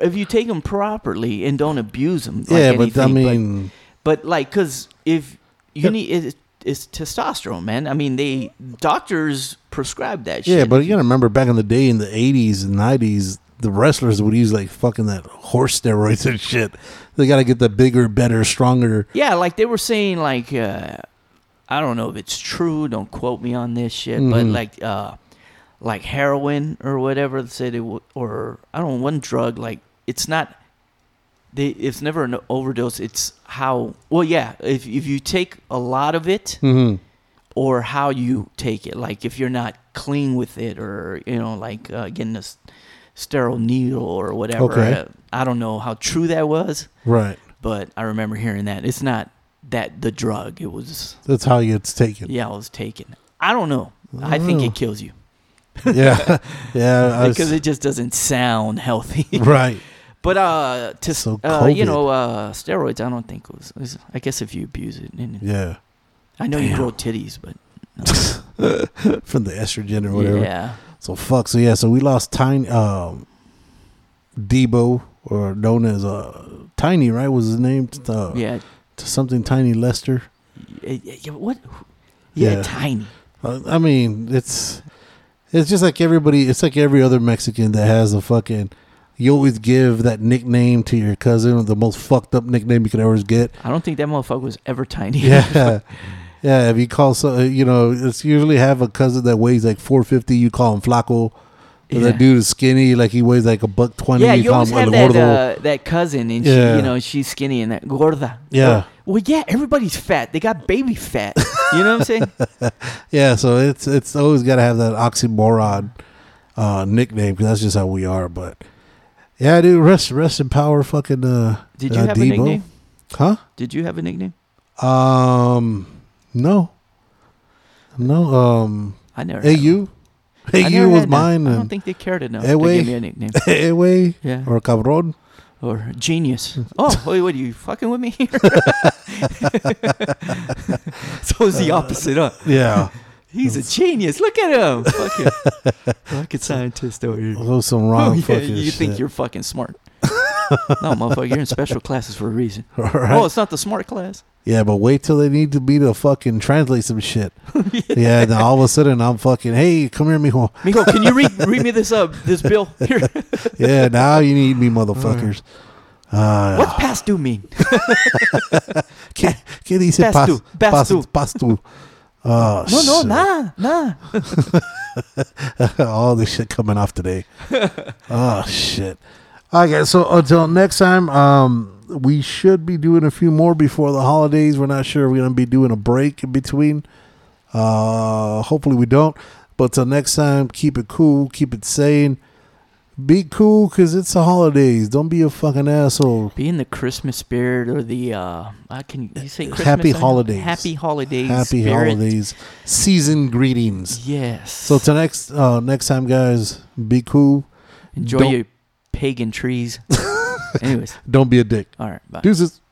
Speaker 2: if you take them properly and don't abuse them.
Speaker 1: yeah, but I mean,
Speaker 2: but, like, cause if you
Speaker 1: Yeah.
Speaker 2: need it, it's testosterone, man. I mean, they doctors prescribe that shit.
Speaker 1: yeah, but you gotta remember back in the day in the '80s and '90s, the wrestlers would use like fucking that horse steroids and shit. They gotta get the bigger, better, stronger.
Speaker 2: Yeah, like they were saying, like uh, I don't know if it's true. Don't quote me on this shit, but like uh, like heroin or whatever they said it w- or I don't know, one drug. Like it's not. They, it's never an overdose. It's how well, yeah. If if you take a lot of it, or how you take it, like if you're not clean with it, or you know, like uh, getting a s- sterile needle or whatever.
Speaker 1: Okay.
Speaker 2: Uh, I don't know how true that was
Speaker 1: Right.
Speaker 2: but I remember hearing that it's not that the drug. It was
Speaker 1: That's how it's taken.
Speaker 2: yeah, it was taken. I don't know. I think it kills you
Speaker 1: <laughs> yeah,
Speaker 2: <laughs>
Speaker 1: yeah. I was-
Speaker 2: because it just doesn't sound healthy.
Speaker 1: <laughs> right.
Speaker 2: but uh, to s-
Speaker 1: So
Speaker 2: uh, you
Speaker 1: COVID.
Speaker 2: know, uh, steroids. I don't think was, was. I guess if you abuse it, and
Speaker 1: Yeah, <laughs>
Speaker 2: I know you
Speaker 1: Damn.
Speaker 2: grow titties, but
Speaker 1: from the estrogen or whatever.
Speaker 2: yeah,
Speaker 1: So fuck. So yeah. So we lost Tiny um, Debo, or known as uh, Tiny, right? Was his name? Uh,
Speaker 2: yeah,
Speaker 1: To something Tiny Lester.
Speaker 2: yeah, yeah, What? Yeah,
Speaker 1: Yeah.
Speaker 2: tiny.
Speaker 1: Uh, I mean, it's it's just like everybody. It's like every other Mexican that has a fucking. You always give that nickname to your cousin, the most fucked up nickname you could ever
Speaker 2: <laughs>
Speaker 1: get.
Speaker 2: I don't think that motherfucker was ever tiny.
Speaker 1: Yeah. Yeah, if you call so, uh, you know, it's usually have a cousin that weighs like 450. You call him Flaco. But
Speaker 2: Yeah.
Speaker 1: That dude is skinny, like he weighs like a buck twenty.
Speaker 2: Yeah, you
Speaker 1: call
Speaker 2: always
Speaker 1: him
Speaker 2: have
Speaker 1: El
Speaker 2: that,
Speaker 1: Gordo.
Speaker 2: uh, that cousin, and she,
Speaker 1: Yeah.
Speaker 2: you know she's skinny and that gorda.
Speaker 1: Yeah.
Speaker 2: Well, well, yeah, everybody's fat. They got baby fat. You know what I'm
Speaker 1: <laughs>
Speaker 2: saying?
Speaker 1: Yeah, so it's it's always got to have that oxymoron uh, nickname because that's just how we are. But yeah, dude, rest rest in power, fucking. Uh,
Speaker 2: Did you
Speaker 1: uh,
Speaker 2: have a
Speaker 1: Debo.
Speaker 2: nickname?
Speaker 1: Huh?
Speaker 2: Did you have a nickname?
Speaker 1: Um, no, no. Um,
Speaker 2: I never.
Speaker 1: hey
Speaker 2: had one.
Speaker 1: you, hey
Speaker 2: I
Speaker 1: you
Speaker 2: never
Speaker 1: was
Speaker 2: had none.
Speaker 1: mine. uh,
Speaker 2: I don't
Speaker 1: and <laughs>
Speaker 2: think they cared enough
Speaker 1: Eh,
Speaker 2: to
Speaker 1: wey.
Speaker 2: give me a nickname
Speaker 1: <laughs> hey way
Speaker 2: Yeah.
Speaker 1: or cabron.
Speaker 2: or genius.
Speaker 1: <laughs>
Speaker 2: Oh, wait, what are you fucking with me here? <laughs> so it's the
Speaker 1: Uh,
Speaker 2: opposite, huh?
Speaker 1: Yeah,
Speaker 2: He's a genius. Look at him, fucking rocket scientist over
Speaker 1: <laughs>
Speaker 2: here.
Speaker 1: those some wrong
Speaker 2: Oh, <laughs> yeah,
Speaker 1: fucking.
Speaker 2: you think
Speaker 1: shit. <laughs>
Speaker 2: you're fucking smart? no, motherfucker, you're in special classes for a reason.
Speaker 1: <laughs> Right?
Speaker 2: Oh, it's not the smart class.
Speaker 1: Yeah, but wait till they need to be to fucking translate some
Speaker 2: <laughs>
Speaker 1: shit. yeah, and all of a sudden I'm fucking. Hey, come here, mijo.
Speaker 2: Mijo, can you read read me this uh this bill <laughs> here?
Speaker 1: Yeah, now you need me,
Speaker 2: <laughs>
Speaker 1: motherfuckers. Uh,
Speaker 2: What's past due
Speaker 1: <laughs>
Speaker 2: mean?
Speaker 1: ¿Qué, qué dice
Speaker 2: Past due, past due.
Speaker 1: pastu? Oh,
Speaker 2: No, no,
Speaker 1: shit.
Speaker 2: nah, nah.
Speaker 1: <laughs> all this shit coming off
Speaker 2: <laughs>
Speaker 1: today. oh shit. Okay, so until next time, um, we should be doing a few more before the holidays. We're not sure if we're gonna be doing a break in between. Uh, hopefully we don't. But till next time, keep it cool, keep it sane. Be cool, cause it's the holidays. Don't be a fucking asshole.
Speaker 2: Be in the Christmas spirit or the uh, I can you say Christmas
Speaker 1: Happy
Speaker 2: on it?
Speaker 1: holidays.
Speaker 2: Happy holidays.
Speaker 1: Happy
Speaker 2: spirit.
Speaker 1: holidays, season greetings.
Speaker 2: Yes.
Speaker 1: So till next uh, next time, guys, be cool.
Speaker 2: enjoy
Speaker 1: don't- <laughs>
Speaker 2: your pagan trees. Anyways,
Speaker 1: Don't be a dick.
Speaker 2: all right, bye.
Speaker 1: Deuces.